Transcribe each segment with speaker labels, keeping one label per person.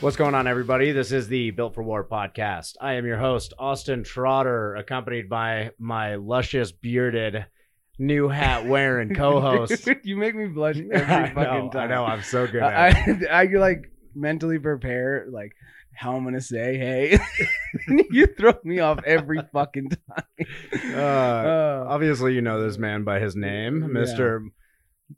Speaker 1: What's going on, everybody? This is the Built for War podcast. I am your host, Austin Trotter, accompanied by my luscious, bearded, new hat wearing co host.
Speaker 2: Dude, you make me blush every
Speaker 1: I,
Speaker 2: fucking
Speaker 1: know, I
Speaker 2: time.
Speaker 1: know, I'm so good at it.
Speaker 2: I, I, I like mentally prepare like how I'm gonna say hey. you throw me off every fucking time.
Speaker 1: Uh,
Speaker 2: Uh,
Speaker 1: Obviously, you know this man by his name,
Speaker 2: Yeah.
Speaker 1: Mr.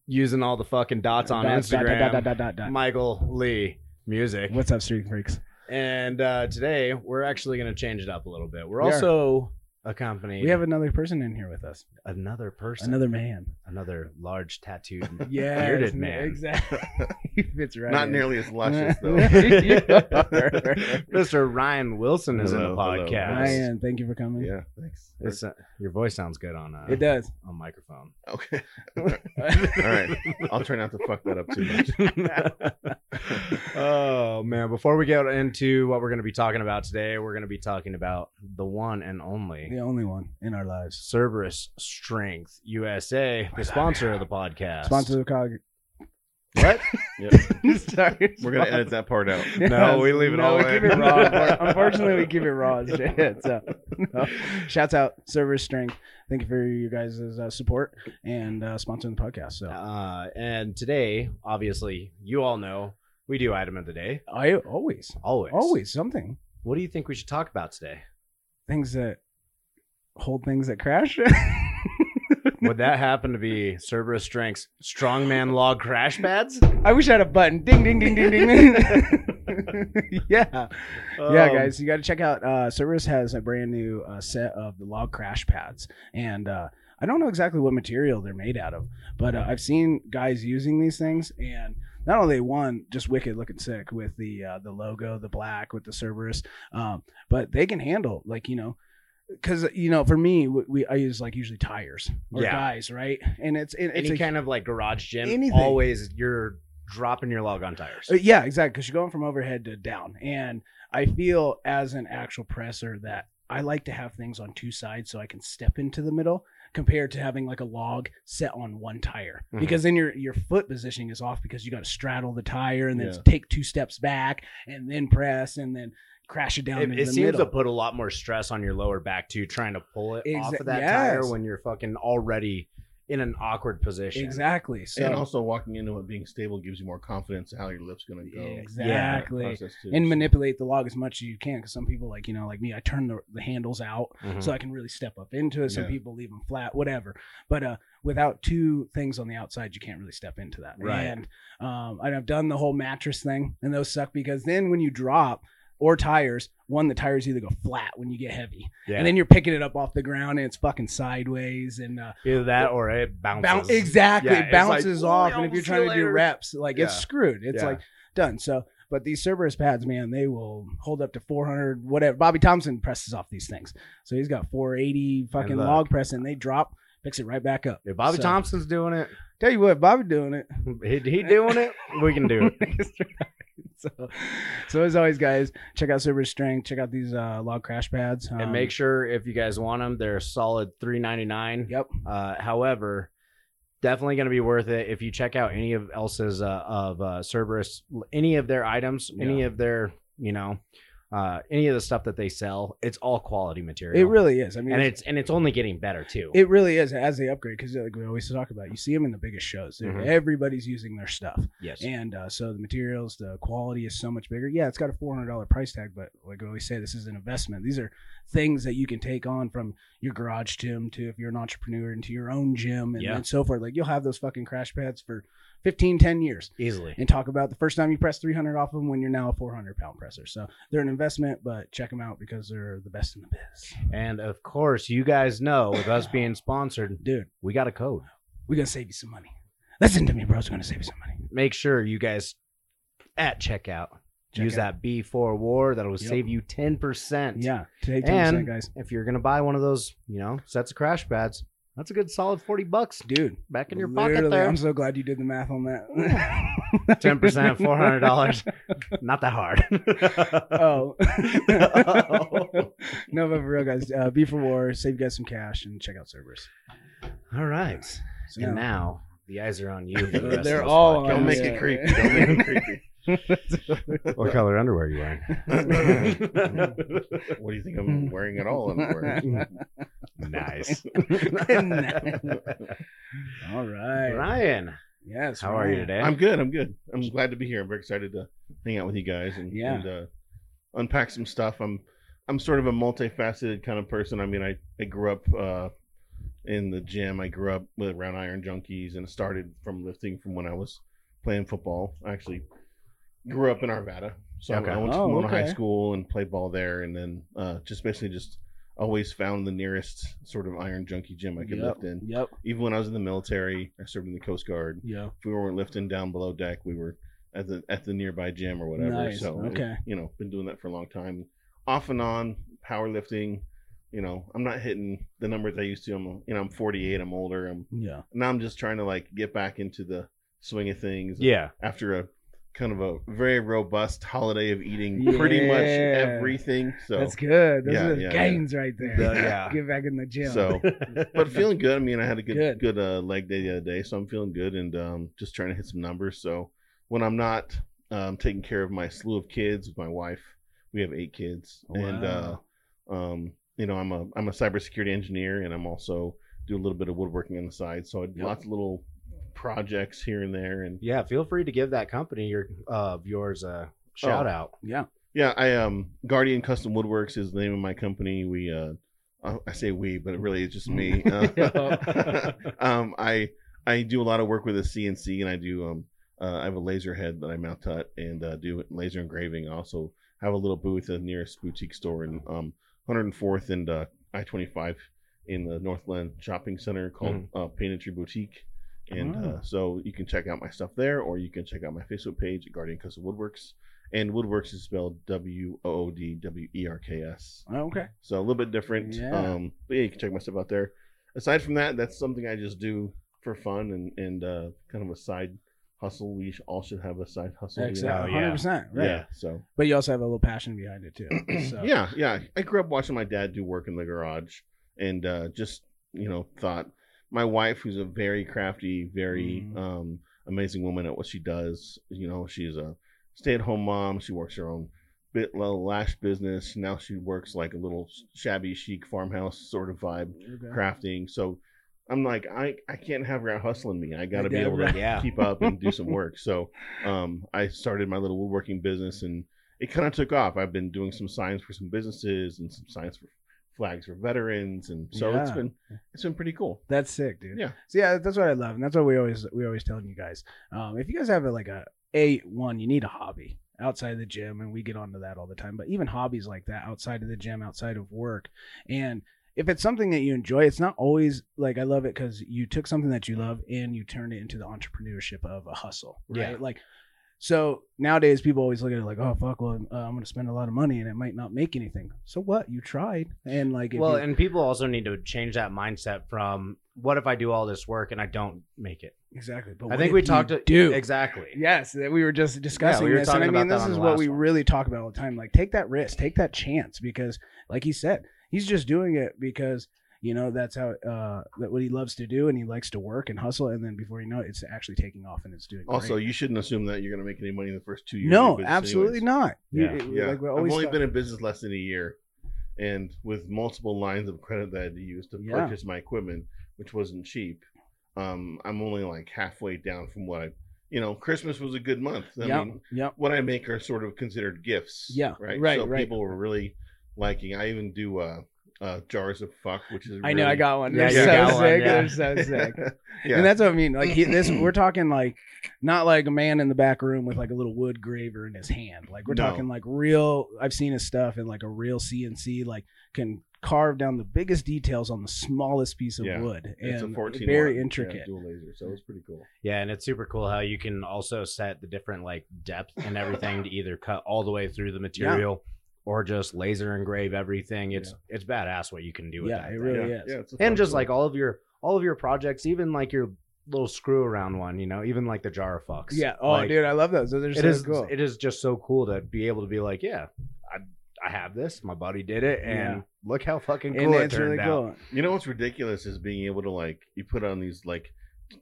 Speaker 1: Using all the fucking dots on
Speaker 2: dot, dot,
Speaker 1: Instagram,
Speaker 2: dot, dot, dot, dot, dot.
Speaker 1: Michael Lee Music.
Speaker 2: What's up, Street Freaks?
Speaker 1: And uh, today, we're actually going to change it up a little bit. We're
Speaker 2: We are.
Speaker 1: also accompanied
Speaker 2: We have another person in here with us.
Speaker 1: another person,
Speaker 2: Another man.
Speaker 1: another large tattooed
Speaker 2: Yeah.
Speaker 1: bearded man.
Speaker 2: Exactly. he fits right.
Speaker 3: Not
Speaker 2: in.
Speaker 3: nearly as luscious though.
Speaker 1: Mr. Ryan Wilson is in
Speaker 3: Hello,
Speaker 1: the
Speaker 3: hello.
Speaker 1: podcast.
Speaker 2: Ryan, thank you for coming.
Speaker 3: yeah, thanks.
Speaker 1: It's, uh, your voice sounds good on uh,
Speaker 2: It does.
Speaker 1: on microphone.
Speaker 3: okay. All right. I'll try not to fuck that up too much.
Speaker 1: oh man! Before we get into what we're going to be talking about today, we're going to be talking about the one and only
Speaker 2: The only one in our lives.
Speaker 1: Cerberus Strength USA,
Speaker 3: Oh
Speaker 1: the sponsor of the podcast.
Speaker 2: Sponsor of the cog.
Speaker 3: What?
Speaker 2: Sorry.
Speaker 3: We're gonna edit that part out.
Speaker 1: No, we leave it
Speaker 2: no,
Speaker 1: all
Speaker 2: we
Speaker 1: in.
Speaker 2: keep it raw. Unfortunately, we keep it raw as shit. So, no. shouts out Server's Strength. Thank you for you guys' uh, support and uh, sponsoring the podcast. So,
Speaker 1: Uh, and today, obviously, you all know we do item of the day
Speaker 2: I always,
Speaker 1: always.
Speaker 2: always something
Speaker 1: What do you think we should talk about today?
Speaker 2: things that hold things that crash.
Speaker 1: Would that happen to be Cerberus Strength's strongman log crash pads?
Speaker 2: I wish I had a button. Ding, ding, ding, ding, ding, ding. yeah. yeah,
Speaker 1: Um,
Speaker 2: guys, you got to check out. Uh, Cerberus has a brand new uh, set of the log crash pads, and uh, I don't know exactly what material they're made out of, but uh, I've seen guys using these things, and not only one just wicked looking sick with the uh, the logo, the black with the Cerberus, um, but they can handle like you know. Because you know, for me, we, we I use like usually tires or
Speaker 1: Yeah.
Speaker 2: guys, right? And it's it, it's
Speaker 1: Any
Speaker 2: a-
Speaker 1: kind of like garage gym,
Speaker 2: Anything.
Speaker 1: always you're dropping your log on tires.
Speaker 2: Uh, Yeah, exactly. Because you're going from overhead to down. And I feel as an actual presser that I like to have things on two sides so I can step into the middle compared to having like a log set on one tire
Speaker 1: Mhm.
Speaker 2: because then your your foot positioning is off because you got to straddle the tire and then
Speaker 3: Yeah.
Speaker 2: take two steps back and then press and then crash it down
Speaker 1: It,
Speaker 2: into
Speaker 1: it
Speaker 2: the
Speaker 1: seems
Speaker 2: middle.
Speaker 1: to put a lot more stress on your lower back too, trying to pull it off
Speaker 2: Exa-
Speaker 1: of that
Speaker 2: yes.
Speaker 1: tire when you're fucking already in an awkward position.
Speaker 2: exactly. So
Speaker 3: and also walking into it being stable gives you more confidence in how your lips gonna go.
Speaker 2: Exactly.
Speaker 3: That process, too.
Speaker 2: and manipulate the log as much as you can because some people like you know like me I turn the, the handles out
Speaker 1: Mhm.
Speaker 2: so I can really step up into it. Some
Speaker 3: Yeah.
Speaker 2: people leave them flat, whatever. But uh, without two things on the outside, you can't really step into that.
Speaker 1: Right.
Speaker 2: And um, and I've done the whole mattress thing, and those suck because then when you drop or tires, one the tires either go flat when you get heavy,
Speaker 1: yeah.
Speaker 2: and then you're picking it up off the ground and it's fucking sideways and uh,
Speaker 1: Either that or it bounces.
Speaker 2: bounce exactly
Speaker 1: Yeah,
Speaker 2: it
Speaker 1: it's
Speaker 2: bounces
Speaker 1: like, "Ooh,
Speaker 2: off,
Speaker 1: yo,
Speaker 2: and if you're
Speaker 1: see
Speaker 2: trying
Speaker 1: you
Speaker 2: to do
Speaker 1: later."
Speaker 2: reps, like it's
Speaker 1: Yeah.
Speaker 2: screwed. It's
Speaker 1: Yeah.
Speaker 2: like done. So. But these Cerberus pads, man, they will hold up to 400, whatever. Bobby Thompson presses off these things. So he's got 480 fucking
Speaker 1: look.
Speaker 2: log press and they drop, picks it right back up.
Speaker 1: If uh, Bobby
Speaker 2: So-
Speaker 1: Thompson's doing it,
Speaker 2: Tell you what, Bobby doing it.
Speaker 1: he, he doing it, we can do it.
Speaker 2: so, so as always, guys, check out Cerberus String. Check out these uh, log crash pads.
Speaker 1: and
Speaker 2: Um,
Speaker 1: make sure if you guys want them, they're a solid three ninety nine.
Speaker 2: Yep.
Speaker 1: Uh, however, definitely going to be worth it if you check out any of else's uh, of uh, Cerberus, any of their items, any of their you know, uh, any of the stuff that they sell. It's all quality material.
Speaker 2: It really is. I mean,
Speaker 1: and
Speaker 2: it's-
Speaker 1: it's and it's only getting better too.
Speaker 2: It really is as they upgrade because like we always talk about, you see them in the biggest shows. They're-
Speaker 1: Mhm.
Speaker 2: Everybody's using their stuff,
Speaker 1: yes.
Speaker 2: and uh, so the materials, the quality is so much bigger. Yeah, it's got a four hundred dollar price tag, but like we always say, this is an investment. These are things that you can take on from your garage gym to if you're an entrepreneur into your own gym and,
Speaker 1: Yeah.
Speaker 2: and so forth. Like you'll have those fucking crash pads for 15, 10 years.
Speaker 1: Easily.
Speaker 2: And talk about the first time you press 300 off them when you're now a 400 pound presser. So they're an investment, but check them out because they're the best in the biz.
Speaker 1: And of course, you guys know with us being sponsored,
Speaker 2: Dude,
Speaker 1: we got a code.
Speaker 2: We're gonna save you some money. Listen to me, bros. We're gonna save you some money.
Speaker 1: Make sure you guys at checkout
Speaker 2: Check
Speaker 1: use
Speaker 2: it out.
Speaker 1: that B for war. That'll
Speaker 2: Yep.
Speaker 1: save you ten percent.
Speaker 2: Yeah, today,
Speaker 1: And-
Speaker 2: ten guys.
Speaker 1: if you're gonna buy one of those, you know, sets of crash pads, that's a good solid forty bucks
Speaker 2: Dude,
Speaker 1: back in your
Speaker 2: literally,
Speaker 1: pocket
Speaker 2: I'm
Speaker 1: there.
Speaker 2: so glad you did the math on that.
Speaker 1: Ten percent, four hundred dollars. Not that hard.
Speaker 2: Oh.
Speaker 1: Oh.
Speaker 2: no, but for real, guys, uh, be for war, save you guys some cash, and check out servers.
Speaker 1: All right.
Speaker 2: So
Speaker 1: And now the eyes are on you. For the rest
Speaker 2: They're
Speaker 1: of this podcast.
Speaker 2: all on
Speaker 3: don't make
Speaker 2: Yeah.
Speaker 3: it creepy. Don't make it creepy.
Speaker 1: What color underwear are you wearing?
Speaker 3: What do you think I'm wearing at all? Underwear?
Speaker 1: nice.
Speaker 2: All right.
Speaker 1: Ryan,
Speaker 2: Yes.
Speaker 1: how are you
Speaker 2: Ryan.
Speaker 1: today?
Speaker 3: I'm good. I'm good. I'm glad to be here. I'm very excited to hang out with you guys and,
Speaker 2: Yeah.
Speaker 3: and uh, unpack some stuff. I'm I'm sort of a multifaceted kind of person. I mean, I I grew up uh, in the gym. I grew up with around iron junkies and started from lifting from when I was playing football. I actually grew up in Arvada, so I-
Speaker 1: Okay.
Speaker 3: I went to
Speaker 2: Oh,
Speaker 3: Pomona High
Speaker 2: okay.
Speaker 3: School and played ball there, and then uh, just basically just always found the nearest sort of iron junkie gym I could
Speaker 2: Yep.
Speaker 3: lift in.
Speaker 2: Yep.
Speaker 3: Even when I was in the military, I served in the Coast Guard
Speaker 2: Yeah.
Speaker 3: if we weren't lifting down below deck, we were at the at the nearby gym or whatever.
Speaker 2: Nice.
Speaker 3: So
Speaker 2: Okay.
Speaker 3: you know, been doing that for a long time, off and on powerlifting. You know, I'm not hitting the numbers I used to. I'm you know I'm 48. I'm older. I'm
Speaker 2: Yeah.
Speaker 3: now I'm just trying to like get back into the swing of things.
Speaker 1: yeah.
Speaker 3: After a kind of a very robust holiday of eating pretty much
Speaker 2: Yeah.
Speaker 3: everything. So
Speaker 2: That's good. Those
Speaker 3: Yeah,
Speaker 2: are the
Speaker 3: yeah,
Speaker 2: gains right there.
Speaker 1: The- yeah.
Speaker 2: Get back in the gym.
Speaker 3: so but feeling good. I mean, I had a good
Speaker 2: Good.
Speaker 3: good, uh, leg day the other day, so I'm feeling good and um, just trying to hit some numbers. So when I'm not um, taking care of my slew of kids with my wife, we have eight kids, and uh,
Speaker 2: Wow.
Speaker 3: um, you know, I'm a I'm a cybersecurity engineer, and I'm also do a little bit of woodworking on the side. So I do
Speaker 2: Yep.
Speaker 3: lots of little projects here and there, and
Speaker 1: Yeah, feel free to give that company your of yours a shout
Speaker 3: Oh.
Speaker 1: out.
Speaker 2: yeah.
Speaker 3: Yeah, I um Guardian Custom Woodworks is the name of my company. We uh I I say we, but it really is just me. Uh, um I I do a lot of work with a CNC and I do um uh, I have a laser head that I mount tut and uh, do laser engraving. I also have a little booth at the nearest boutique store in um 104th and uh, I-25 in the Northland Shopping Center called uh, Painetry Boutique. And
Speaker 2: Ah.
Speaker 3: uh, so you can check out my stuff there, or you can check out my Facebook page at Guardian Custom Woodworks and woodworks is spelled W O O D W E R K S.
Speaker 2: Oh, okay.
Speaker 3: So a little bit different.
Speaker 2: Yeah.
Speaker 3: Um, but yeah, you can check my stuff out there. Aside from that, that's something I just do for fun and and uh, kind of a side hustle. We sh- all should have a side hustle. you know?
Speaker 2: Exactly.
Speaker 1: yeah.
Speaker 2: uh, Hundred percent. Right.
Speaker 3: Oh, Yeah. So
Speaker 2: But you also have a little passion behind it too. So.
Speaker 3: yeah, yeah. I grew up watching my dad do work in the garage, and uh, just you know thought my wife, who's a very crafty, very
Speaker 2: Mhm.
Speaker 3: um, amazing woman at what she does. You know, she's a stay-at-home mom. She works her own bit little lash business. Now she works like a little shabby chic farmhouse sort of vibe
Speaker 2: Okay.
Speaker 3: crafting. So I'm like, I, I can't have her out hustling me. I got to be
Speaker 2: Yeah,
Speaker 3: able to
Speaker 2: right.
Speaker 1: Yeah.
Speaker 3: keep up and do some work. So um, I started my little woodworking business and it kind of took off. I've been doing some signs for some businesses and some signs for flags for veterans. And so it's
Speaker 2: Yeah.
Speaker 3: been, it's been pretty cool.
Speaker 2: That's sick, dude.
Speaker 3: Yeah.
Speaker 2: So yeah, that's what I love, and that's what we always we always telling you guys. Um, if you guys have a, like a a one, you need a hobby outside the gym, and we get onto that all the time. But even hobbies like that outside of the gym, outside of work, and if it's something that you enjoy, it's not always like I love it because you took something that you love and you turned it into the entrepreneurship of a hustle, right?
Speaker 1: Yeah.
Speaker 2: Like. So nowadays, people always look at it like, "Oh fuck, well, uh, I'm gonna spend a lot of money and it might not make anything." So what? You tried, and like, if
Speaker 1: Well,
Speaker 2: you,
Speaker 1: and people also need to change that mindset from what if I do all this work and I don't make it?
Speaker 2: exactly. But
Speaker 1: I
Speaker 2: what
Speaker 1: think
Speaker 2: if
Speaker 1: we
Speaker 2: you
Speaker 1: talked
Speaker 2: do
Speaker 1: exactly.
Speaker 2: Yes, that we were just discussing
Speaker 1: we were
Speaker 2: this. And I
Speaker 1: talking about
Speaker 2: mean,
Speaker 1: that
Speaker 2: this
Speaker 1: on
Speaker 2: is
Speaker 1: the
Speaker 2: what
Speaker 1: last
Speaker 2: we
Speaker 1: one.
Speaker 2: really talk about all the time. Like, take that risk, take that chance, because, like he said, he's just doing it because you know that's how uh that what he loves to do, and he likes to work and hustle, and then before you know it, it's actually taking off and it's doing.
Speaker 3: Also,
Speaker 2: great.
Speaker 3: you shouldn't assume that you're going to make any money in the first two years. of
Speaker 2: no,
Speaker 3: your business
Speaker 2: absolutely
Speaker 3: anyways.
Speaker 2: not. You-
Speaker 1: Yeah.
Speaker 2: it-
Speaker 3: Yeah,
Speaker 2: like we
Speaker 3: I've
Speaker 2: always
Speaker 3: only
Speaker 2: thought-
Speaker 3: been in business less than a year, and with multiple lines of credit that I had to use to
Speaker 2: Yeah.
Speaker 3: purchase my equipment, which wasn't cheap. Um, I'm only like halfway down from what I, you know, Christmas was a good month. I
Speaker 2: Yep,
Speaker 3: mean,
Speaker 2: yep.
Speaker 3: what I make are sort of considered gifts.
Speaker 2: Yeah,
Speaker 3: right,
Speaker 2: right,
Speaker 3: So
Speaker 2: right.
Speaker 3: people were really liking. I even do uh, uh jars of fuck, which is
Speaker 2: I know I
Speaker 3: really-
Speaker 2: got one.
Speaker 1: Yeah, you
Speaker 2: They're so
Speaker 1: got one,
Speaker 2: sick.
Speaker 1: yeah.
Speaker 2: They're so sick.
Speaker 3: yeah,
Speaker 2: And that's what I mean. Like he, this, we're talking like not like a man in the back room with like a little wood graver in his hand. Like we're
Speaker 3: No.
Speaker 2: talking like real. I've seen his stuff and like a real CNC like can carve down the biggest details on the smallest piece of
Speaker 3: Yeah.
Speaker 2: wood and
Speaker 3: it's a 14
Speaker 2: very
Speaker 3: watt, yeah,
Speaker 2: intricate.
Speaker 3: dual laser, so it's pretty cool.
Speaker 1: Yeah, and it's super cool how you can also set the different like depth and everything to either cut all the way through the material or just laser engrave everything. It's it's badass what you can do with
Speaker 2: Yeah,
Speaker 1: that.
Speaker 2: it
Speaker 1: thing.
Speaker 2: really
Speaker 3: yeah,
Speaker 2: is.
Speaker 3: yeah, it's a fun
Speaker 1: and just
Speaker 3: tool.
Speaker 1: like all of your all of your projects, even like your little screw around one, you know, even like the jar of fucks.
Speaker 2: Yeah. Oh,
Speaker 1: Like,
Speaker 2: dude, I love those. Those are
Speaker 1: It
Speaker 2: so
Speaker 1: is
Speaker 2: cool.
Speaker 1: it is just so cool to be able to be like, yeah, I I have this. My buddy did it, and
Speaker 2: Yeah.
Speaker 1: look how fucking
Speaker 2: and
Speaker 1: cool it
Speaker 2: it's
Speaker 1: turned
Speaker 2: really
Speaker 1: out.
Speaker 2: cool.
Speaker 3: You know what's ridiculous is being able to like you put on these like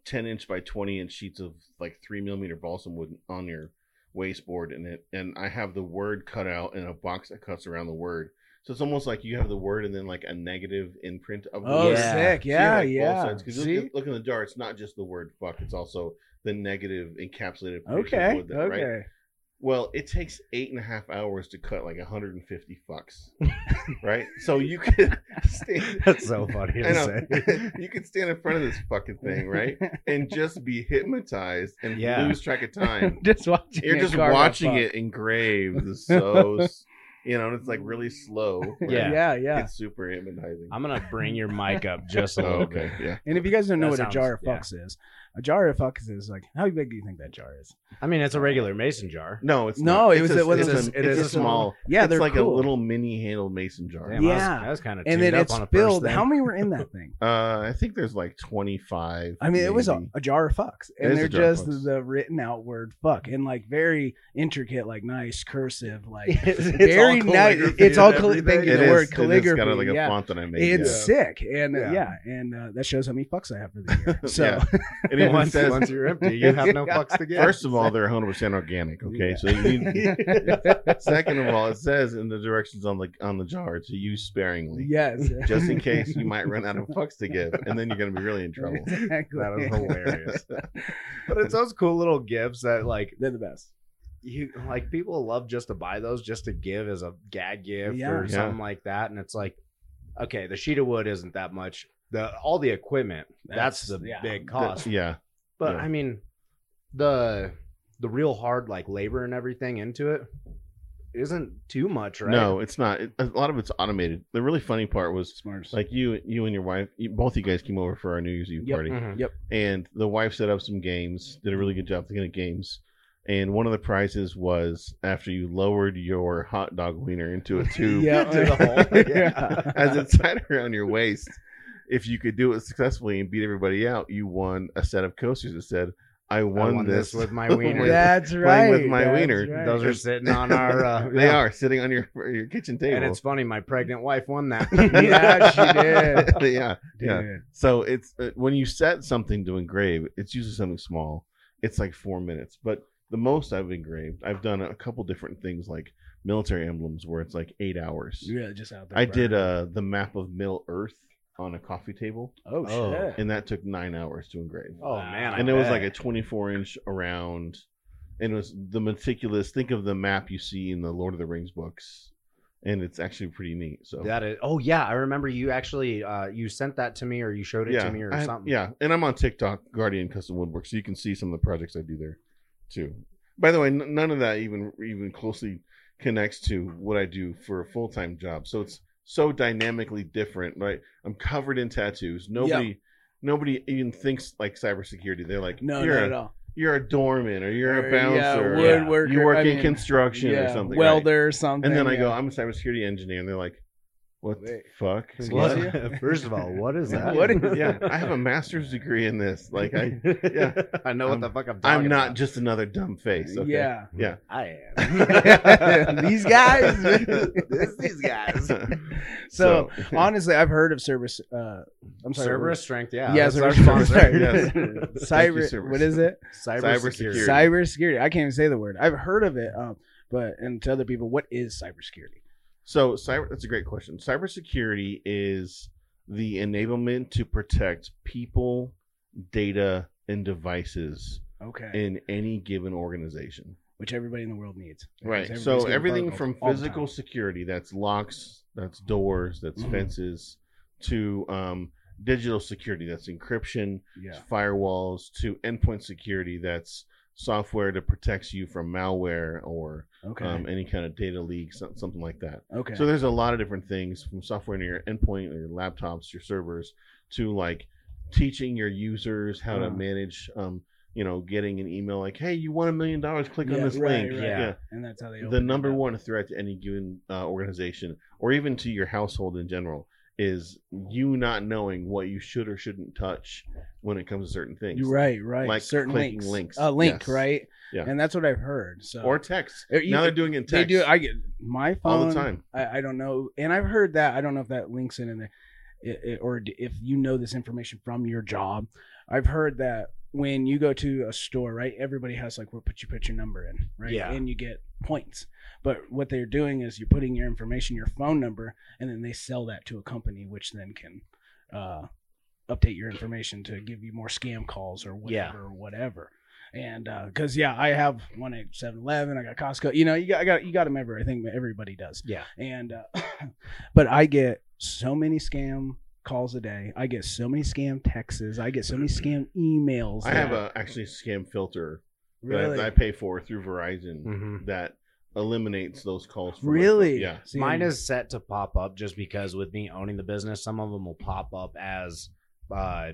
Speaker 3: ten inch by twenty inch sheets of like three millimeter balsam wood on your waste board in it, and I have the word cut out in a box that cuts around the word. So it's almost like you have the word and then like a negative imprint of the
Speaker 2: Oh,
Speaker 3: word.
Speaker 1: Yeah.
Speaker 2: sick.
Speaker 3: So you have,
Speaker 2: Yeah,
Speaker 3: like, both
Speaker 2: yeah.
Speaker 3: sides. 'Cause look,
Speaker 2: See?
Speaker 3: at- look in the jar; it's not just the word "fuck." It's also the negative encapsulated. portion of
Speaker 2: Okay.
Speaker 3: wood that- right?
Speaker 2: Okay.
Speaker 3: Well, it takes eight and a half hours to cut like 150 fucks, right? So you could stand.
Speaker 1: That's so funny to
Speaker 3: I know.
Speaker 1: say.
Speaker 3: you could stand in front of this fucking thing, right? And just be hypnotized and
Speaker 1: Yeah.
Speaker 3: lose track of time.
Speaker 2: just watching.
Speaker 3: You're
Speaker 2: it
Speaker 3: just
Speaker 2: carve a
Speaker 3: watching
Speaker 2: fuck.
Speaker 3: it engraved. It's so, s- you know, and it's like really slow. right?
Speaker 1: Yeah.
Speaker 2: Yeah, yeah.
Speaker 3: It's super hypnotizing.
Speaker 1: I'm gonna bring your mic up just a
Speaker 3: Oh,
Speaker 1: little
Speaker 3: okay.
Speaker 1: bit.
Speaker 3: Yeah.
Speaker 2: And if you guys don't know
Speaker 1: That
Speaker 2: what
Speaker 1: sounds-
Speaker 2: a jar of
Speaker 1: yeah.
Speaker 2: fucks is, a jar of fucks is like how big do you think that jar is?
Speaker 1: I mean, it's a regular mason jar.
Speaker 3: No, it's
Speaker 2: No,
Speaker 3: not.
Speaker 2: it was-
Speaker 3: It's
Speaker 2: it was-
Speaker 3: it's
Speaker 1: it
Speaker 3: it's
Speaker 1: is
Speaker 3: a
Speaker 1: a
Speaker 3: small.
Speaker 2: Yeah,
Speaker 3: it's
Speaker 2: they're
Speaker 3: like
Speaker 2: cool.
Speaker 3: a little mini handle mason jar.
Speaker 1: Damn, I
Speaker 2: Yeah.
Speaker 1: was, I was kind of
Speaker 2: and then
Speaker 1: up
Speaker 2: it's
Speaker 1: on a
Speaker 2: filled.
Speaker 1: First
Speaker 2: How many were in that thing?
Speaker 3: Uh, I think there's like 25.
Speaker 2: I mean, it was a,
Speaker 3: maybe.
Speaker 2: a jar of fucks,
Speaker 3: It
Speaker 2: and
Speaker 3: is
Speaker 2: they're
Speaker 3: a jar of
Speaker 2: just
Speaker 3: fucks.
Speaker 2: the written out word "fuck" and like very intricate, like nice cursive, like
Speaker 1: thing. It's- it's
Speaker 2: very
Speaker 1: all
Speaker 2: nice.
Speaker 1: calligraphy
Speaker 2: It's
Speaker 1: and
Speaker 2: all calli-
Speaker 1: everything.
Speaker 2: thank you.
Speaker 3: It
Speaker 2: The
Speaker 3: is-
Speaker 2: word
Speaker 3: it is
Speaker 2: calligraphy.
Speaker 3: got like a
Speaker 2: yeah.
Speaker 3: font that I made.
Speaker 2: It's
Speaker 3: yeah.
Speaker 2: sick, and uh,
Speaker 1: Yeah.
Speaker 2: yeah, and uh, that shows how many fucks I have for the year. So
Speaker 3: Yeah. And it
Speaker 1: once,
Speaker 3: says,
Speaker 1: once you're empty, you have no fucks to get.
Speaker 3: first of all, they're 100 percent organic. Okay,
Speaker 2: Yeah.
Speaker 3: so you need, second of all, it says in the directions on the on the jar to use sparingly,
Speaker 2: yes,
Speaker 3: just in case you might run out of fucks to give, and then you're gonna be really in trouble.
Speaker 2: Exactly.
Speaker 1: that is hilarious. but it's those cool little gifts that like
Speaker 2: They're the best.
Speaker 1: you like people love just to buy those just to give as a gag gift
Speaker 2: Yeah.
Speaker 1: or
Speaker 3: Yeah.
Speaker 1: something like that. And it's like, okay, the sheet of wood isn't that much. The all the equipment, that's,
Speaker 2: That's-
Speaker 1: the
Speaker 2: yeah.
Speaker 1: big cost.
Speaker 3: Yeah,
Speaker 1: but
Speaker 3: yeah.
Speaker 1: I mean the the real hard like labor and everything into it isn't too much, right?
Speaker 3: no, it's not. It, a lot of it's automated. The really funny part was
Speaker 2: Smart.
Speaker 3: like you you and your wife, you, both you guys came over for our New Year's Eve
Speaker 2: Yep.
Speaker 3: party.
Speaker 1: Mhm.
Speaker 3: and the wife set up some games did a really good job thinking of games and one of the prizes was after you lowered your hot dog wiener into a tube
Speaker 2: Yeah.
Speaker 1: To the hole.
Speaker 2: Yeah.
Speaker 3: as it's tied around your waist if you could do it successfully and beat everybody out you won a set of coasters that said i
Speaker 1: I
Speaker 3: won, this,
Speaker 1: with my wiener.
Speaker 3: Yeah.
Speaker 2: That's right.
Speaker 3: playing with my
Speaker 2: that's
Speaker 3: wiener.
Speaker 2: right.
Speaker 1: Those are sitting on our uh,
Speaker 3: they
Speaker 1: yeah.
Speaker 3: are sitting on your your kitchen table
Speaker 1: And it's funny, my pregnant wife won that.
Speaker 2: Yeah, she did.
Speaker 3: yeah yeah
Speaker 2: Dude.
Speaker 3: So it's uh, when you set something to engrave, it's usually something small. It's like four minutes, but the most I've engraved, I've done a couple different things like military emblems where it's like eight hours.
Speaker 2: Really just out there.
Speaker 3: I
Speaker 2: bro.
Speaker 3: did uh, the map of Middle Earth on a coffee table,
Speaker 2: Oh,
Speaker 1: Oh.
Speaker 2: shit.
Speaker 3: and that took nine hours to engrave.
Speaker 1: Oh man, I
Speaker 3: and it was
Speaker 1: bet.
Speaker 3: like a 24 inch around, and it was the meticulous. Think of the map you see in the Lord of the Rings books, and it's actually pretty neat. So
Speaker 1: That is. Oh yeah, I remember you actually uh you sent that to me or you showed it to me or
Speaker 3: I-
Speaker 1: something.
Speaker 3: Yeah, and I'm on TikTok, Guardian Custom Woodwork, so you can see some of the projects I do there too. By the way, n- none of that even even closely connects to what I do for a full time job. So it's so dynamically different, right? I'm covered in tattoos. Nobody. Nobody even thinks like cybersecurity. They're like,
Speaker 2: No,
Speaker 3: you're
Speaker 2: not at
Speaker 3: a,
Speaker 2: all. Uh,
Speaker 3: you're a doorman or you're a bouncer.
Speaker 2: Yeah,
Speaker 3: or
Speaker 2: woodworker.
Speaker 3: You work
Speaker 2: I
Speaker 3: in
Speaker 2: mean,
Speaker 3: construction
Speaker 2: yeah,
Speaker 3: or something. right?
Speaker 2: Welder or something.
Speaker 3: And then I
Speaker 2: yeah.
Speaker 3: go, I'm a cybersecurity engineer, and they're like, what
Speaker 2: Wait.
Speaker 3: the fuck?
Speaker 1: What?
Speaker 2: Excuse
Speaker 1: First of all, what is that?
Speaker 2: What is-
Speaker 3: yeah, I have a master's degree in this. Like I, yeah.
Speaker 1: I know what
Speaker 3: I'm-
Speaker 1: the fuck I'm talking
Speaker 3: I'm not
Speaker 1: about.
Speaker 3: just another dumb face. okay?
Speaker 2: Yeah.
Speaker 3: yeah.
Speaker 1: I
Speaker 2: am. These guys.
Speaker 1: This- these guys.
Speaker 2: So, honestly, I've heard of service. Uh, I'm sorry.
Speaker 1: Cerberus strength, yeah.
Speaker 2: yeah,
Speaker 1: that's our
Speaker 2: Cerberus Strength,
Speaker 1: sponsor.
Speaker 2: sorry.
Speaker 3: Yes. Thank you,
Speaker 2: Cyber.
Speaker 3: Cerberus.
Speaker 2: What is it?
Speaker 1: Cybersecurity.
Speaker 3: Cybersecurity.
Speaker 2: Cybersecurity. I can't even say the word. I've heard of it, um, but and to other people, what is cybersecurity?
Speaker 3: so cyber. That's a great question. Cybersecurity is the enablement to protect people, data, and devices
Speaker 2: Okay.
Speaker 3: in any given organization.
Speaker 2: Which everybody in the world needs.
Speaker 3: Right.
Speaker 2: Because
Speaker 3: So
Speaker 2: everybody's getting
Speaker 3: everything
Speaker 2: burgled
Speaker 3: from
Speaker 2: all the
Speaker 3: physical
Speaker 2: time.
Speaker 3: security, that's locks, that's doors, that's
Speaker 2: Mhm.
Speaker 3: fences, to um, digital security, that's encryption,
Speaker 2: Yeah.
Speaker 3: firewalls to endpoint security that's software that protects you from malware or
Speaker 2: Okay.
Speaker 3: um, any kind of data leak so- something like that
Speaker 2: okay.
Speaker 3: so there's a lot of different things from software in your endpoint or your laptops your servers to like teaching your users how to
Speaker 2: Uh-huh.
Speaker 3: manage um, you know getting an email like hey you want a million dollars click on
Speaker 2: Yeah,
Speaker 3: this
Speaker 2: right,
Speaker 3: link
Speaker 2: right.
Speaker 1: Yeah.
Speaker 2: and that's how they.
Speaker 3: the
Speaker 2: open it
Speaker 3: number
Speaker 2: up.
Speaker 3: one threat to any given uh, organization or even to your household in general is you not knowing what you should or shouldn't touch when it comes to certain things
Speaker 2: You're right. Right.
Speaker 3: Like
Speaker 2: Certain
Speaker 3: clicking
Speaker 2: links.
Speaker 3: links.
Speaker 2: A link,
Speaker 3: Yes.
Speaker 2: right?
Speaker 3: Yeah.
Speaker 2: And that's what I've heard. So
Speaker 3: or text.
Speaker 2: Or you-
Speaker 3: now they're doing it in text.
Speaker 2: they do. I get my phone
Speaker 3: all the time.
Speaker 2: I, I don't know, and I've heard that. I don't know if that links in in there, i i or d- if you know this information from your job, I've heard that when you go to a store, right, everybody has like where put you put your number in, right?
Speaker 1: Yeah.
Speaker 2: And you get points. But what they're doing is you're putting your information, your phone number, and then they sell that to a company which then can uh update your information to give you more scam calls or whatever
Speaker 1: Yeah.
Speaker 2: or whatever. And because yeah, I have one at 7-Eleven, I got Costco. You know, you got I got you got them everywhere. I think everybody does.
Speaker 1: Yeah.
Speaker 2: And uh, but I get so many scam calls a day. I get so many scam texts. I get so many scam emails.
Speaker 3: I have
Speaker 2: that-
Speaker 3: a actually scam filter that I-
Speaker 2: really
Speaker 3: that I pay for through Verizon
Speaker 2: Mm-hmm.
Speaker 1: Mhm.
Speaker 3: that eliminates those calls. from my
Speaker 2: really
Speaker 3: phone. Yeah.
Speaker 2: See,
Speaker 1: Mine is set to pop up just because with me owning the business, some of them will pop up as, uh,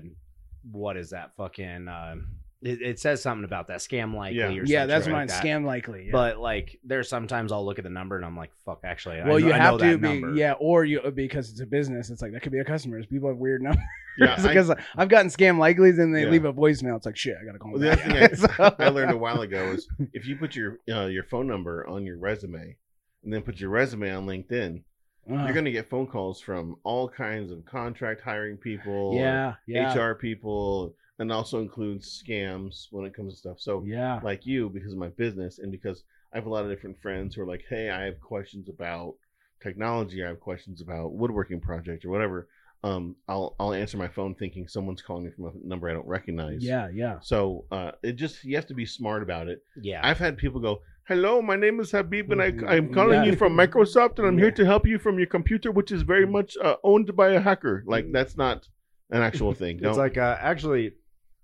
Speaker 1: what is that fucking? Uh, it, it says something about that scam likely
Speaker 3: Yeah.
Speaker 1: or
Speaker 2: yeah,
Speaker 1: some
Speaker 2: that's
Speaker 1: shit
Speaker 2: mine.
Speaker 1: like that.
Speaker 2: Scam likely. yeah.
Speaker 1: But like, there's sometimes I'll look at the number and I'm like, fuck, actually, I
Speaker 2: well,
Speaker 1: know-
Speaker 2: you
Speaker 1: I
Speaker 2: have
Speaker 1: know
Speaker 2: to
Speaker 1: that
Speaker 2: be
Speaker 1: number.
Speaker 2: yeah, or you because it's a business. It's like that could be a customer. People have weird numbers
Speaker 3: Yeah. I-
Speaker 2: because I've gotten scam likelies and they
Speaker 3: Yeah.
Speaker 2: leave a voicemail. It's like shit. I gotta call.
Speaker 3: Well,
Speaker 2: them
Speaker 3: the
Speaker 2: back.
Speaker 3: other thing
Speaker 2: So- uh,
Speaker 3: I learned a while ago is if you put your uh, your phone number on your resume and then put your resume on LinkedIn,
Speaker 2: Uh,
Speaker 3: you're going to get phone calls from all kinds of contract hiring people,
Speaker 2: yeah, yeah,
Speaker 3: HR people, and also includes scams when it comes to stuff. So,
Speaker 2: yeah.
Speaker 3: like you, because of my business and because I have a lot of different friends who are like, hey, I have questions about technology, I have questions about woodworking project or whatever. Um, I'll I'll answer my phone thinking someone's calling me from a number I don't recognize.
Speaker 2: Yeah, yeah.
Speaker 3: So uh, it just you have to be smart about it.
Speaker 1: yeah.
Speaker 3: I've had people go, "Hello, my name is Habib, and I, I'm calling
Speaker 2: Yeah.
Speaker 3: you from Microsoft, and I'm
Speaker 2: Mm-hmm. Yeah.
Speaker 3: here to help you from your computer, which is very much uh, owned by a hacker."
Speaker 2: Mm.
Speaker 3: Like that's not an actual thing. Don't.
Speaker 1: It's like uh, actually,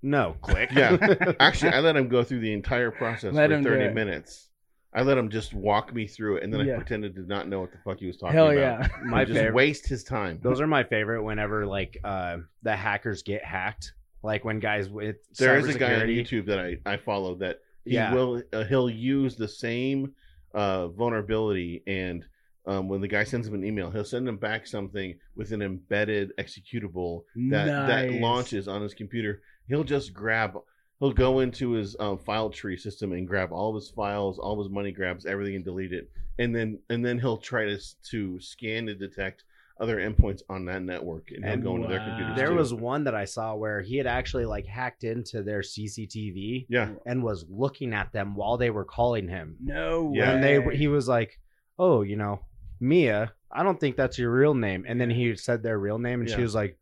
Speaker 1: no, click.
Speaker 3: Yeah. Actually, I let him go through the entire process
Speaker 2: Let him
Speaker 3: for
Speaker 2: do
Speaker 3: 30
Speaker 2: it.
Speaker 3: minutes. I let him just walk me through it, and then I
Speaker 2: Yeah.
Speaker 3: pretended to not know what the fuck he was talking
Speaker 2: Hell
Speaker 3: about.
Speaker 2: yeah.
Speaker 1: my
Speaker 3: And just
Speaker 1: favorite.
Speaker 3: waste his time.
Speaker 1: Those are my favorite. Whenever like uh, the hackers get hacked, like when guys with
Speaker 3: there is a guy on
Speaker 1: cybersecurity-
Speaker 3: YouTube that I, I follow that he
Speaker 1: Yeah.
Speaker 3: will uh, he'll use the same uh, vulnerability and um, when the guy sends him an email he'll send him back something with an embedded executable that that
Speaker 2: Nice.
Speaker 3: launches on his computer he'll just grab he'll go into his um, file tree system and grab all of his files all of his money grabs everything and delete it and then and then he'll try to s- to scan to detect other endpoints on that network and,
Speaker 1: And
Speaker 3: he'll go into their
Speaker 2: wow.
Speaker 3: computers
Speaker 1: There
Speaker 3: too.
Speaker 1: was one that I saw where he had actually like hacked into their CCTV
Speaker 3: yeah
Speaker 1: and was looking at them while they were calling him.
Speaker 2: No
Speaker 3: Yeah.
Speaker 1: And they
Speaker 2: way.
Speaker 1: he was like, "Oh, you know, Mia, I don't think that's your real name." And then he said their real name, and
Speaker 3: Yeah.
Speaker 1: she was like,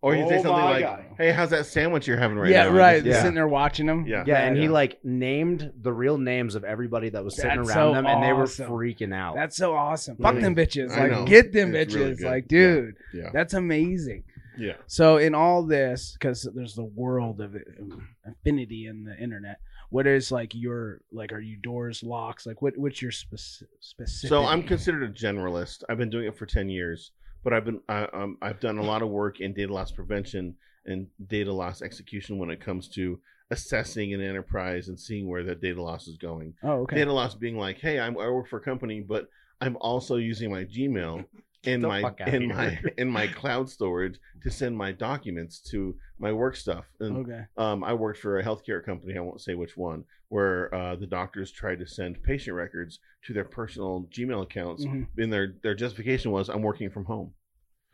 Speaker 3: Or you
Speaker 2: Oh
Speaker 3: say something
Speaker 2: my
Speaker 3: like,
Speaker 2: God.
Speaker 3: "Hey, how's that sandwich you're having right
Speaker 2: yeah,
Speaker 3: now?" And
Speaker 2: right.
Speaker 3: just-
Speaker 1: Yeah.
Speaker 2: Sitting there watching them.
Speaker 3: Yeah.
Speaker 1: "Yeah." And he like named the real names of everybody that was sitting
Speaker 2: That's
Speaker 1: around
Speaker 2: so
Speaker 1: them, and they were
Speaker 2: awesome.
Speaker 1: freaking out.
Speaker 2: That's so awesome.
Speaker 3: Really?
Speaker 2: Fuck them bitches.
Speaker 3: Mm-hmm. I know.
Speaker 2: Like get them
Speaker 3: It's
Speaker 2: bitches.
Speaker 3: really good.
Speaker 2: like,
Speaker 3: Yeah.
Speaker 2: dude,
Speaker 3: Yeah.
Speaker 2: that's amazing.
Speaker 3: yeah,
Speaker 2: So in all this, because there's the world of um, affinity in the internet. What is like your like? Are you doors locks? Like what? What's your speci- specific?
Speaker 3: So I'm considered a generalist. I've been doing it for ten years, but I've been I, um, I've done a lot of work in data loss prevention and data loss execution when it comes to assessing an enterprise and seeing where that data loss is going.
Speaker 2: Oh, okay.
Speaker 3: Data loss being like, "Hey, I'm, I work for a company, but I'm also using my Gmail." In
Speaker 1: The
Speaker 3: my
Speaker 1: fuck outta
Speaker 3: in
Speaker 1: here.
Speaker 3: my in my cloud storage to send my documents to my work stuff and
Speaker 2: okay.
Speaker 3: um, I worked for a healthcare company. I won't say which one, where uh, the doctors tried to send patient records to their personal Gmail accounts,
Speaker 2: Mhm.
Speaker 1: Mm-hmm.
Speaker 3: and their their justification was, "I'm working from home."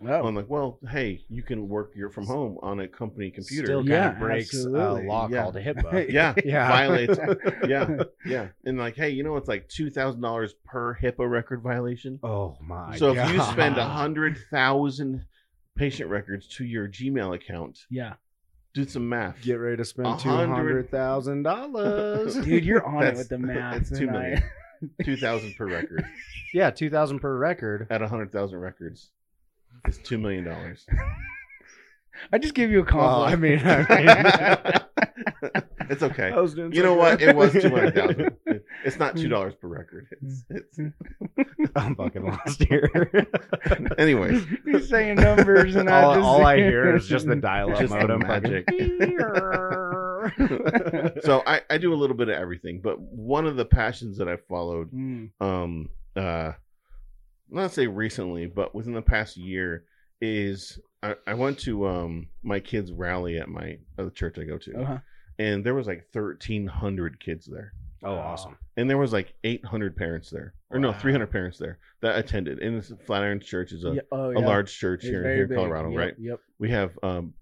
Speaker 2: Oh.
Speaker 3: I'm like, "Well, hey, you can work your from home on a company computer." uh,
Speaker 1: Still kind
Speaker 2: Yeah,
Speaker 1: of breaks a
Speaker 2: absolutely.
Speaker 1: law
Speaker 3: Yeah.
Speaker 1: called HIPAA.
Speaker 3: yeah,
Speaker 1: yeah.
Speaker 3: violates. yeah, yeah, and like, hey, you know, it's like two thousand dollars per HIPAA record violation.
Speaker 1: Oh my.
Speaker 3: so if you
Speaker 1: God.
Speaker 3: spend a hundred thousand patient records to your Gmail account,
Speaker 2: Yeah.
Speaker 3: do some math.
Speaker 1: Get ready to spend two
Speaker 3: $100,000.
Speaker 1: hundred thousand dollars.
Speaker 2: Dude, you're on it
Speaker 3: That's-
Speaker 2: with the math.
Speaker 3: It's two
Speaker 2: and I-
Speaker 3: million. Two thousand per record.
Speaker 1: Yeah, two thousand per record.
Speaker 3: at 100,000 records it's $2 million.
Speaker 2: I just give you a
Speaker 1: Well,
Speaker 2: compliment.
Speaker 1: I mean, I mean-
Speaker 3: it's okay.
Speaker 1: I was doing
Speaker 3: You
Speaker 1: so
Speaker 3: know what?
Speaker 1: good.
Speaker 3: It was 200,000. It- It's not $2 per record. It's, it's...
Speaker 1: I'm fucking lost here.
Speaker 3: Anyways,
Speaker 2: He's saying numbers, and I
Speaker 1: all,
Speaker 2: just
Speaker 1: all I hear is just the dial-up
Speaker 3: Just the
Speaker 1: modem
Speaker 3: magic.
Speaker 1: fucking-
Speaker 3: so I, I do a little bit of everything, but one of the passions that I've followed,
Speaker 2: Mm,
Speaker 3: um, uh, not say recently, but within the past year, is I, I went to um, my kids' rally at my at the church I go to,
Speaker 2: uh-huh.
Speaker 3: and there was like 1,300 kids there.
Speaker 1: oh, awesome.
Speaker 3: and there was like 800 parents there or no
Speaker 2: Wow.
Speaker 3: 300 parents there that attended and this flatiron church is a,
Speaker 2: Yeah, oh,
Speaker 3: a
Speaker 2: yeah.
Speaker 3: large church
Speaker 2: It's
Speaker 3: here,
Speaker 2: very
Speaker 3: here in
Speaker 2: big.
Speaker 3: colorado
Speaker 2: Yep,
Speaker 3: right
Speaker 2: Yep.
Speaker 3: we have um,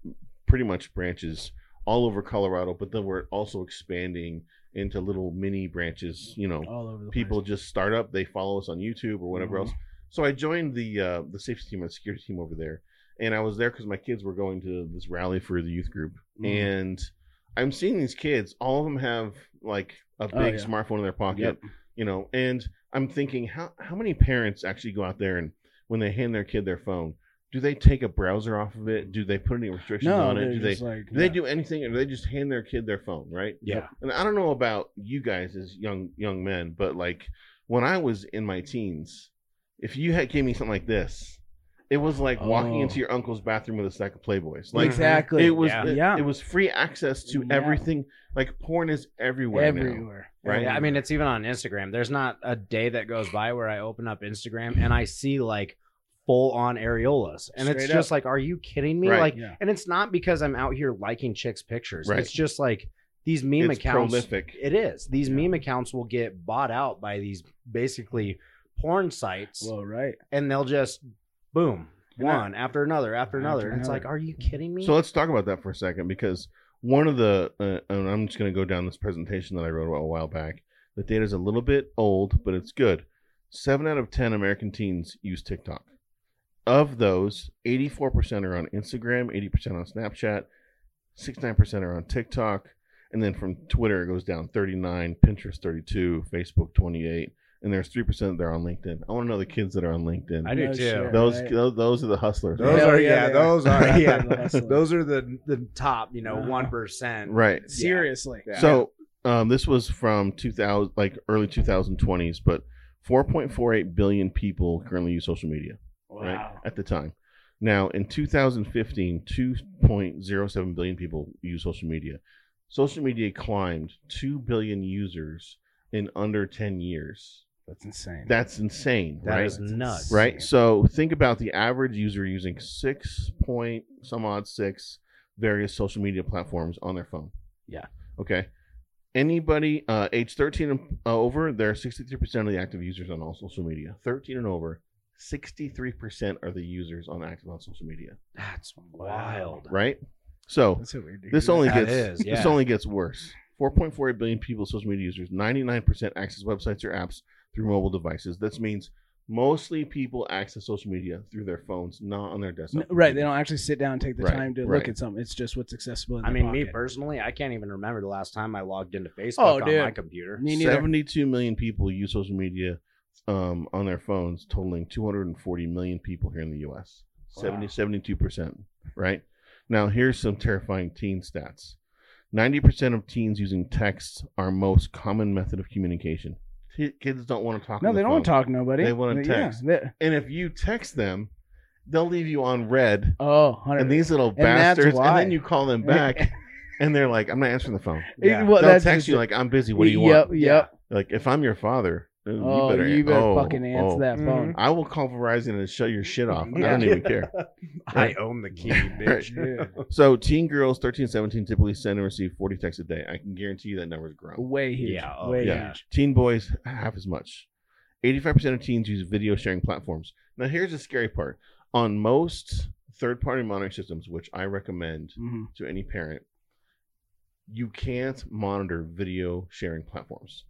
Speaker 3: pretty much branches all over Colorado, but then we're also expanding into little mini branches. You know,
Speaker 2: all over the
Speaker 3: people
Speaker 2: place.
Speaker 3: just start up, they follow us on YouTube or whatever
Speaker 2: Mhm.
Speaker 3: else. So I joined the uh, the safety team and security team over there, and I was there because my kids were going to this rally for the youth group,
Speaker 2: Mhm.
Speaker 3: and I'm seeing these kids. All of them have like a big
Speaker 2: Oh, yeah.
Speaker 3: smartphone in their pocket,
Speaker 2: Yep.
Speaker 3: you know. And I'm thinking, how how many parents actually go out there and when they hand their kid their phone, do they take a browser off of it? Do they put any restrictions
Speaker 2: no,
Speaker 3: on it? Do
Speaker 2: they're
Speaker 3: they
Speaker 2: just like,
Speaker 3: do they
Speaker 2: yeah.
Speaker 3: do anything, or do they just hand their kid their phone, right?
Speaker 1: Yeah.
Speaker 3: And I don't know about you guys as young young men, but like when I was in my teens, if you had gave me something like this, it was like walking
Speaker 2: Oh. Mm-hmm.
Speaker 3: into your uncle's bathroom with a stack of Playboys. Like
Speaker 2: exactly.
Speaker 3: it was
Speaker 1: Yeah.
Speaker 3: it,
Speaker 2: Yeah.
Speaker 3: it was free access to
Speaker 2: Yeah.
Speaker 3: everything. Like porn is everywhere, now.
Speaker 2: everywhere.
Speaker 3: right?
Speaker 1: Yeah, I mean, it's even on Instagram. There's not a day that goes by where I open up Instagram and I see like full on areolas. And it's
Speaker 2: Straight
Speaker 1: just like, are you kidding me?
Speaker 3: Right.
Speaker 1: Like,
Speaker 2: Yeah.
Speaker 1: and it's not because I'm out here liking chicks' pictures.
Speaker 3: Right.
Speaker 1: It's just like these meme
Speaker 3: It's
Speaker 1: accounts.
Speaker 3: prolific.
Speaker 1: It is. These meme accounts will get bought out by these basically porn sites
Speaker 2: Well, right.
Speaker 1: and they'll just boom,
Speaker 2: And I-
Speaker 1: one after another after
Speaker 2: After
Speaker 1: another. And it's
Speaker 2: another.
Speaker 1: like, are you kidding me?
Speaker 3: So let's talk about that for a second because one of the uh, and I'm just going to go down this presentation that I wrote a while back. The data is a little bit old, but it's good. Seven out of ten American teens use TikTok. Of those, 84% are on Instagram, 80% on Snapchat, 69% are on TikTok, and then from Twitter it goes down 39, Pinterest 32, Facebook 28, and there's 3% that are on LinkedIn. I want to know the kids that are on Linkedin.
Speaker 1: I do
Speaker 2: No
Speaker 1: too.
Speaker 2: shit,
Speaker 3: those,
Speaker 2: right?
Speaker 3: those those are the hustlers.
Speaker 2: Those
Speaker 4: Those
Speaker 2: Hell
Speaker 4: are
Speaker 2: yeah,
Speaker 4: yeah,
Speaker 2: they
Speaker 4: those
Speaker 2: are.
Speaker 4: are,
Speaker 2: Yeah.
Speaker 4: yeah.
Speaker 1: those are the the top, you know,
Speaker 2: Uh-huh.
Speaker 1: one percent.
Speaker 3: right.
Speaker 2: Seriously.
Speaker 4: Yeah.
Speaker 3: So um, this was from 2000, like early 2020s, but 4.48 billion people currently use social media right,
Speaker 2: Wow.
Speaker 3: at the time. Now, in 2015, 2.07 billion people use social media. Social media climbed 2 billion users in under 10 years.
Speaker 2: That's insane.
Speaker 3: That's insane,
Speaker 1: That
Speaker 3: right?
Speaker 1: is nuts.
Speaker 3: right? So think about the average user using 6 point some odd 6 various social media platforms on their phone.
Speaker 2: Yeah.
Speaker 3: Okay. Anybody uh, age 13 and uh, over, there are 63% of the active users on all social media. 13 and over, 63% are the users on active on social media,
Speaker 1: That's wild.
Speaker 3: right? So
Speaker 2: That's so weird. to
Speaker 3: this
Speaker 2: hear.
Speaker 3: only
Speaker 1: That
Speaker 3: gets
Speaker 1: is,
Speaker 3: this
Speaker 1: yeah.
Speaker 3: only gets worse. 4.48 billion people social media users, 99% access websites or apps through mobile devices. This means mostly people access social media through their phones, not on their
Speaker 2: No,
Speaker 3: desktop.
Speaker 2: right. They don't actually sit down and take the
Speaker 3: Right,
Speaker 2: time to look
Speaker 3: right.
Speaker 2: at something. It's just what's accessible. In
Speaker 1: I
Speaker 2: their
Speaker 1: mean, me
Speaker 2: pocket.
Speaker 1: personally, I can't even remember the last time I logged into Facebook
Speaker 2: Oh,
Speaker 1: on
Speaker 2: dude.
Speaker 1: my computer.
Speaker 2: Me neither.
Speaker 3: 72 million people use social media um, on their phones, totaling 240 million people here in the U.S. 70, 72%, right? Now, here's some terrifying teen stats 90% of teens using text are most common method of communication. Ki- Kids don't want to talk.
Speaker 2: No,
Speaker 3: on
Speaker 2: they
Speaker 3: the
Speaker 2: don't want to
Speaker 3: phone.
Speaker 2: talk to nobody.
Speaker 3: They wanna
Speaker 2: Yeah,
Speaker 3: text.
Speaker 2: they-
Speaker 3: And if you text them, they'll leave you on red.
Speaker 2: oh, 100.
Speaker 3: And these little
Speaker 2: that's
Speaker 3: bastards, and
Speaker 2: why.
Speaker 3: then you call them back, and they're like, "I'm not answering the phone."
Speaker 1: Yeah.
Speaker 2: Well,
Speaker 3: They'll
Speaker 2: that's
Speaker 3: text
Speaker 2: just-
Speaker 3: you like, "I'm busy. What do you want?"
Speaker 2: Yep. Yep.
Speaker 3: Like if I'm your father, uh,
Speaker 2: Oh,
Speaker 3: you better,
Speaker 2: you better
Speaker 3: oh,
Speaker 2: fucking answer
Speaker 3: oh.
Speaker 2: that phone.
Speaker 3: I will call Verizon and shut your shit off. I
Speaker 2: Yeah.
Speaker 3: don't even care.
Speaker 1: I own the key, bitch.
Speaker 2: Dude,
Speaker 3: So teen girls 13, 17 typically send and receive 40 texts a day. I can guarantee you that number's grown.
Speaker 2: way huge.
Speaker 1: Yeah, oh,
Speaker 2: way
Speaker 3: yeah.
Speaker 2: huge.
Speaker 3: Teen boys half as much. 85% of teens use video sharing platforms. Now here's the scary part. On most third-party monitoring systems, which I recommend
Speaker 2: Mhm.
Speaker 3: to any parent, you can't monitor video sharing platforms.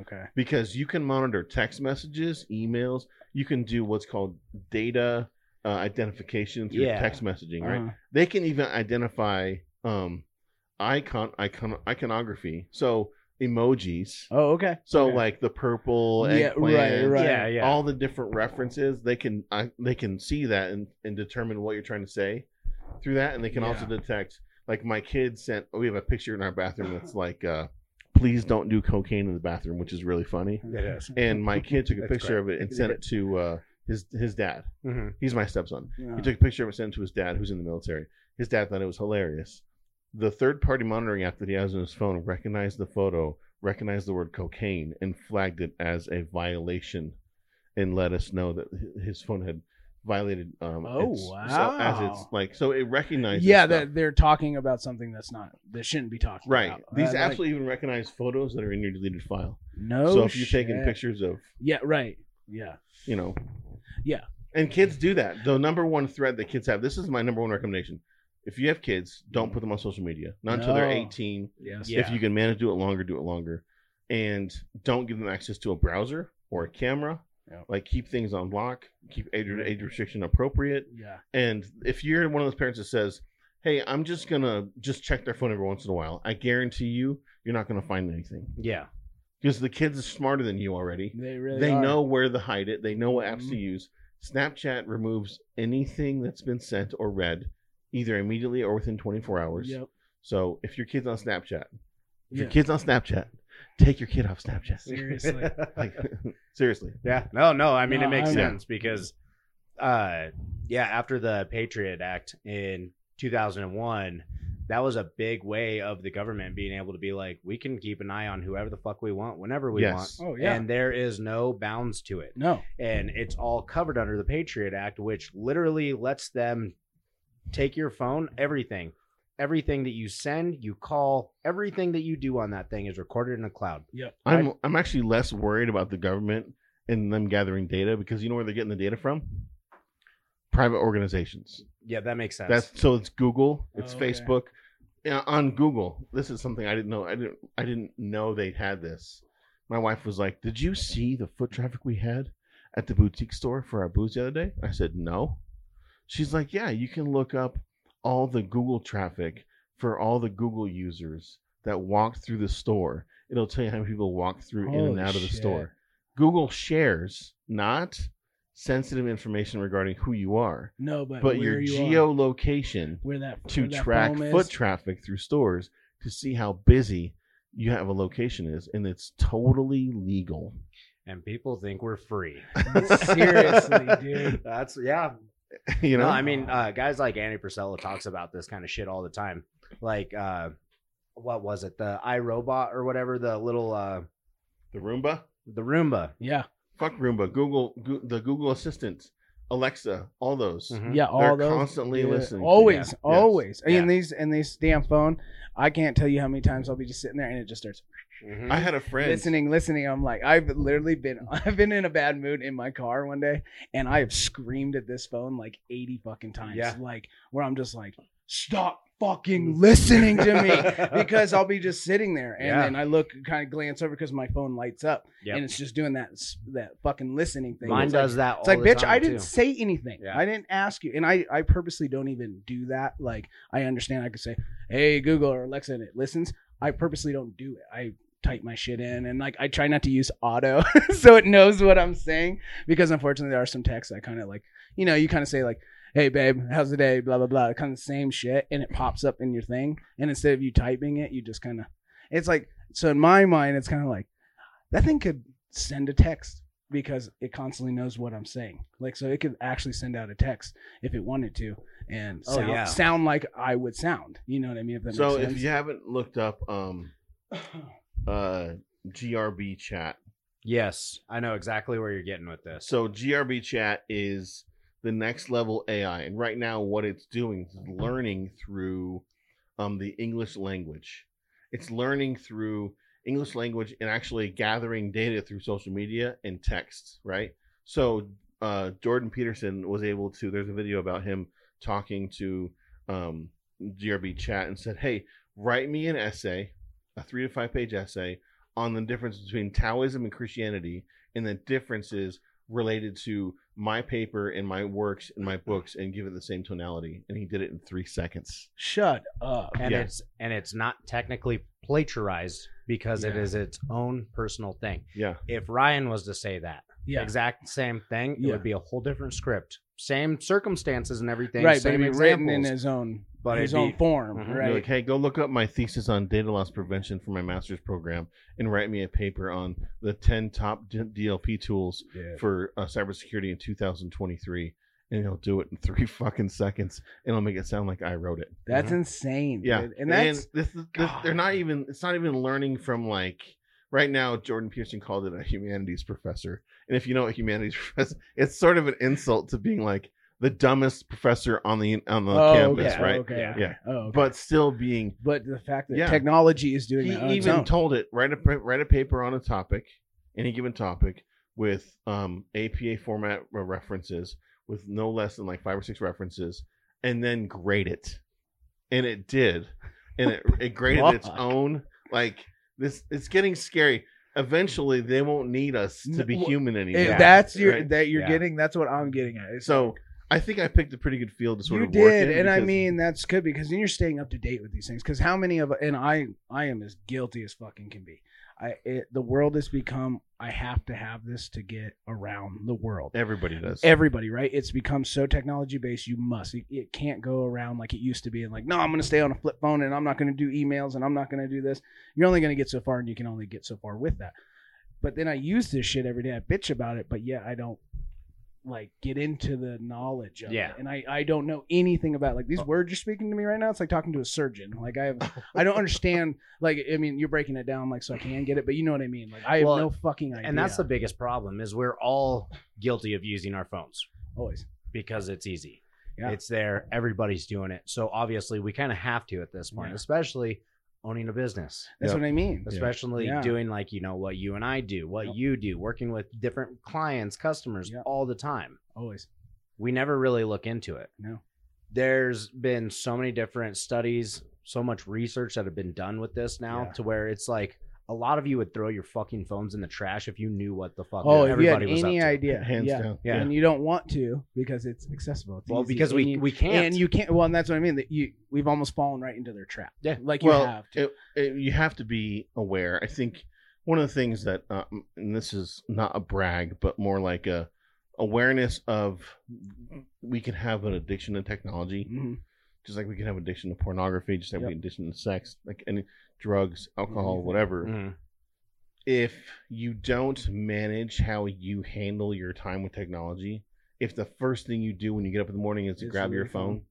Speaker 2: Okay.
Speaker 3: because you can monitor text messages, emails. You can do what's called data uh, identification through
Speaker 1: Yeah.
Speaker 3: text messaging, right?
Speaker 2: Uh-huh.
Speaker 3: They can even identify um, icon, icon iconography, so emojis.
Speaker 2: Oh, okay.
Speaker 3: So
Speaker 2: Okay.
Speaker 3: like the purple,
Speaker 2: Yeah, right,
Speaker 3: eggplant,
Speaker 2: right.
Speaker 1: Yeah, yeah.
Speaker 3: all the different references. They can I, they can see that and, and determine what you're trying to say through that, and they can also detect. Like my kid sent, we have a picture in our bathroom that's like, uh, "Please don't do cocaine in the bathroom," which is really funny
Speaker 1: It is.
Speaker 3: and my kid took a
Speaker 1: That's
Speaker 3: picture of it and sent it to uh, his his dad.
Speaker 1: Mhm.
Speaker 3: He's my stepson.
Speaker 2: Yeah.
Speaker 3: He took a picture of it, sent it to his dad, who's in the military. His dad thought it was hilarious. The third party monitoring app that he has on his phone recognized the photo, recognized the word cocaine, and flagged it as a violation, and let us know that hi- his phone had violated. Um,
Speaker 2: Oh,
Speaker 3: its- So as
Speaker 2: wow.
Speaker 3: it's like, so it recognized.
Speaker 2: yeah,
Speaker 3: this stuff.
Speaker 2: that they're talking about something that's not that shouldn't be talking
Speaker 3: right.
Speaker 2: about.
Speaker 3: These
Speaker 2: Uh,
Speaker 3: apps
Speaker 2: like,
Speaker 3: actually even recognize photos that are in your deleted file.
Speaker 2: no.
Speaker 3: so if you're taking
Speaker 2: Oh, shit.
Speaker 3: pictures of
Speaker 2: yeah, right, yeah,
Speaker 3: you know.
Speaker 2: Yeah.
Speaker 3: And kids do that. The number one threat that kids have. This is my number one recommendation. if you have kids, don't put them on social media. Not until they're
Speaker 2: No.
Speaker 3: 18.
Speaker 2: Yes.
Speaker 1: Yeah.
Speaker 3: If you can manage to do it longer, do it longer. And don't give them access to a browser or a camera.
Speaker 2: Yeah.
Speaker 3: Like keep things on lock, keep age, age restriction appropriate.
Speaker 2: Yeah.
Speaker 3: And if you're one of those parents that says, Hey, I'm just gonna just check their phone every once in a while, I guarantee you you're not gonna find anything.
Speaker 1: Yeah.
Speaker 3: Because the kids are smarter than you already.
Speaker 2: They really.
Speaker 3: they
Speaker 2: are.
Speaker 3: know where to hide it, they know what apps to
Speaker 2: Mhm.
Speaker 3: use. Snapchat removes anything that's been sent or read, either immediately or within 24 hours.
Speaker 2: Yep.
Speaker 3: So if your kid's on Snapchat, if
Speaker 2: Yeah.
Speaker 3: your kid's on Snapchat, take your kid off Snapchat.
Speaker 2: Seriously.
Speaker 3: Like seriously.
Speaker 1: Yeah. No, no. I mean,
Speaker 2: No,
Speaker 1: it makes
Speaker 2: I-
Speaker 1: sense because, uh, yeah, after the Patriot Act in 2001, that was a big way of the government being able to be like, we can keep an eye on whoever the fuck we want, whenever we
Speaker 3: Yes.
Speaker 1: want.
Speaker 2: oh yeah.
Speaker 1: And there is no bounds to it.
Speaker 2: no.
Speaker 1: And it's all covered under the Patriot Act, which literally lets them take your phone, everything. Everything that you send, you call, everything that you do on that thing is recorded in the cloud.
Speaker 3: I'm I'm actually less worried about the government and them gathering data because you know where they're getting the data from? Private organizations.
Speaker 1: Yeah, that makes sense.
Speaker 3: That's so it's Google, it's
Speaker 2: Oh, okay.
Speaker 3: Facebook. Yeah, on Google. This is something I didn't know. I didn't I didn't know they had this. My wife was like, "Did you see the foot traffic we had at the boutique store for our booze the other day?" I said, "No." She's like, "Yeah, you can look up all the Google traffic for all the Google users that walked through the store. It'll tell you how many people walked through in and
Speaker 2: Holy
Speaker 3: out of the
Speaker 2: shit.
Speaker 3: store. Google shares not sensitive information regarding who you are,
Speaker 2: No. But,
Speaker 3: but
Speaker 2: where
Speaker 3: your
Speaker 2: you are,
Speaker 3: geolocation
Speaker 2: where that
Speaker 3: to
Speaker 2: where that
Speaker 3: track
Speaker 2: foam is.
Speaker 3: foot traffic through stores to see how busy you have a location is, and it's totally legal.
Speaker 1: and people think we're free.
Speaker 2: Seriously, dude.
Speaker 1: That's yeah.
Speaker 3: You know,
Speaker 1: No, I mean, uh, guys like Andy Priscilla talks about this kind of shit all the time. Like, uh, what was it? The iRobot or whatever. The little uh,
Speaker 3: the Roomba.
Speaker 1: the Roomba.
Speaker 2: Yeah.
Speaker 3: Fuck Roomba. Google, Goo- the Google Assistant, Alexa, all those.
Speaker 1: Mhm.
Speaker 2: Yeah, all
Speaker 3: Mm-hmm. They're
Speaker 2: those
Speaker 3: constantly
Speaker 2: Yeah,
Speaker 3: listening. to you.
Speaker 2: Always,
Speaker 3: Yes.
Speaker 2: always.
Speaker 1: Yeah.
Speaker 2: And these and these damn phone, I can't tell you how many times I'll be just sitting there and it just starts
Speaker 1: Mhm.
Speaker 3: I had a friend.
Speaker 2: listening, listening. I'm like, I've literally been I've been in a bad mood in my car one day and I have screamed at this phone like 80 fucking times.
Speaker 1: Yeah. Mm.
Speaker 2: Like where I'm just like, stop fucking listening to me. Because I'll be just sitting there and
Speaker 1: Yeah.
Speaker 2: then I look kind of glance over because my phone lights up
Speaker 1: Yep.
Speaker 2: and it's just doing that s- that fucking listening thing.
Speaker 1: mine
Speaker 2: It's like,
Speaker 1: does that.
Speaker 2: it's
Speaker 1: all
Speaker 2: like,
Speaker 1: the
Speaker 2: bitch,
Speaker 1: time,
Speaker 2: I didn't
Speaker 1: too.
Speaker 2: say anything.
Speaker 1: Yeah.
Speaker 2: I didn't ask you. And I, I purposely don't even do that. Like, I understand I could say, hey, Google or Alexa, and it listens. I purposely don't do it. I type my shit in and like I try not to use auto so it knows what I'm saying because unfortunately there are some texts that kind of like, you know, you kind of say like, hey, babe, how's the day? Blah, blah, blah. Kind of the same shit. And it pops up in your thing. And instead of you typing it, you just kind of, it's like, so in my mind, it's kind of like, that thing could send a text because it constantly knows what I'm saying. Like, so it could actually send out a text if it wanted to and
Speaker 1: Oh,
Speaker 2: sound,
Speaker 1: yeah.
Speaker 2: sound like I would sound. You know what I mean? If that
Speaker 3: So
Speaker 2: makes
Speaker 3: if
Speaker 2: sense.
Speaker 3: you haven't looked up um uh GRB chat,
Speaker 1: Yes, I know exactly where you're getting with this.
Speaker 3: So GRB chat is the next level AI, and right now what it's doing is learning through um, the English language. It's learning through English language and actually gathering data through social media and text, right? So uh, Jordan Peterson was able to. There's a video about him talking to um, GRB chat and said, "Hey, write me an essay, a three to five page essay." On the difference between Taoism and Christianity, and the differences related to my paper and my works and my books and give it the same tonality. And he did it in three seconds.
Speaker 2: shut up.
Speaker 1: and
Speaker 3: yeah.
Speaker 1: it's and it's not technically plagiarized because it
Speaker 2: Yeah.
Speaker 1: is its own personal thing.
Speaker 3: Yeah.
Speaker 1: If Ryan was to say that
Speaker 2: Yeah.
Speaker 1: exact same thing, it
Speaker 2: Yeah.
Speaker 1: would be a whole different script, same circumstances and everything,
Speaker 2: Right. But
Speaker 1: same
Speaker 2: it'd be written in
Speaker 1: examples.
Speaker 2: his own,
Speaker 1: but
Speaker 2: his
Speaker 1: it'd
Speaker 2: own
Speaker 1: be-
Speaker 2: form.
Speaker 1: Mhm.
Speaker 3: You're
Speaker 2: Right.
Speaker 3: like, hey, go look up my thesis on data loss prevention for my master's program and write me a paper on the 10 top D- DLP tools for uh, cybersecurity in 2023. And he'll do it in three fucking seconds and it'll make it sound like I wrote it.
Speaker 2: That's
Speaker 1: Mhm.
Speaker 2: insane.
Speaker 3: Yeah,
Speaker 2: dude. And that's,
Speaker 3: this is this, they're
Speaker 2: God.
Speaker 3: not even. It's not even learning from like right now. Jordan Pearson called it a humanities professor, and if you know a humanities professor, it's sort of an insult to being like the dumbest professor on the on the
Speaker 2: oh,
Speaker 3: campus,
Speaker 2: okay,
Speaker 3: right?
Speaker 2: Okay.
Speaker 1: Yeah.
Speaker 3: Yeah.
Speaker 2: Oh, okay.
Speaker 3: But still being.
Speaker 2: But the fact that
Speaker 3: Yeah.
Speaker 2: technology is doing
Speaker 3: He
Speaker 2: that oh, on its
Speaker 3: even
Speaker 2: own.
Speaker 3: told it write a pa- write a paper on a topic, any given topic with um APA format re- references with no less than like five or six references, and then grade it. and it did, and it it graded its
Speaker 1: Fuck.
Speaker 3: own. Like this, it's getting scary. Eventually, they won't need us to be
Speaker 2: No,
Speaker 3: human anymore.
Speaker 1: Yeah.
Speaker 4: that's your
Speaker 3: Right.
Speaker 4: that you're
Speaker 1: Yeah.
Speaker 4: getting. That's what I'm getting at. It's
Speaker 3: So I think I picked a pretty good field to sort
Speaker 2: you
Speaker 3: of work
Speaker 2: did
Speaker 3: in
Speaker 2: and i
Speaker 3: because-
Speaker 2: mean that's good because then you're staying up to date with these things because how many of and i i am as guilty as fucking can be i it, the world has become i have to have this to get around the world
Speaker 3: everybody does.
Speaker 2: everybody right it's become so technology based you must it, it can't go around like it used to be and like no i'm going to stay on a flip phone and i'm not going to do emails and i'm not going to do this you're only going to get so far and you can only get so far with that but then i use this shit every day i bitch about it but yet i don't like get into the knowledge of
Speaker 1: Yeah. Oh.
Speaker 2: it and i i don't know anything about like these words you're speaking to me right now it's like talking to a surgeon like i have i don't understand like i mean you're breaking it down like so i can get it but you know what i mean like i have
Speaker 1: Well,
Speaker 2: no fucking idea
Speaker 1: and that's the biggest problem is we're all guilty of using our phones
Speaker 2: always
Speaker 1: because it's easy.
Speaker 2: Yeah.
Speaker 1: It's there. Everybody's doing it. So obviously, we kind of have to at this point,
Speaker 2: Yeah.
Speaker 1: especially owning a business,
Speaker 2: that's
Speaker 3: Yeah.
Speaker 2: what i mean
Speaker 1: especially
Speaker 2: Yeah.
Speaker 1: doing like, you know, what you and I do, what
Speaker 2: Yep.
Speaker 1: you do, working with different clients, customers
Speaker 2: Yeah.
Speaker 1: all the time.
Speaker 2: always
Speaker 1: We never really look into it.
Speaker 2: no
Speaker 1: There's been so many different studies, so much research that have been done with this now
Speaker 2: Yeah.
Speaker 1: to where it's like, a lot of you would throw your fucking phones in the trash if you knew what the fuck
Speaker 2: Oh, if you had
Speaker 1: everybody was up
Speaker 2: any
Speaker 1: to.
Speaker 2: idea,
Speaker 3: hands
Speaker 2: yeah.
Speaker 3: down.
Speaker 1: Yeah.
Speaker 2: and you don't want to because it's accessible. It's
Speaker 1: Well,
Speaker 2: easy,
Speaker 1: because
Speaker 2: and
Speaker 1: we
Speaker 2: you,
Speaker 1: we can't.
Speaker 2: and you can't. Well, and that's what I mean. That you we've almost fallen right into their trap.
Speaker 1: Yeah.
Speaker 2: like you
Speaker 3: well,
Speaker 2: have. To.
Speaker 3: it, it- you have to be aware. I think one of the things that, um, and this is not a brag, but more like a awareness of we can have an addiction to technology,
Speaker 2: Mhm.
Speaker 3: just like we can have addiction to pornography, just like we
Speaker 2: Yep.
Speaker 3: can addiction to sex, like any drugs, alcohol,
Speaker 2: Mhm.
Speaker 3: whatever.
Speaker 1: Mhm.
Speaker 3: If you don't manage how you handle your time with technology, if the first thing you do when you get up in the morning is to
Speaker 2: Is
Speaker 3: grab
Speaker 2: your
Speaker 3: your phone,
Speaker 2: phone.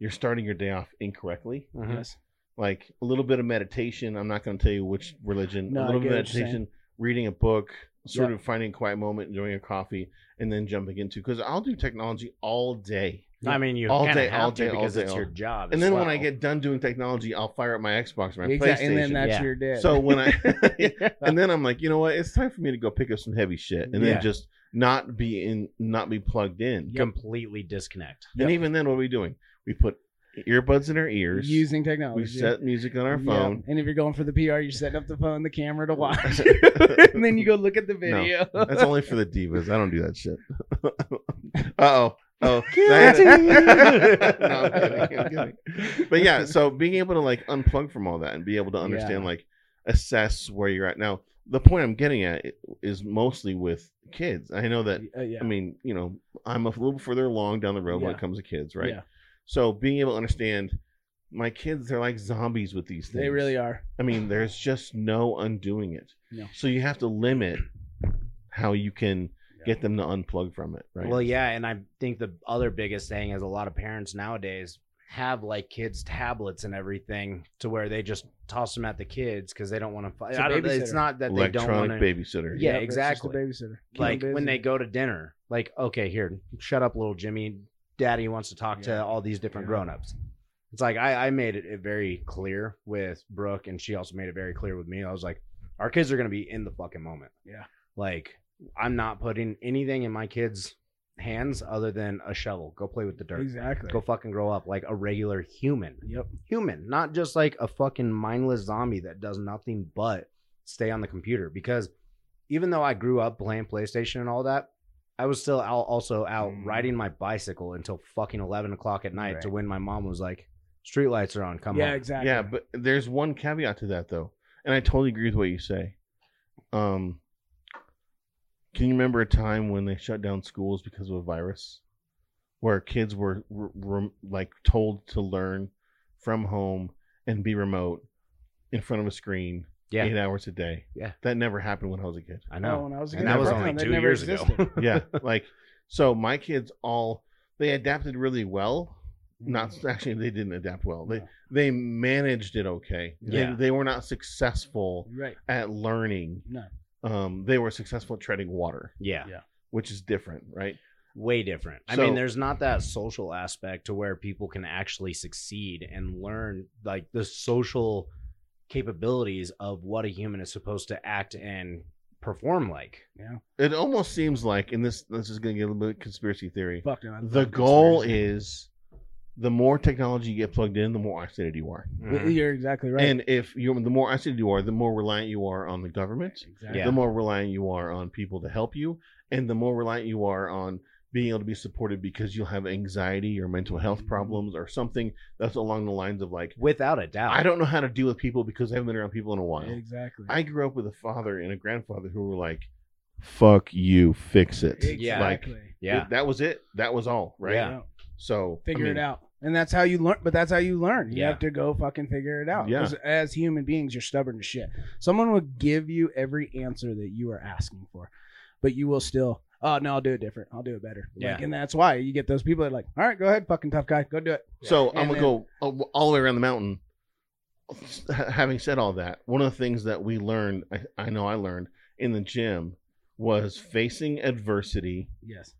Speaker 3: you're starting your day off incorrectly.
Speaker 1: Mhm.
Speaker 2: Yes,
Speaker 3: like a little bit of meditation. I'm not going to tell you which religion.
Speaker 2: No,
Speaker 3: a
Speaker 2: I
Speaker 3: little
Speaker 2: get
Speaker 3: bit of
Speaker 2: what you're
Speaker 3: meditation, reading a book, sort
Speaker 2: Yeah.
Speaker 3: of finding a quiet moment, enjoying a coffee, and then jumping into because I'll do technology all day.
Speaker 1: I mean, you
Speaker 3: All
Speaker 1: kind
Speaker 3: day,
Speaker 1: of have
Speaker 3: all
Speaker 1: to
Speaker 3: day, all
Speaker 1: because
Speaker 3: day,
Speaker 1: it's
Speaker 3: all-
Speaker 1: your job. as
Speaker 3: And then
Speaker 1: well.
Speaker 3: when I get done doing technology, I'll fire up my Xbox or my
Speaker 2: exactly.
Speaker 3: PlayStation.
Speaker 2: And then that's
Speaker 1: Yeah.
Speaker 2: your day.
Speaker 3: so when I and then I'm like, you know what? It's time for me to go pick up some heavy shit, and
Speaker 1: Yeah.
Speaker 3: then just not be in, not be plugged in.
Speaker 1: completely disconnect.
Speaker 3: And even then, what are we doing? We put earbuds in our ears.
Speaker 2: using
Speaker 3: we
Speaker 2: technology,
Speaker 3: set music on our
Speaker 2: Yeah.
Speaker 3: phone.
Speaker 2: And if you're going for the PR, you're setting up the phone, the camera to watch, and then you go look at the video.
Speaker 3: That's only for the divas. I don't do that shit. Uh oh. Oh,
Speaker 2: Guilty.
Speaker 3: no, I'm kidding. I'm kidding. But yeah, so being able to like unplug from all that and be able to understand,
Speaker 2: Yeah.
Speaker 3: like, assess where you're at. Now, the point I'm getting at i- is mostly with kids. I know that,
Speaker 2: Uh, yeah.
Speaker 3: I mean, you know, I'm a little further along down the road when it
Speaker 2: Yeah.
Speaker 3: comes to kids, right?
Speaker 2: Yeah.
Speaker 3: So being able to understand my kids, they're like zombies with these things.
Speaker 2: They really are.
Speaker 3: I mean, there's just no undoing it.
Speaker 2: No.
Speaker 3: So you have to limit how you can
Speaker 2: Yeah.
Speaker 3: get them to unplug from it, right?
Speaker 1: Well, yeah, and I think the other biggest thing is a lot of parents nowadays have like kids' tablets and everything to where they just toss them at the kids because they don't want to.
Speaker 2: It's a
Speaker 1: I don't, it's
Speaker 2: babysitter.
Speaker 1: not that they don't
Speaker 3: Electronic
Speaker 1: want to.
Speaker 3: babysitter.
Speaker 1: Yeah,
Speaker 2: Yep, it's just the
Speaker 1: exactly.
Speaker 2: babysitter. Keep 'em
Speaker 1: Like when
Speaker 2: busy.
Speaker 1: they go to dinner, like okay, here, shut up, little Jimmy. Daddy wants to talk
Speaker 2: Yeah.
Speaker 1: to all these different
Speaker 2: Yeah.
Speaker 1: grown-ups. It's like I, I made it, it very clear with Brooke, and she also made it very clear with me. I was like, our kids are gonna be in the fucking moment.
Speaker 2: Yeah.
Speaker 1: Like I'm not putting anything in my kids' hands other than a shovel. Go play with the dirt.
Speaker 2: exactly.
Speaker 1: Go fucking grow up like a regular human.
Speaker 2: Yep.
Speaker 1: Human, not just like a fucking mindless zombie that does nothing but stay on the computer. Because even though I grew up playing PlayStation and all that, I was still out also out
Speaker 2: Mm.
Speaker 1: riding my bicycle until fucking eleven o'clock at night
Speaker 2: Right.
Speaker 1: to when my mom was like, "Street lights are on, come
Speaker 2: yeah.
Speaker 1: home."
Speaker 2: Exactly.
Speaker 3: Yeah, but there's one caveat to that though, and I totally agree with what you say. Um, can you remember a time when they shut down schools because of a virus, where kids were, were, were like told to learn from home and be remote in front of a screen
Speaker 1: Yeah.
Speaker 3: eight hours a day?
Speaker 1: Yeah.
Speaker 3: that never happened when I was a kid.
Speaker 1: I
Speaker 2: Oh,
Speaker 1: know.
Speaker 2: when I was a
Speaker 1: and
Speaker 2: kid,
Speaker 1: that was
Speaker 2: fuck
Speaker 1: only
Speaker 2: no, that
Speaker 1: two
Speaker 2: never
Speaker 1: years
Speaker 2: existed.
Speaker 1: ago.
Speaker 3: yeah like so my kids all they adapted really well
Speaker 2: Mm-hmm.
Speaker 3: not actually they didn't adapt well they
Speaker 2: No.
Speaker 3: they managed it okay
Speaker 1: Yeah.
Speaker 3: they, they were not successful
Speaker 2: Right.
Speaker 3: at learning
Speaker 2: No.
Speaker 3: um they were successful at treading water
Speaker 1: yeah.
Speaker 3: which is different right
Speaker 1: way different. I
Speaker 3: So-
Speaker 1: mean, there's not that social aspect to where people can actually succeed and learn like the social capabilities of what a human is supposed to act and perform like.
Speaker 3: it almost seems like and this this is going to get a little bit conspiracy theory
Speaker 2: Fuck no. I
Speaker 3: the
Speaker 2: love
Speaker 3: goal
Speaker 2: conspiracy.
Speaker 3: is the more technology you get plugged in, the more isolated you are.
Speaker 1: Mhm.
Speaker 2: You're exactly right.
Speaker 3: And if you, the more isolated you are, the more reliant you are on the government.
Speaker 2: exactly.
Speaker 1: Yeah.
Speaker 3: The more reliant you are on people to help you, and the more reliant you are on being able to be supported because you'll have anxiety or mental health problems or something that's along the lines of like,
Speaker 1: without a doubt.
Speaker 3: I don't know how to deal with people because I haven't been around people in a while.
Speaker 2: Exactly.
Speaker 3: I grew up with a father and a grandfather who were like, "Fuck you, fix it."
Speaker 2: exactly.
Speaker 1: Yeah.
Speaker 3: like,
Speaker 1: Yeah.
Speaker 3: That was it. That was all. Right.
Speaker 1: Yeah.
Speaker 3: So
Speaker 2: Figure
Speaker 3: I mean,
Speaker 2: it out. And that's how you learn, but that's how you learn. You
Speaker 1: Yeah.
Speaker 2: have to go fucking figure it out.
Speaker 3: Yeah.
Speaker 2: 'Cause As human beings, you're stubborn as shit. Someone will give you every answer that you are asking for, but you will still, oh, no, I'll do it different. I'll do it better.
Speaker 1: Yeah.
Speaker 2: Like, and that's why you get those people that are like, all right, go ahead, fucking tough guy. Go do it.
Speaker 3: So
Speaker 2: And
Speaker 3: I'm gonna
Speaker 2: then-
Speaker 3: go all- all the way around the mountain. Ha- Having said all that, one of the things that we learned, I, I know I learned in the gym, was facing adversity,
Speaker 2: Yes.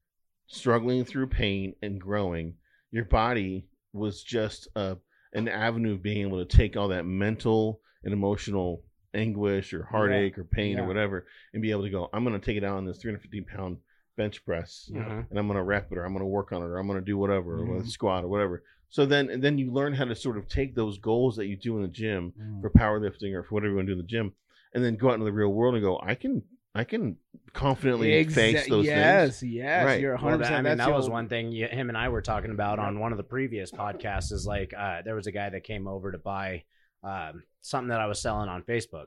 Speaker 3: struggling through pain, and growing. Your body was just uh, an avenue of being able to take all that mental and emotional anguish or heartache or pain
Speaker 2: Yeah.
Speaker 3: or whatever, and be able to go. I'm gonna take it out on this 350 pound bench press
Speaker 1: Mhm.
Speaker 2: Mm-hmm.
Speaker 3: and I'm gonna rep it or I'm gonna work on it or I'm gonna do whatever or
Speaker 2: Mhm.
Speaker 3: with squat or whatever. So then and then you learn how to sort of take those goals that you do in the gym
Speaker 2: Mm.
Speaker 3: for powerlifting or for whatever you want to do in the gym, and then go out into the real world and go, I can I can confidently face
Speaker 2: Exa-
Speaker 3: those things.
Speaker 2: yes, yes.
Speaker 3: Right.
Speaker 2: You're 100%.
Speaker 1: Well, that, I mean,
Speaker 2: that's
Speaker 1: that
Speaker 2: the
Speaker 1: was
Speaker 2: old-
Speaker 1: one thing you, him and I were talking about on one of the previous podcasts. Is like uh, there was a guy that came over to buy um, something that I was selling on Facebook,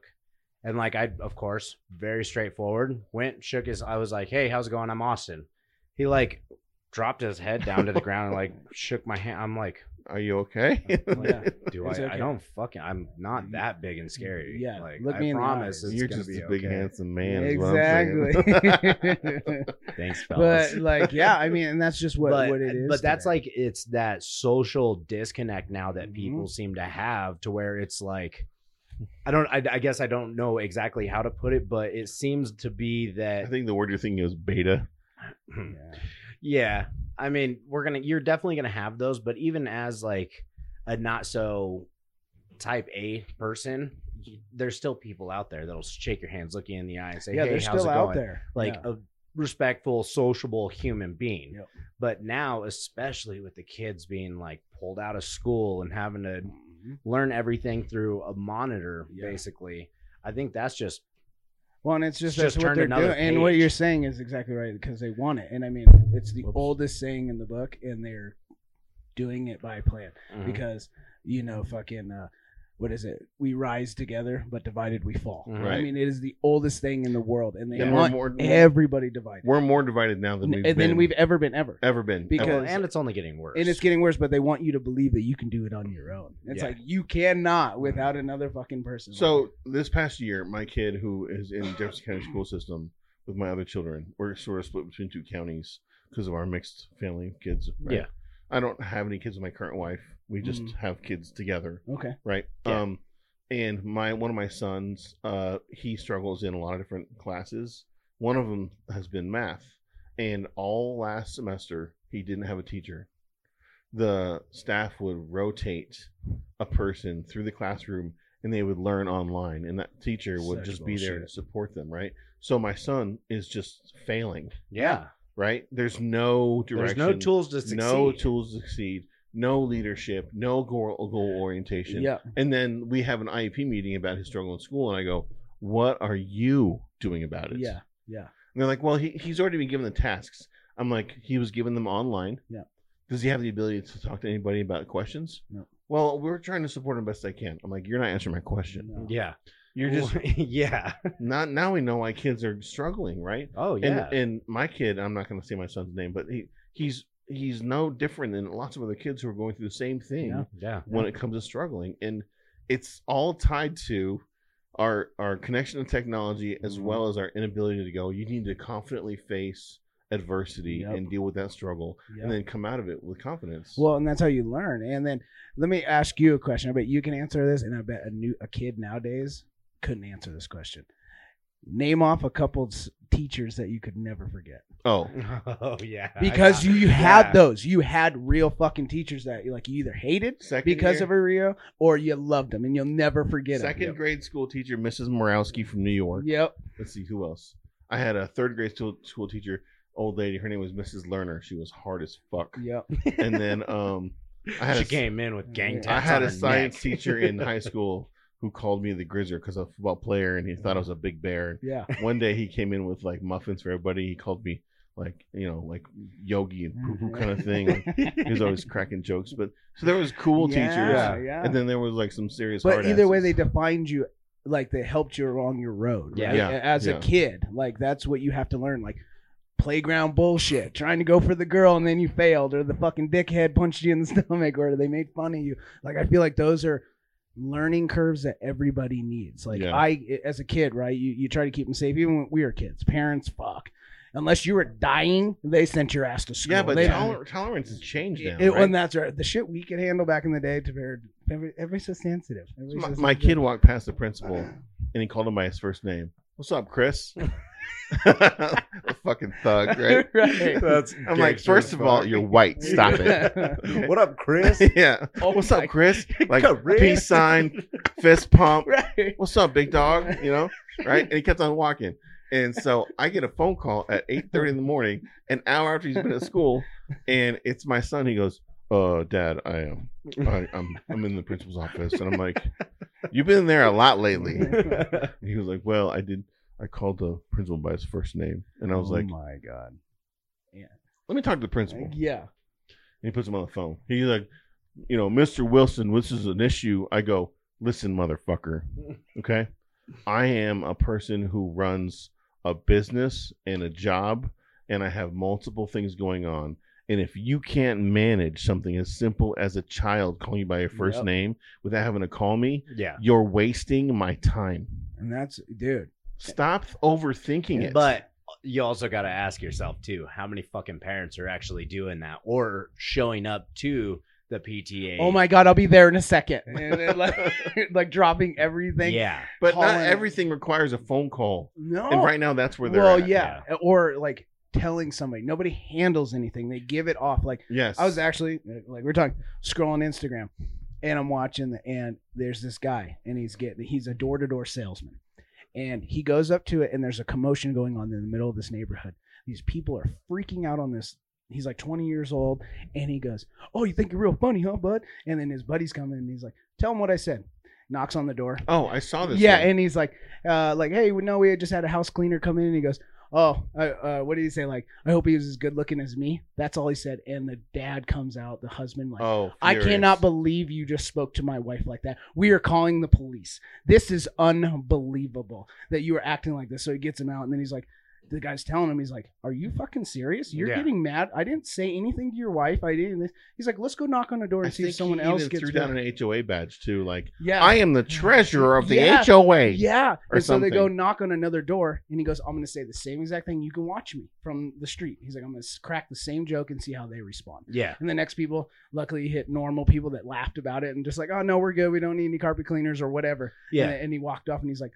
Speaker 1: and like I, of course, very straightforward, went shook his. I was like, "Hey, how's it going? I'm Austin." He like dropped his head down to the ground and like shook my hand. I'm like,
Speaker 3: Are you okay?
Speaker 1: I'm like,
Speaker 2: Yeah.
Speaker 1: "Do I?
Speaker 2: It's
Speaker 1: I
Speaker 2: okay.
Speaker 1: don't fucking. I'm not that big and scary.
Speaker 2: Yeah,
Speaker 1: like
Speaker 2: look
Speaker 1: I
Speaker 2: me in the
Speaker 1: promise, it's
Speaker 3: You're
Speaker 1: gonna
Speaker 3: just
Speaker 1: be
Speaker 3: a big
Speaker 1: okay.
Speaker 3: handsome man. is what I'm saying.
Speaker 2: exactly.
Speaker 1: Thanks, fellas.
Speaker 2: but like, yeah, I mean, and that's just what,
Speaker 1: but,
Speaker 2: what it is.
Speaker 1: But that's
Speaker 2: today.
Speaker 1: like it's that social disconnect now that
Speaker 2: Mhm.
Speaker 1: people seem to have to where it's like I don't I, I guess I don't know exactly how to put it, but it seems to be
Speaker 3: I
Speaker 1: that Hmm.
Speaker 3: think the word you're thinking is beta. Hmm.
Speaker 2: Yeah.
Speaker 1: yeah. I mean, we're gonna you're definitely gonna have those, but even as like a not so type A person, y- there's still people out there that'll shake your hands, look you in the eye, and say,
Speaker 2: yeah,
Speaker 1: "Hey,
Speaker 2: they're
Speaker 1: how's
Speaker 2: still
Speaker 1: it
Speaker 2: out
Speaker 1: going?"
Speaker 2: there.
Speaker 1: like
Speaker 2: Yeah.
Speaker 1: a respectful, sociable human being.
Speaker 2: Yep.
Speaker 1: But now, especially with the kids being like pulled out of school and having to
Speaker 2: Mhm.
Speaker 1: learn everything through a monitor,
Speaker 2: Yeah.
Speaker 1: basically, I think that's just
Speaker 2: Well, and it's just,
Speaker 1: Just
Speaker 2: that's what
Speaker 1: turned
Speaker 2: they're
Speaker 1: another
Speaker 2: doing. And what
Speaker 1: page.
Speaker 2: you're saying is exactly right because they want it. And I mean, it's the oldest saying in the book, and they're doing it by plan
Speaker 1: Mm-hmm.
Speaker 2: because you know, fucking, uh, what is it? We rise together, but divided we fall.
Speaker 1: Mhm.
Speaker 2: I
Speaker 3: Right.
Speaker 2: mean, it is the oldest thing in the world, and they
Speaker 3: And we're
Speaker 2: want
Speaker 3: more
Speaker 2: everybody divided.
Speaker 3: we're more divided now than we've
Speaker 2: and
Speaker 3: been,
Speaker 2: then we've ever been ever.
Speaker 3: ever been.
Speaker 1: Well,
Speaker 2: Because-
Speaker 1: and it's only getting worse.
Speaker 2: and it's getting worse, but they want you to believe that you can do it on your own. It's
Speaker 1: Yeah.
Speaker 2: like you cannot without another fucking person.
Speaker 3: So this past year, my kid who is in Jefferson County school system with my other children, we're sort of split between two counties because of our mixed family of kids.
Speaker 1: Yeah.
Speaker 3: I don't have any kids with my current wife. We just
Speaker 2: Mhm.
Speaker 3: have kids together,
Speaker 2: okay,
Speaker 3: right?
Speaker 1: Yeah.
Speaker 3: Um, and my one of my sons, uh, he struggles in a lot of different classes. One of them has been math, and all last semester he didn't have a teacher. The staff would rotate a person through the classroom and they would learn online and that teacher would
Speaker 2: Such
Speaker 3: just be there to
Speaker 2: bullshit.
Speaker 3: support them right so my son is just failing
Speaker 1: yeah,
Speaker 3: right there's no
Speaker 1: there's
Speaker 3: direction
Speaker 1: no tools to succeed.
Speaker 3: no tools to succeed no leadership no goal, goal orientation
Speaker 2: yeah,
Speaker 3: and then we have an iep meeting about his struggle in school and i go what are you doing about it
Speaker 2: yeah, yeah.
Speaker 3: and they're like, well, he, he's already been given the tasks. I'm like, he was given them online.
Speaker 2: Yeah.
Speaker 3: Does he have the ability to talk to anybody about questions?
Speaker 2: No.
Speaker 3: Well, we're trying to support him best I can. I'm like, you're not answering my question.
Speaker 2: No.
Speaker 1: Yeah,
Speaker 3: You're just
Speaker 1: yeah.
Speaker 3: not. Now we know why kids are struggling, right?
Speaker 1: Oh yeah.
Speaker 3: And and my kid, I'm not going to say my son's name, but he he's he's no different than lots of other kids who are going through the same thing
Speaker 2: Yeah.
Speaker 1: yeah.
Speaker 3: when it comes to struggling and it's all tied to our our connection to technology as
Speaker 2: Mhm.
Speaker 3: well as our inability to go you need to confidently face adversity
Speaker 2: Yep.
Speaker 3: and deal with that struggle
Speaker 2: yeah.
Speaker 3: and then come out of it with confidence
Speaker 2: Well, and that's how you learn. And then let me ask you a question. I bet you can answer this, and I bet a new a kid nowadays couldn't answer this question. Name off a couple s- teachers that you could never forget
Speaker 3: oh
Speaker 1: Oh yeah. I
Speaker 2: because
Speaker 1: got-
Speaker 2: you, you had
Speaker 1: Yeah.
Speaker 2: those. You had real fucking teachers that you like you either hated
Speaker 3: second
Speaker 2: because
Speaker 3: year-
Speaker 2: of a Rio or you loved them, and you'll never forget them.
Speaker 3: second grade school teacher mrs morowski from new york
Speaker 2: Yep.
Speaker 3: let's see who else i had a third grade school, school teacher old lady her name was mrs lerner she was hard as fuck
Speaker 2: Yep.
Speaker 3: and then um I had
Speaker 1: she
Speaker 3: a,
Speaker 1: came in with gang
Speaker 2: I
Speaker 3: I
Speaker 1: tats.
Speaker 3: had
Speaker 1: on
Speaker 3: a
Speaker 1: her
Speaker 3: science
Speaker 1: neck.
Speaker 3: teacher in high school who called me the Grizzer because a football player, and he thought I was a big bear.
Speaker 2: Yeah.
Speaker 3: One day he came in with like muffins for everybody. He called me like you know like yogi and poo
Speaker 2: Mm-hmm.
Speaker 3: poo kind of thing. he was always cracking jokes, but so there was cool teachers,
Speaker 2: Yeah, yeah.
Speaker 3: and then there was like some serious.
Speaker 2: but
Speaker 3: hard
Speaker 2: either way, they
Speaker 3: asses.
Speaker 2: defined you, like they helped you along your road.
Speaker 1: Yeah.
Speaker 2: right?
Speaker 3: Yeah,
Speaker 2: As
Speaker 3: yeah.
Speaker 2: a kid, like that's what you have to learn. Like playground bullshit, trying to go for the girl and then you failed, or the fucking dickhead punched you in the stomach, or they made fun of you. Like I feel like those are learning curves that everybody needs. Like
Speaker 3: Yeah.
Speaker 2: I, as a kid, right, you you try to keep them safe. Even when we were kids, parents, fuck. Unless you were dying, they sent your ass to school.
Speaker 3: yeah, but
Speaker 2: they don't-
Speaker 3: toler- tolerance has changed now.
Speaker 2: it,
Speaker 3: right?
Speaker 2: And that's right. The shit we could handle back in the day, to very, every, everybody's so sensitive. Everybody's
Speaker 3: my,
Speaker 2: so
Speaker 3: my
Speaker 2: sensitive.
Speaker 3: kid walked past the principal and he called him by his first name. What's up, Chris? A fucking thug, right?
Speaker 1: That's
Speaker 3: I'm like,
Speaker 1: gangster
Speaker 3: first
Speaker 1: as
Speaker 3: of all,
Speaker 1: fuck.
Speaker 3: you're white. Stop it.
Speaker 1: What up, Chris?
Speaker 3: yeah.
Speaker 2: Oh
Speaker 3: What's
Speaker 2: my-
Speaker 3: up, Chris? Like
Speaker 1: Chris.
Speaker 3: peace sign, fist pump.
Speaker 2: right.
Speaker 3: What's up, big dog? You know, right? And he kept on walking. And so I get a phone call at 8:30 in the morning, an hour after he's been at school, and it's my son. He goes, "Uh, Dad, I am. I, I'm. I'm in the principal's office." And I'm like, "You've been there a lot lately." And he was like, "Well, I did. I called the principal by his first name." And I was like,
Speaker 2: Oh my god.
Speaker 3: "Let me talk to the principal."
Speaker 2: Yeah.
Speaker 3: And he puts him on the phone. He's like, you know, Mr. Wilson, this is an issue. I go, listen, motherfucker. Okay. I am a person who runs a business and a job, and I have multiple things going on. And if you can't manage something as simple as a child calling you by your first
Speaker 2: Yep.
Speaker 3: name without having to call me,
Speaker 1: yeah.
Speaker 3: you're wasting my time.
Speaker 2: And that's dude.
Speaker 3: Stop overthinking it.
Speaker 1: But you also got to ask yourself too, how many fucking parents are actually doing that or showing up to the PTA?
Speaker 2: Oh my god, I'll be there in a second. And then, like, like dropping everything.
Speaker 1: Yeah.
Speaker 3: but not
Speaker 2: calling-
Speaker 3: everything requires a phone call.
Speaker 2: No.
Speaker 3: And right now, that's where they're
Speaker 2: well,
Speaker 3: at.
Speaker 2: yeah. Or like telling somebody. Nobody handles anything. They give it off like
Speaker 3: Yes.
Speaker 2: I was actually like we're talking scrolling Instagram, and I'm watching the and there's this guy and he's getting he's a door to door salesman, and he goes up to it and there's a commotion going on in the middle of this neighborhood. These people are freaking out on this. He's like 20 years old, and he goes, "Oh, you think you're real funny, huh, bud?" And then his buddies come in and he's like, "Tell him what I said." Knocks on the door.
Speaker 3: Oh, I saw this.
Speaker 2: Yeah,
Speaker 3: one.
Speaker 2: and he's like, uh, like, hey, we know we had just had a house cleaner come in, and he goes, oh, I, uh, what did he say? Like, I hope he was as good looking as me. That's all he said. And the dad comes out, the husband, like,
Speaker 3: Oh,
Speaker 2: I
Speaker 3: furious.
Speaker 2: cannot believe you just spoke to my wife like that. We are calling the police. This is unbelievable that you are acting like this. So he gets him out, and then he's like, the guy's telling him, he's like, "Are you fucking serious? You're
Speaker 1: Yeah.
Speaker 2: getting mad. I didn't say anything to your wife. I didn't." This. He's like, "Let's go knock on a door
Speaker 3: I
Speaker 2: and see if
Speaker 3: think
Speaker 2: someone
Speaker 3: he
Speaker 2: else
Speaker 3: even
Speaker 2: gets
Speaker 3: threw
Speaker 2: mad."
Speaker 3: down an HOA badge too. Like
Speaker 2: Yeah,
Speaker 3: I am the treasurer of the
Speaker 2: Yeah.
Speaker 3: HOA.
Speaker 2: Yeah.
Speaker 3: or
Speaker 2: and so they go
Speaker 3: something.
Speaker 2: knock on another door, and he goes, I'm going to say the same exact thing. You can watch me from the street. He's like, I'm going to crack the same joke and see how they respond.
Speaker 1: Yeah.
Speaker 2: And the next people, luckily, hit normal people that laughed about it and just like, oh, no, we're good. We don't need any carpet cleaners or whatever.
Speaker 1: Yeah.
Speaker 2: And, and he walked off and he's like,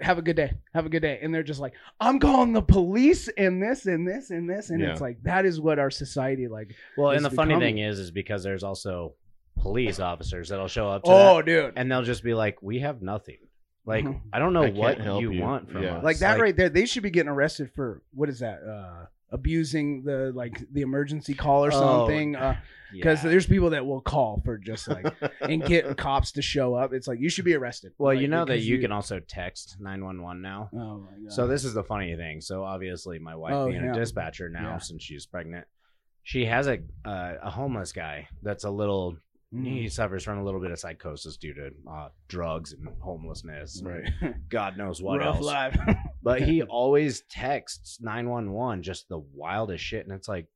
Speaker 2: have a good day. Have a good day. And they're just like, I'm calling the police and this and this and this. And
Speaker 3: Yeah.
Speaker 2: it's like, that is what our society like.
Speaker 1: Well,
Speaker 2: It's
Speaker 1: and the funny
Speaker 2: become-
Speaker 1: thing is, is because there's also police officers that'll show up to
Speaker 2: Oh,
Speaker 1: that,
Speaker 2: dude.
Speaker 1: and they'll just be like, "We have nothing. Like,
Speaker 2: Mhm.
Speaker 1: I don't know
Speaker 3: I
Speaker 1: what
Speaker 3: can't help
Speaker 1: you,
Speaker 3: you."
Speaker 1: want from
Speaker 3: Yeah.
Speaker 1: us."
Speaker 2: like that right there they should be getting arrested for what is that uh abusing the like the emergency call or
Speaker 1: Oh,
Speaker 2: something because
Speaker 1: Because
Speaker 2: there's people that will call for just like and get cops to show up it's like you should be arrested
Speaker 1: well,
Speaker 2: Like,
Speaker 1: you know that
Speaker 2: because
Speaker 1: you, can also text nine one one now.
Speaker 2: oh my god
Speaker 1: So this is the funny thing. So obviously, my wife
Speaker 2: Oh,
Speaker 1: being
Speaker 2: yeah.
Speaker 1: a dispatcher now
Speaker 2: Yeah.
Speaker 1: since she's pregnant, she has a uh, a homeless guy that's a little. He
Speaker 2: Mm.
Speaker 1: suffers from a little bit of psychosis due to uh, drugs and homelessness. and
Speaker 3: right.
Speaker 1: God knows what
Speaker 2: rough
Speaker 1: else.
Speaker 2: life
Speaker 1: But he always texts nine one one just the wildest shit, and it's like,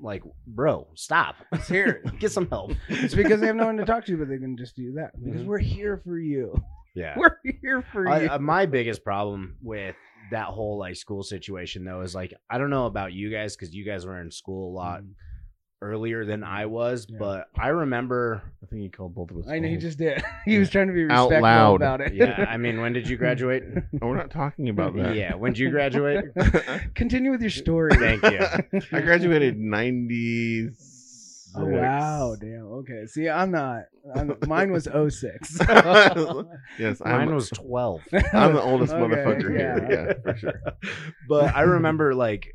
Speaker 1: like, bro, stop,
Speaker 2: it's here
Speaker 1: get some help.
Speaker 2: it's because they have no one to talk to but they can just do that because
Speaker 1: Mhm.
Speaker 2: we're here for you
Speaker 1: Yeah.
Speaker 2: we're here for
Speaker 1: I-
Speaker 2: you
Speaker 1: uh, my biggest problem with that whole like school situation though is like I don't know about you guys because you guys were in school a lot earlier than I was,
Speaker 2: Mm. Yeah.
Speaker 1: but I remember.
Speaker 3: I think he called both of us.
Speaker 2: i know he
Speaker 3: old.
Speaker 2: just did he was trying to be
Speaker 3: Out
Speaker 2: respectful
Speaker 3: loud.
Speaker 2: about it
Speaker 1: Yeah, I mean, when did you graduate?
Speaker 3: Oh, we're not talking about that.
Speaker 1: yeah, when did you graduate?
Speaker 2: continue with your story
Speaker 1: Thank you.
Speaker 3: I graduated ninety.
Speaker 2: Oh, wow, damn. Okay. See, I'm not. I'm, mine was 06.
Speaker 1: Mine
Speaker 3: Yes, I'm,
Speaker 1: was twelve.
Speaker 3: I'm the oldest
Speaker 2: Okay,
Speaker 3: motherfucker
Speaker 2: yeah.
Speaker 3: here. Yeah, for sure.
Speaker 1: but I remember like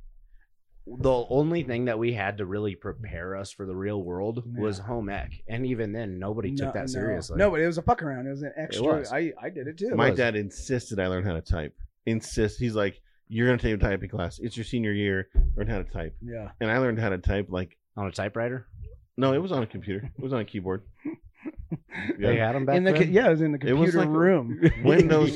Speaker 1: the only thing that we had to really prepare us for the real world was
Speaker 2: Yeah.
Speaker 1: home ec, and even then, nobody
Speaker 2: No,
Speaker 1: took that
Speaker 2: no.
Speaker 1: seriously.
Speaker 2: No, but it was a fuck around. It was an extra.
Speaker 1: was.
Speaker 2: I I did it too.
Speaker 3: my
Speaker 1: was.
Speaker 3: dad insisted I learn how to type. Insist. He's like, you're gonna take a typing class. It's your senior year. Learn how to type.
Speaker 2: yeah.
Speaker 3: And I learned how to type like
Speaker 1: on a typewriter,
Speaker 3: no, it was on a computer. It was on a keyboard.
Speaker 1: they
Speaker 3: Yeah.
Speaker 1: had them back
Speaker 2: in the
Speaker 1: then.
Speaker 2: co- yeah, it was in the
Speaker 3: It
Speaker 2: computer
Speaker 3: was like a-
Speaker 2: room.
Speaker 3: Windows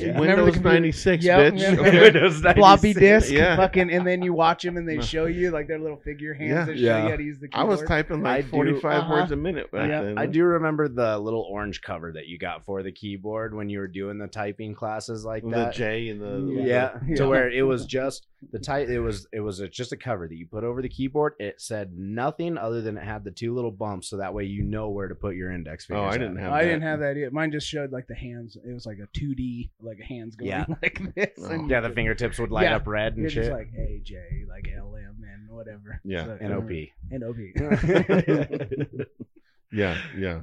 Speaker 2: Yeah. Remember the
Speaker 3: Windows
Speaker 2: computer-
Speaker 3: ninety six,
Speaker 2: Yeah,
Speaker 3: bitch.
Speaker 2: yeah.
Speaker 3: Okay.
Speaker 1: Windows 96.
Speaker 2: Floppy disk,
Speaker 3: Yeah.
Speaker 2: fucking, and then you watch them and they
Speaker 3: No.
Speaker 2: show you like their little figure hands
Speaker 3: Yeah.
Speaker 2: that show
Speaker 1: Yeah.
Speaker 2: you how to use the
Speaker 3: I
Speaker 2: keyboard.
Speaker 3: was typing
Speaker 1: I
Speaker 3: like
Speaker 1: do-
Speaker 3: forty five
Speaker 2: uh-huh.
Speaker 3: words a minute back
Speaker 2: Yeah,
Speaker 3: then.
Speaker 1: I do remember the little orange cover that you got for the keyboard when you were doing the typing classes like
Speaker 3: the
Speaker 1: that.
Speaker 3: J and the
Speaker 1: yeah,
Speaker 2: Yeah.
Speaker 1: to where it was just the type. It was it was a, just a cover that you put over the keyboard. It said nothing other than it had the two little bumps, so that way you know where to put your index
Speaker 3: Oh,
Speaker 1: fingers.
Speaker 3: I
Speaker 1: at.
Speaker 3: didn't have
Speaker 2: I
Speaker 3: that.
Speaker 2: didn't have that yet. Mine just showed like the hands. It was like a 2D, like hands going
Speaker 1: Yeah.
Speaker 2: like this.
Speaker 3: Oh.
Speaker 2: and
Speaker 1: Yeah, the fingertips would light
Speaker 2: Yeah.
Speaker 1: up red
Speaker 2: You're
Speaker 1: and
Speaker 2: just
Speaker 1: shit.
Speaker 2: like AJ, like LM, and whatever.
Speaker 3: Yeah.
Speaker 2: So-
Speaker 1: NOP.
Speaker 2: NOP.
Speaker 3: Yeah, yeah.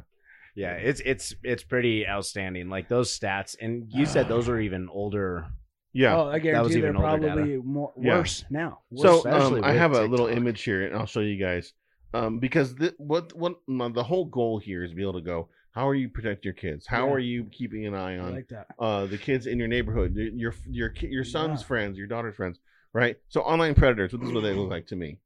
Speaker 1: yeah, it's it's it's pretty outstanding. Like those stats, and you said those were even older.
Speaker 3: Yeah.
Speaker 2: Oh, I guarantee they're
Speaker 1: even older data.
Speaker 2: probably more,
Speaker 3: Yeah.
Speaker 2: worse now.
Speaker 3: so
Speaker 2: Worse.
Speaker 1: especially
Speaker 3: um, I
Speaker 1: with
Speaker 3: have a little
Speaker 1: TikTok.
Speaker 3: image here, and I'll show you guys. Um, because th- what what my- the whole goal here is to be able to go. How are you protecting your kids? How
Speaker 2: Yeah.
Speaker 3: are you keeping an eye
Speaker 2: I
Speaker 3: on
Speaker 2: like that.
Speaker 3: uh, the kids in your neighborhood, your your your, ki- your son's
Speaker 2: Yeah.
Speaker 3: friends, your daughter's friends, right? So online predators. This is what they look like to me.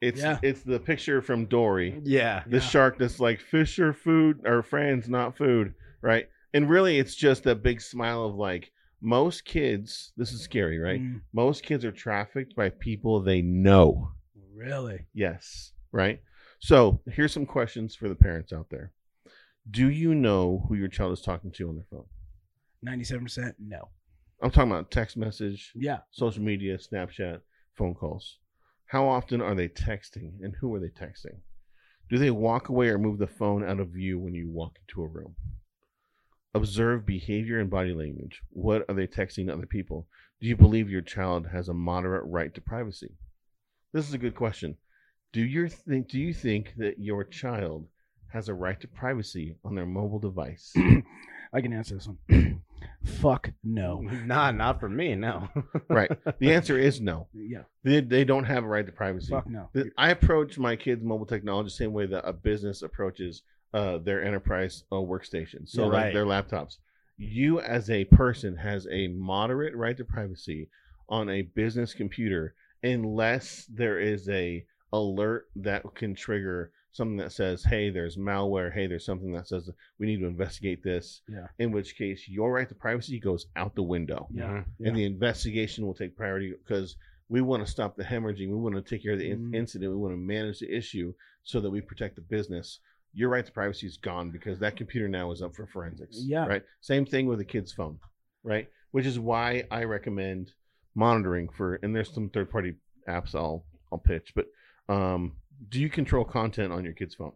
Speaker 3: It's
Speaker 2: Yeah.
Speaker 3: it's the picture from Dory,
Speaker 1: Yeah,
Speaker 3: the
Speaker 2: Yeah.
Speaker 3: shark that's like fish are food or friends, not food, right? And really, it's just a big smile of like most kids. This is scary, right?
Speaker 2: Mm,
Speaker 3: most kids are trafficked by people they know.
Speaker 2: really?
Speaker 3: Yes, right? So, here's some questions for the parents out there. Do you know who your child is talking to on their phone?
Speaker 2: 97%? No.
Speaker 3: I'm talking about text message,
Speaker 2: Yeah.
Speaker 3: social media, Snapchat, phone calls. How often are they texting and who are they texting? Do they walk away or move the phone out of view when you walk into a room? Observe behavior and body language. What are they texting other people? Do you believe your child has a moderate right to privacy? This is a good question. Do you think do you think that your child has a right to privacy on their mobile device?
Speaker 2: I can answer this one. Fuck no.
Speaker 3: Mm-hmm.
Speaker 1: nah, not for me. No.
Speaker 3: right. The answer is no.
Speaker 2: Yeah.
Speaker 3: They, they don't have a right to privacy.
Speaker 2: Fuck no.
Speaker 3: The- I approach my kids' mobile technology the same way that a business approaches uh, their enterprise uh, workstation. So
Speaker 1: Yeah,
Speaker 3: like
Speaker 1: right.
Speaker 3: their laptops. You as a person has a moderate right to privacy on a business computer unless there is a alert that can trigger something that says, "Hey, there's malware. Hey, there's something that says we need to investigate this."
Speaker 2: Yeah.
Speaker 3: In which case, your right to privacy goes out the window
Speaker 2: Yeah.
Speaker 3: and the investigation will take priority because we want to stop the hemorrhaging. We want to take care of the in-
Speaker 2: Mhm.
Speaker 3: incident. We want to manage the issue so that we protect the business. Your right to privacy is gone because that computer now is up for forensics.
Speaker 2: Yeah.
Speaker 3: Right. Same thing with a kid's phone. Right. Which is why I recommend monitoring for. And there's some third party apps I'll I'll pitch. But um, do you control content on your kid's phone?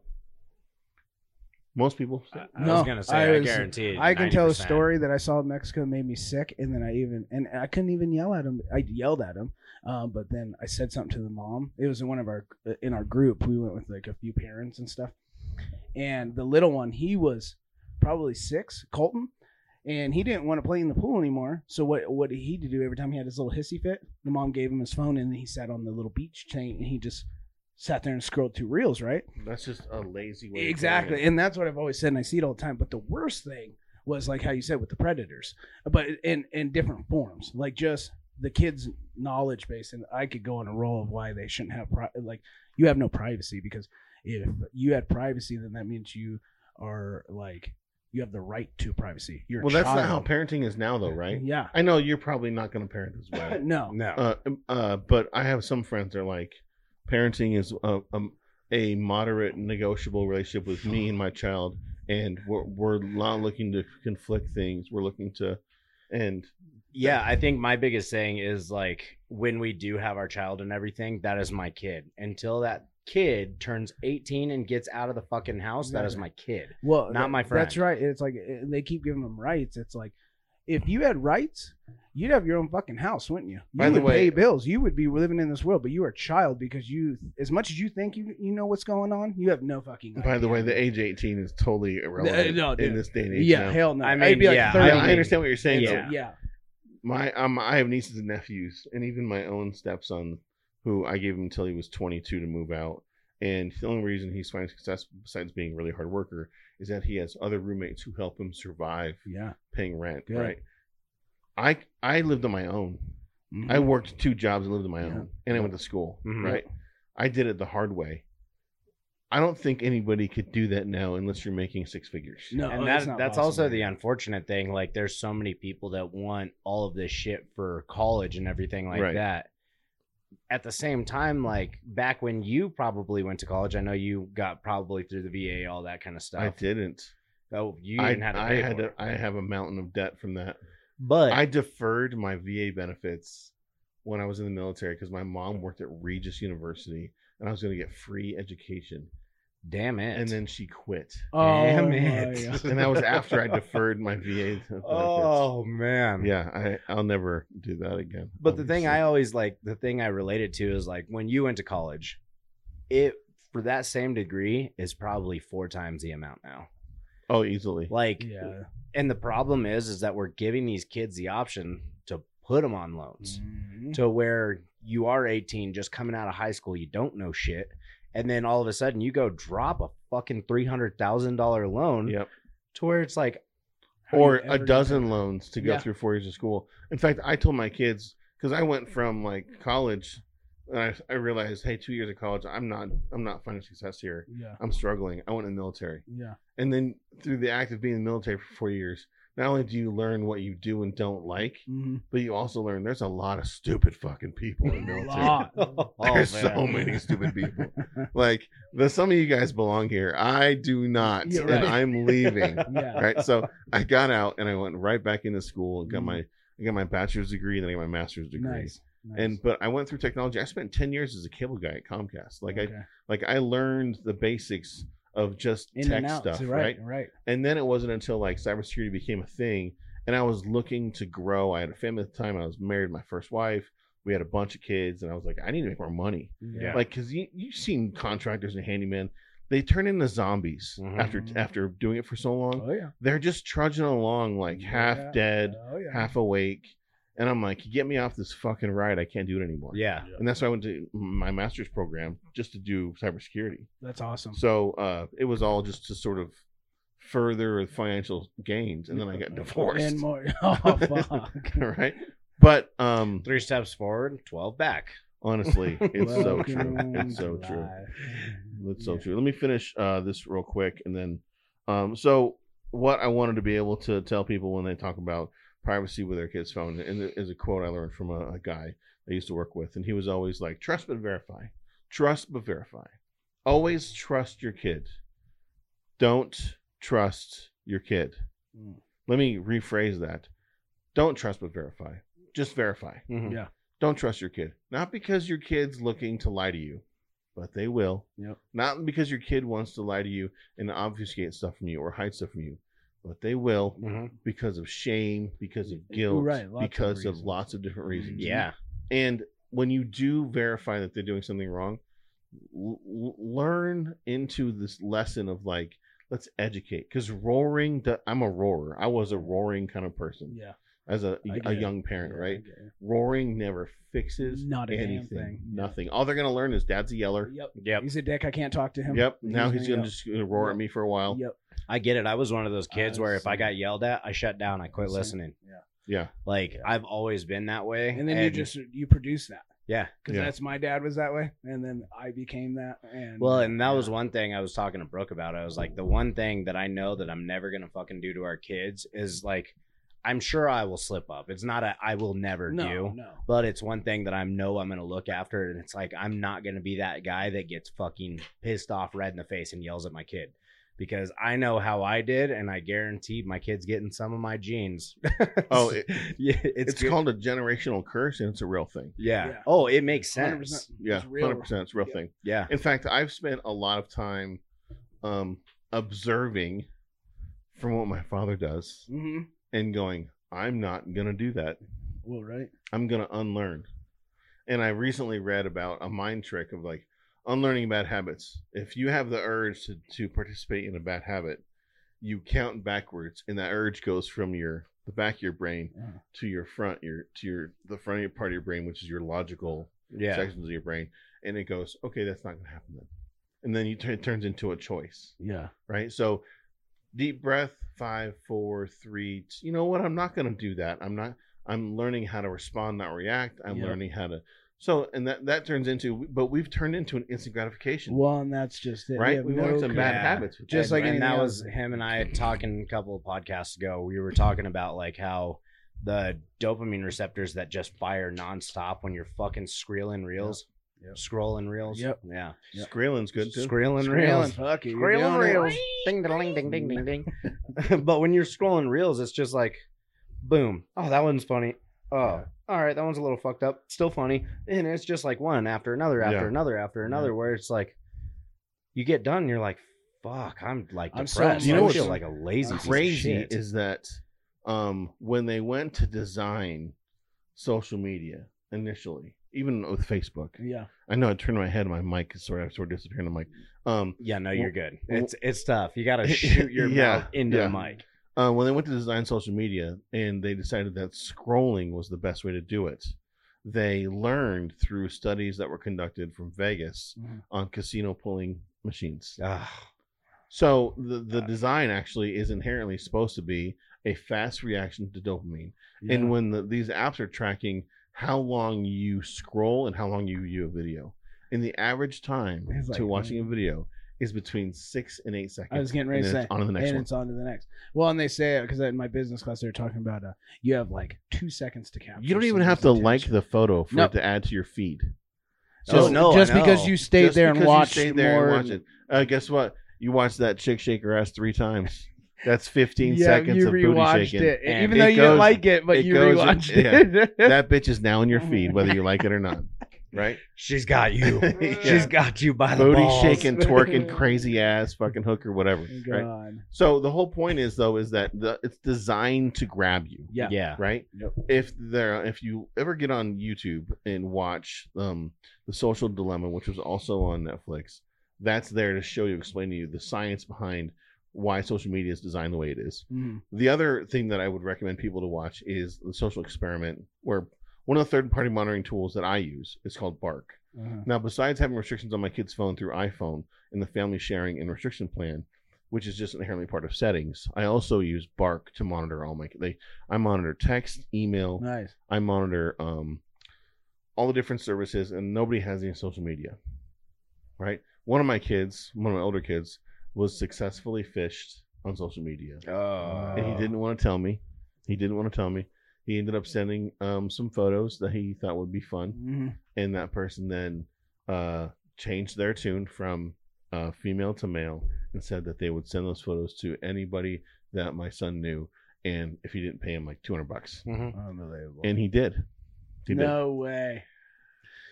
Speaker 3: Most people.
Speaker 1: I,
Speaker 2: No,
Speaker 1: was gonna say, I,
Speaker 2: I was-
Speaker 1: guarantee. it,
Speaker 2: I can tell a
Speaker 1: 90%.
Speaker 2: story that I saw in Mexico made me sick, and then I even and I couldn't even yell at him. I yelled at him, um, but then I said something to the mom. It was in one of our in our group. We went with like a few parents and stuff, and the little one he was probably six, Colton, and he didn't want to play in the pool anymore. So what what did he do every time he had his little hissy fit? The mom gave him his phone, and he sat on the little beach chain, and he just sat there and scrolled through reels, right?
Speaker 3: That's just a lazy way. of doing
Speaker 2: Exactly.
Speaker 3: it.
Speaker 2: And that's what I've always said and I see it all the time. But the worst thing was like how you said with the predators. But in in different forms. Like just the kids' knowledge base and I could go on a roll of why they shouldn't have pri- like you have no privacy because if you had privacy then that means you are like you have the right to privacy. You're a
Speaker 3: Well, that's not how
Speaker 2: child.
Speaker 3: parenting is now, though, right?
Speaker 2: Yeah.
Speaker 3: I know you're probably not going to parent as well.
Speaker 2: no.
Speaker 1: No.
Speaker 3: uh, uh, but I have some friends that are like, parenting is a, um a moderate, negotiable relationship with me and my child, and we're, we're not looking to conflict things. We're looking to, and
Speaker 1: yeah i think my biggest thing is like when we do have our child and everything that is my kid until that kid turns 18 and gets out of the fucking house that is my kid
Speaker 2: Well,
Speaker 1: Not
Speaker 2: that-
Speaker 1: my
Speaker 2: That's right. It's like eh, they keep giving them rights. It's like if you had rights, you'd have your own fucking house, wouldn't you? You
Speaker 3: By the
Speaker 2: would
Speaker 3: way-
Speaker 2: pay bills. You would be living in this world, but you are a child because you, as much as you think you you know what's going on, you have no fucking.
Speaker 3: by the
Speaker 2: idea.
Speaker 3: way, the age 18 is totally irrelevant
Speaker 2: uh, no, dude.
Speaker 3: in this day and age.
Speaker 2: yeah,
Speaker 3: now.
Speaker 2: hell no.
Speaker 1: I
Speaker 2: I'd
Speaker 1: mean,
Speaker 2: be like
Speaker 1: yeah, I
Speaker 2: 30.
Speaker 3: I, I understand what you're saying.
Speaker 1: Yeah.
Speaker 3: though.
Speaker 2: Yeah,
Speaker 3: my um, I have nieces and nephews, and even my own stepson, who I gave him until he was 22 to move out. And the only reason he's finding success, besides being a really hard worker, is that he has other roommates who help him survive
Speaker 2: Yeah.
Speaker 3: paying rent.
Speaker 2: Good.
Speaker 3: Right. I I lived on my own.
Speaker 2: Mhm.
Speaker 1: Mm-hmm.
Speaker 3: I worked two jobs and lived on my
Speaker 2: Yeah.
Speaker 3: own, and I went to school.
Speaker 1: Mhm.
Speaker 3: Right. I did it the hard way. I don't think anybody could do that now unless you're making six figures.
Speaker 2: no,
Speaker 1: and
Speaker 2: that's
Speaker 1: that,
Speaker 2: not
Speaker 1: that's
Speaker 2: possible.
Speaker 1: also the unfortunate thing. Like, there's so many people that want all of this shit for college and everything like
Speaker 3: Right.
Speaker 1: that. At the same time, like back when you probably went to college, I know you got probably through the VA, all that kind of stuff.
Speaker 3: I didn't.
Speaker 1: Oh, you
Speaker 3: I,
Speaker 1: didn't have to
Speaker 3: I
Speaker 1: pay
Speaker 3: had
Speaker 1: for
Speaker 3: to,
Speaker 1: it.
Speaker 3: I have a mountain of debt from that.
Speaker 1: But
Speaker 3: I deferred my VA benefits when I was in the military because my mom worked at Regis University and I was going to get free education.
Speaker 1: damn it.
Speaker 3: And then she quit.
Speaker 2: Oh,
Speaker 1: Damn
Speaker 2: my
Speaker 1: it.
Speaker 2: God.
Speaker 3: And that was after I deferred my VA benefits. Um,
Speaker 1: oh man,
Speaker 3: Yeah, I, I'll never do that again.
Speaker 1: But the thing I
Speaker 3: obviously.
Speaker 1: always like, the thing I related to is like when you went to college, it for that same degree is probably four times the amount now.
Speaker 3: Oh, easily.
Speaker 1: Like,
Speaker 2: Yeah.
Speaker 1: and the problem is, is that we're giving these kids the option to put them on loans
Speaker 2: Mhm.
Speaker 1: to where you are 18, just coming out of high school, you don't know shit. And then all of a sudden you go drop a fucking $300,000 loan
Speaker 3: Yep.
Speaker 1: to where it's like,
Speaker 2: How do you
Speaker 3: Or
Speaker 2: ever
Speaker 3: a
Speaker 2: do
Speaker 3: dozen loans to go
Speaker 2: Yeah.
Speaker 3: through four years of school. In fact, I told my kids because I went from like college, and I, I realized, hey, two years of college, I'm not, I'm not finding success here.
Speaker 2: that? Yeah.
Speaker 3: I'm struggling. I went in the military,
Speaker 2: Yeah.
Speaker 3: and then through the act of being in the military for four years, not only do you learn what you do and don't like,
Speaker 2: Mhm.
Speaker 3: but you also learn there's a lot of stupid fucking people in the
Speaker 2: A
Speaker 3: military.
Speaker 2: lot.
Speaker 1: oh,
Speaker 3: There's
Speaker 1: man.
Speaker 3: so many stupid people. Like the some of you guys belong here. I do not,
Speaker 2: Yeah, right.
Speaker 3: and I'm leaving.
Speaker 2: Yeah.
Speaker 3: right? So I got out and I went right back into school and got
Speaker 2: Mhm.
Speaker 3: my I got my bachelor's degree and then I got my master's degree.
Speaker 2: Nice. nice.
Speaker 3: And but I went through technology. I spent ten years as a cable guy at Comcast. Like I
Speaker 2: Okay.
Speaker 3: like I learned the basics of just
Speaker 2: In
Speaker 3: tech
Speaker 2: and out,
Speaker 3: stuff,
Speaker 2: so
Speaker 3: right?
Speaker 2: right? Right.
Speaker 3: And then it wasn't until like cybersecurity became a thing, and I was looking to grow. I had a family at the time. I was married, to my first wife. We had a bunch of kids, and I was like, I need to make more money.
Speaker 1: Yeah.
Speaker 3: Like, cause you you've seen contractors and handymen, they turn into zombies
Speaker 1: Mhm.
Speaker 3: after
Speaker 2: Mm-hmm.
Speaker 3: after doing it for so long
Speaker 2: Oh yeah.
Speaker 3: they're just trudging along like half
Speaker 2: Yeah.
Speaker 3: dead,
Speaker 2: Oh yeah.
Speaker 3: half awake. And I'm like, get me off this fucking ride. I can't do it anymore.
Speaker 1: Yeah.
Speaker 3: And that's why I went to my master's program just to do cybersecurity.
Speaker 2: That's awesome.
Speaker 3: So uh, it was all just to sort of further financial gains. And then I got divorced.
Speaker 2: And more. Oh fuck.
Speaker 3: right. But um,
Speaker 1: Three steps forward, 12 back.
Speaker 3: honestly, it's so true.
Speaker 2: Welcome
Speaker 3: It's so
Speaker 2: to
Speaker 3: true.
Speaker 2: life.
Speaker 3: That's so
Speaker 2: Yeah.
Speaker 3: true. Let me finish uh, this real quick, and then um, so what I wanted to be able to tell people when they talk about privacy with their kids' phone, and it is a quote I learned from a, a guy I used to work with, and he was always like, "Trust but verify, trust but verify, always trust your kid. Don't trust your kid."
Speaker 2: Mm.
Speaker 3: Let me rephrase that. Don't trust but verify. Just verify.
Speaker 1: Mhm.
Speaker 2: Yeah.
Speaker 3: Don't trust your kid. Not because your kid's looking to lie to you, but they will.
Speaker 2: Yep.
Speaker 3: Not because your kid wants to lie to you and obfuscate stuff from you or hide stuff from you, but they will
Speaker 1: Mhm.
Speaker 3: because of shame, because of guilt,
Speaker 2: Right, lots of
Speaker 3: because of,
Speaker 2: reasons.
Speaker 3: lots of different reasons.
Speaker 1: Yeah.
Speaker 3: And when you do verify that they're doing something wrong, l- l- learn into this lesson of like, let's educate. Because roaring, do- I'm a roarer. I was a roaring kind of person
Speaker 2: Yeah.
Speaker 3: as a,
Speaker 2: I
Speaker 3: a
Speaker 2: get it.
Speaker 3: young parent,
Speaker 2: Yeah, I
Speaker 3: right?
Speaker 2: get it.
Speaker 3: roaring never fixes
Speaker 2: Not a damn
Speaker 3: anything.
Speaker 2: thing.
Speaker 3: Nothing. All they're gonna learn is dad's a yeller.
Speaker 2: Yep.
Speaker 1: Yep.
Speaker 2: He's a dick. I can't talk to him.
Speaker 3: Yep. Now he's gonna
Speaker 2: yell.
Speaker 3: just gonna roar at me for a while.
Speaker 2: Yep.
Speaker 1: I get it. I was one of those kids
Speaker 2: I
Speaker 1: where
Speaker 2: was
Speaker 1: if I
Speaker 2: same.
Speaker 1: got yelled at, I shut down. I quit
Speaker 2: Same.
Speaker 1: listening.
Speaker 3: Yeah.
Speaker 1: Like I've always been that way.
Speaker 2: And then you just you produce that
Speaker 1: yeah.
Speaker 2: because
Speaker 3: Yeah.
Speaker 2: that's my dad was that way, and then I became that. And
Speaker 1: Well, and that
Speaker 2: yeah.
Speaker 1: was one thing I was talking to Brooke about. I was like, the one thing that I know that I'm never gonna fucking do to our kids is like, I'm sure I will slip up. It's not a I will never
Speaker 2: no,
Speaker 1: do.
Speaker 2: no.
Speaker 1: But it's one thing that I know I'm gonna look after, and it's like I'm not gonna be that guy that gets fucking pissed off, red in the face, and yells at my kid, because I know how I did, and I guarantee my kid's getting some of my genes.
Speaker 3: Oh, it-
Speaker 1: yeah,
Speaker 3: It's,
Speaker 1: it's, good.
Speaker 3: called a generational curse and it's a real thing.
Speaker 1: Yeah.
Speaker 2: Yeah.
Speaker 1: Oh, it makes
Speaker 2: 100%.
Speaker 1: sense.
Speaker 3: Yeah.
Speaker 2: It's real.
Speaker 3: Hundred percent it's a real
Speaker 2: Yeah.
Speaker 3: thing.
Speaker 1: Yeah.
Speaker 3: In fact, I've spent a lot of time um observing from what my father does
Speaker 2: Mm-hmm.
Speaker 3: and going, I'm not gonna do that.
Speaker 2: Well, right.
Speaker 3: I'm gonna unlearn. And I recently read about a mind trick of like unlearning bad habits. If you have the urge to, to participate in a bad habit, you count backwards, and that urge goes from your the back of your brain
Speaker 2: Yeah.
Speaker 3: to your front, your to your the front of your part of your brain, which is your logical
Speaker 1: yeah.
Speaker 3: sections of your brain, and it goes, okay, that's not going to happen then, and then you t- it turns into a choice,
Speaker 2: Yeah.
Speaker 3: right? So deep breath, five, four, three. t- You know what? I'm not going to do that. I'm not. I'm learning how to respond, not react. I'm
Speaker 2: Yeah.
Speaker 3: learning how to. So and that that turns into, but we've turned into an instant gratification,
Speaker 2: Well, and that's just it.
Speaker 3: right?
Speaker 2: have
Speaker 3: We
Speaker 2: no
Speaker 3: learned some
Speaker 2: con-
Speaker 3: bad
Speaker 1: Yeah.
Speaker 3: habits,
Speaker 1: just
Speaker 2: And-
Speaker 1: like and
Speaker 2: and
Speaker 1: that
Speaker 2: the-
Speaker 1: was him and I talking a couple of podcasts ago. We were talking about like how the dopamine receptors that just fire nonstop when you're fucking screeling reels,
Speaker 2: Yep.
Speaker 1: scrolling's scrolling reels.
Speaker 2: Yep.
Speaker 1: Yeah.
Speaker 2: Yeah.
Speaker 3: Skrilling's good too.
Speaker 1: Screeling
Speaker 2: Reels.
Speaker 1: reels.
Speaker 2: Fuck it. you're
Speaker 1: Scrolling
Speaker 2: doing it.
Speaker 1: reels. Ding ding ding ding ding ding. But when you're scrolling reels, it's just like boom. Oh, that one's funny. Oh,
Speaker 2: Yeah.
Speaker 1: all right, that one's a little fucked up. Still funny. And it's just like one after another after
Speaker 3: Yeah.
Speaker 1: another after another where it's like you get done and you're like, fuck, I'm like
Speaker 2: I'm so
Speaker 1: depressed.
Speaker 3: You know
Speaker 1: I
Speaker 3: what's
Speaker 1: feel like a lazy piece of
Speaker 3: crazy
Speaker 1: shit.
Speaker 3: is that um, when they went to design social media initially, even with Facebook,
Speaker 2: Yeah.
Speaker 3: I know I turned my head, my mic is sort of sort of disappearing. The mic. Um,
Speaker 1: yeah, no, you're good. It's it's tough. You gotta shoot your
Speaker 3: Yeah,
Speaker 1: mouth into
Speaker 3: yeah.
Speaker 1: the mic.
Speaker 3: uh, when they went to design social media and they decided that scrolling was the best way to do it, they learned through studies that were conducted from Vegas
Speaker 2: Mhm.
Speaker 3: on casino pulling machines.
Speaker 1: Ugh.
Speaker 3: So the the design actually is inherently supposed to be a fast reaction to dopamine.
Speaker 2: Yeah.
Speaker 3: And when the, these apps are tracking how long you scroll and how long you view a video, and the average time
Speaker 2: It's like- mm.
Speaker 3: to watching a video is between six and eight seconds.
Speaker 2: I was getting ready
Speaker 3: and
Speaker 2: to
Speaker 3: then
Speaker 2: say,
Speaker 3: it's on to the next
Speaker 2: and
Speaker 3: one.
Speaker 2: it's on to the next. Well, and they say because in my business class they were talking about uh, you have like two seconds to capture.
Speaker 3: You don't even have to like
Speaker 2: somebody's attention.
Speaker 3: the photo for
Speaker 2: No.
Speaker 3: it to add to your feed.
Speaker 1: Oh,
Speaker 2: Just,
Speaker 1: no, I
Speaker 2: just because
Speaker 1: know.
Speaker 2: you stayed
Speaker 3: Just
Speaker 2: there and
Speaker 3: because you
Speaker 2: watched
Speaker 3: stayed
Speaker 2: more.
Speaker 3: watched it. Uh, guess what? You watched that chick shake her ass three times. That's 15
Speaker 2: yeah,
Speaker 3: seconds
Speaker 2: you
Speaker 3: of booty
Speaker 2: rewatched
Speaker 3: shaking.
Speaker 2: it,
Speaker 1: And
Speaker 2: even
Speaker 1: it
Speaker 2: though you didn't
Speaker 3: goes-
Speaker 2: like it, but
Speaker 3: it
Speaker 2: you
Speaker 3: goes-
Speaker 2: rewatched
Speaker 3: yeah.
Speaker 2: it.
Speaker 3: That bitch is now in your feed, whether you like it or not. Right?
Speaker 1: She's got you.
Speaker 3: Yeah.
Speaker 1: She's got you by the
Speaker 3: Booty
Speaker 1: balls.
Speaker 3: shaking, twerking, crazy ass, fucking hooker, whatever. Right?
Speaker 2: Oh God.
Speaker 3: So the whole point is though is that the, it's designed to grab you,
Speaker 2: Yeah.
Speaker 1: Yeah.
Speaker 3: right?
Speaker 2: Yep.
Speaker 3: If there, if you ever get on YouTube and watch um the Social Dilemma, which was also on Netflix, that's there to show you, explain to you the science behind why social media is designed the way it is.
Speaker 2: Mhm.
Speaker 3: The other thing that I would recommend people to watch is the Social Experiment, where one of the third-party monitoring tools that I use is called Bark.
Speaker 2: Uh-huh.
Speaker 3: Now, besides having restrictions on my kid's phone through iPhone and the family sharing and restriction plan, which is just inherently part of settings, I also use Bark to monitor all my. They, I monitor text, email.
Speaker 2: Nice.
Speaker 3: I monitor um, all the different services, and nobody has any social media, right? One of my kids, one of my older kids, was successfully fished on social media,
Speaker 1: Oh.
Speaker 3: and he didn't want to tell me. He didn't want to tell me. He ended up sending um, some photos that he thought would be fun
Speaker 2: Mhm.
Speaker 3: and that person then uh, changed their tune from uh, female to male and said that they would send those photos to anybody that my son knew, and if he didn't pay him like two hundred bucks,
Speaker 2: Mm-hmm.
Speaker 1: Mhm.
Speaker 2: Unbelievable.
Speaker 3: and he did, he did,
Speaker 2: no way.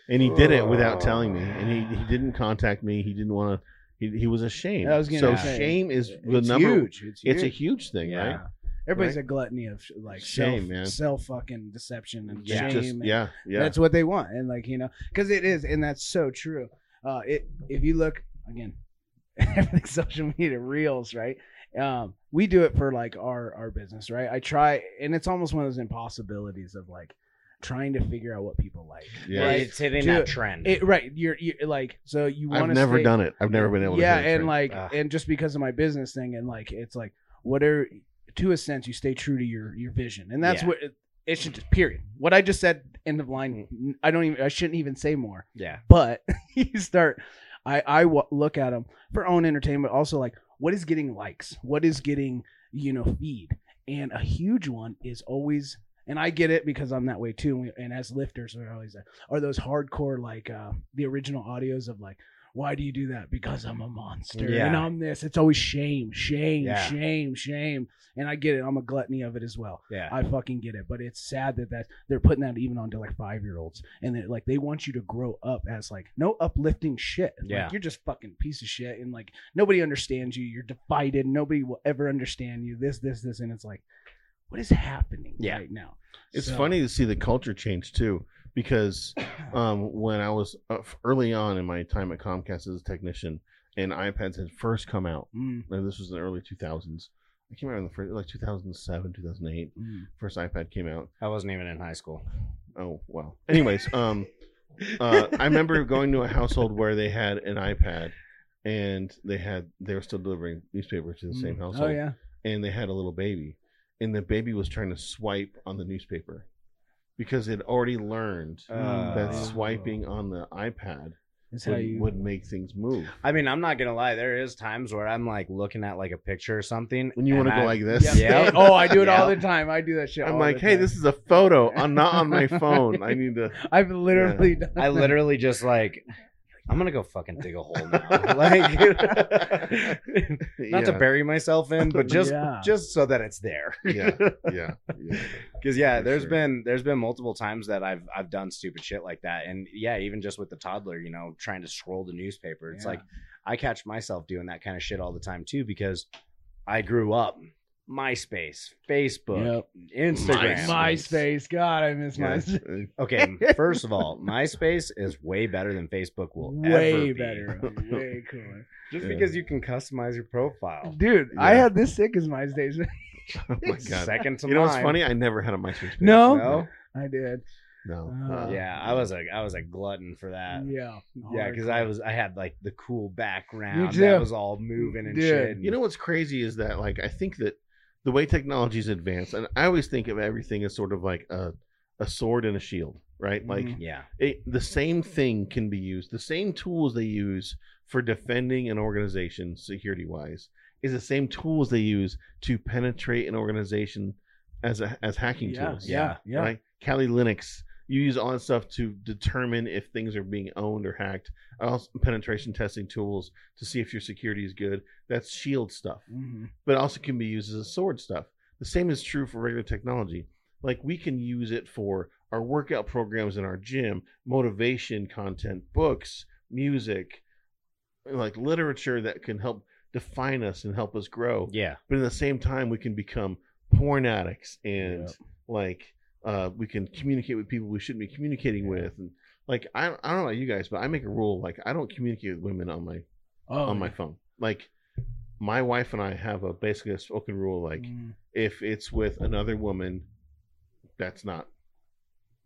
Speaker 3: and he did it without
Speaker 2: Oh.
Speaker 3: telling me, and he, he didn't contact me, he didn't want to, he, he was ashamed.
Speaker 2: I was gonna
Speaker 3: so
Speaker 2: say,
Speaker 3: shame is the
Speaker 2: it's
Speaker 3: number.
Speaker 2: huge. It's,
Speaker 3: It's a
Speaker 2: huge.
Speaker 3: huge thing,
Speaker 1: Yeah.
Speaker 3: right?
Speaker 2: Everybody's
Speaker 3: right?
Speaker 2: a gluttony of sh- like
Speaker 3: Shame,
Speaker 2: self,
Speaker 3: man.
Speaker 2: self fucking deception and
Speaker 1: Yeah.
Speaker 2: shame.
Speaker 3: Just-
Speaker 2: and-
Speaker 3: yeah, yeah.
Speaker 2: That's what they want, and like you know, because it is, and that's so true. Uh, it if you look again, everything social media reels, right? Um, we do it for like our our business, right? I try, and it's almost one of those impossibilities of like trying to figure out what people like.
Speaker 3: yeah.
Speaker 2: Right.
Speaker 1: It's hitting
Speaker 2: Dude,
Speaker 1: that trend.
Speaker 2: It, right? You're, you're like so you want
Speaker 3: I've
Speaker 2: to.
Speaker 3: never
Speaker 2: stay,
Speaker 3: done it. I've never been able.
Speaker 2: Yeah,
Speaker 3: to hit it, Ah.
Speaker 2: and
Speaker 3: right?
Speaker 2: like,
Speaker 1: Ugh.
Speaker 2: and just because of my business thing, and like, it's like, what are to a sense, you stay true to your your vision, and that's
Speaker 1: Yeah.
Speaker 2: what it, it should just period. What I just said, end of
Speaker 3: Mm.
Speaker 2: line. I don't even. I shouldn't even say more.
Speaker 1: yeah.
Speaker 2: But you start. I I w- look at them for own entertainment. Also, like, what is getting likes? What is getting you know feed? And a huge one is always. And I get it because I'm that way too. And, we, and as lifters, we're always like, are those hardcore like uh, the original audios of like, why do you do that? Because I'm a monster
Speaker 1: Yeah.
Speaker 2: and I'm this. It's always shame, shame,
Speaker 1: Yeah.
Speaker 2: shame, shame. And I get it. I'm a gluttony of it as well.
Speaker 1: Yeah.
Speaker 2: I fucking get it, but it's sad that that they're putting that even onto like five year olds, and that like they want you to grow up as like no uplifting shit. Like,
Speaker 1: Yeah.
Speaker 2: you're just fucking piece of shit, and like nobody understands you. You're divided. Nobody will ever understand you. This, this, this, and it's like, what is happening
Speaker 1: Yeah.
Speaker 2: right now?
Speaker 3: It's
Speaker 2: So-
Speaker 3: funny to see the culture change too, because um, when I was uh, f- early on in my time at Comcast as a technician, and iPads had first come out,
Speaker 2: Mm,
Speaker 3: and this was in the early 2000s. I came out in the first, like 2007, 2008.
Speaker 2: mm.
Speaker 3: First iPad came out.
Speaker 1: I wasn't even in high school.
Speaker 3: Oh wow. Anyways, um, uh, I remember going to a household where they had an iPad, and they had they were still delivering newspapers to the same
Speaker 2: Mm.
Speaker 3: household,
Speaker 2: Oh yeah.
Speaker 3: and they had a little baby, and the baby was trying to swipe on the newspaper because it already learned Uh, that
Speaker 2: Oh.
Speaker 3: swiping on the iPad
Speaker 2: That's how
Speaker 3: would,
Speaker 2: you.
Speaker 3: would make things move.
Speaker 1: I mean, I'm not gonna lie. There is times where I'm like looking at like a picture or something,
Speaker 3: When you
Speaker 1: and
Speaker 3: want to go
Speaker 1: I-
Speaker 3: like this,
Speaker 1: Yeah.
Speaker 2: Oh, I do it all
Speaker 1: Yeah.
Speaker 2: the time. I do that shit.
Speaker 3: I'm
Speaker 2: all
Speaker 3: like,
Speaker 2: the
Speaker 3: hey,
Speaker 2: time.
Speaker 3: this is a photo. I'm not on my phone. I need to.
Speaker 2: I've literally done.
Speaker 1: I literally just like, I'm gonna go fucking dig a hole now. like, not to
Speaker 3: Yeah.
Speaker 1: bury myself in, but just
Speaker 2: Yeah.
Speaker 1: just so that it's there.
Speaker 3: yeah, yeah, yeah.
Speaker 1: Because yeah,
Speaker 3: For
Speaker 1: there's
Speaker 3: sure.
Speaker 1: been there's been multiple times that I've I've done stupid shit like that, and yeah, even just with the toddler, you know, trying to scroll the newspaper, it's
Speaker 2: Yeah.
Speaker 1: like I catch myself doing that kind of shit all the time too because I grew up MySpace, Facebook, Instagram.
Speaker 2: MySpace. God, I miss
Speaker 3: Yeah,
Speaker 2: MySpace.
Speaker 3: it's-
Speaker 1: Okay, first of all, MySpace is way better than Facebook will ever be.
Speaker 2: Way better. Way cooler.
Speaker 1: Just
Speaker 3: Yeah.
Speaker 1: because you can customize your profile.
Speaker 2: Dude, I
Speaker 3: Oh, Yeah.
Speaker 2: had this sick as MySpace.
Speaker 3: oh my god.
Speaker 1: Second to
Speaker 3: You know what's
Speaker 1: mine.
Speaker 3: funny? I never had a MySpace. page.
Speaker 2: No?
Speaker 1: No?
Speaker 2: I did.
Speaker 3: no.
Speaker 2: Oh.
Speaker 1: Yeah, I was a I was a glutton for that.
Speaker 2: yeah.
Speaker 1: Yeah, because I was I had like the cool
Speaker 2: You
Speaker 1: background
Speaker 2: too.
Speaker 1: that was all moving and
Speaker 2: Dude.
Speaker 1: shit.
Speaker 3: You know what's crazy is that like I think that the way technology's advanced, and I always think of everything as sort of like a a sword and a shield, right? Like
Speaker 2: Mhm.
Speaker 1: Yeah.
Speaker 3: it, the same thing can be used. The same tools they use for defending an organization security wise is the same tools they use to penetrate an organization as a, as hacking
Speaker 2: Yeah,
Speaker 3: tools.
Speaker 2: yeah, yeah.
Speaker 3: Right? Kali Linux. You use all that stuff to determine if things are being owned or hacked. Also, penetration testing tools to see if your security is good. That's shield stuff,
Speaker 2: Mhm.
Speaker 3: but it also can be used as a sword stuff. The same is true for regular technology. Like we can use it for our workout programs in our gym, motivation content, books, music, like literature that can help define us and help us grow
Speaker 1: Yeah.
Speaker 3: but at the same time we can become porn addicts and
Speaker 2: Yep.
Speaker 3: like uh we can communicate with people we shouldn't be communicating with and like I, I don't know about you guys but i make a rule like i don't communicate with women on my
Speaker 2: Oh,
Speaker 3: on my phone like my wife and i have a basically a spoken rule like
Speaker 2: Mhm.
Speaker 3: if it's with another woman that's not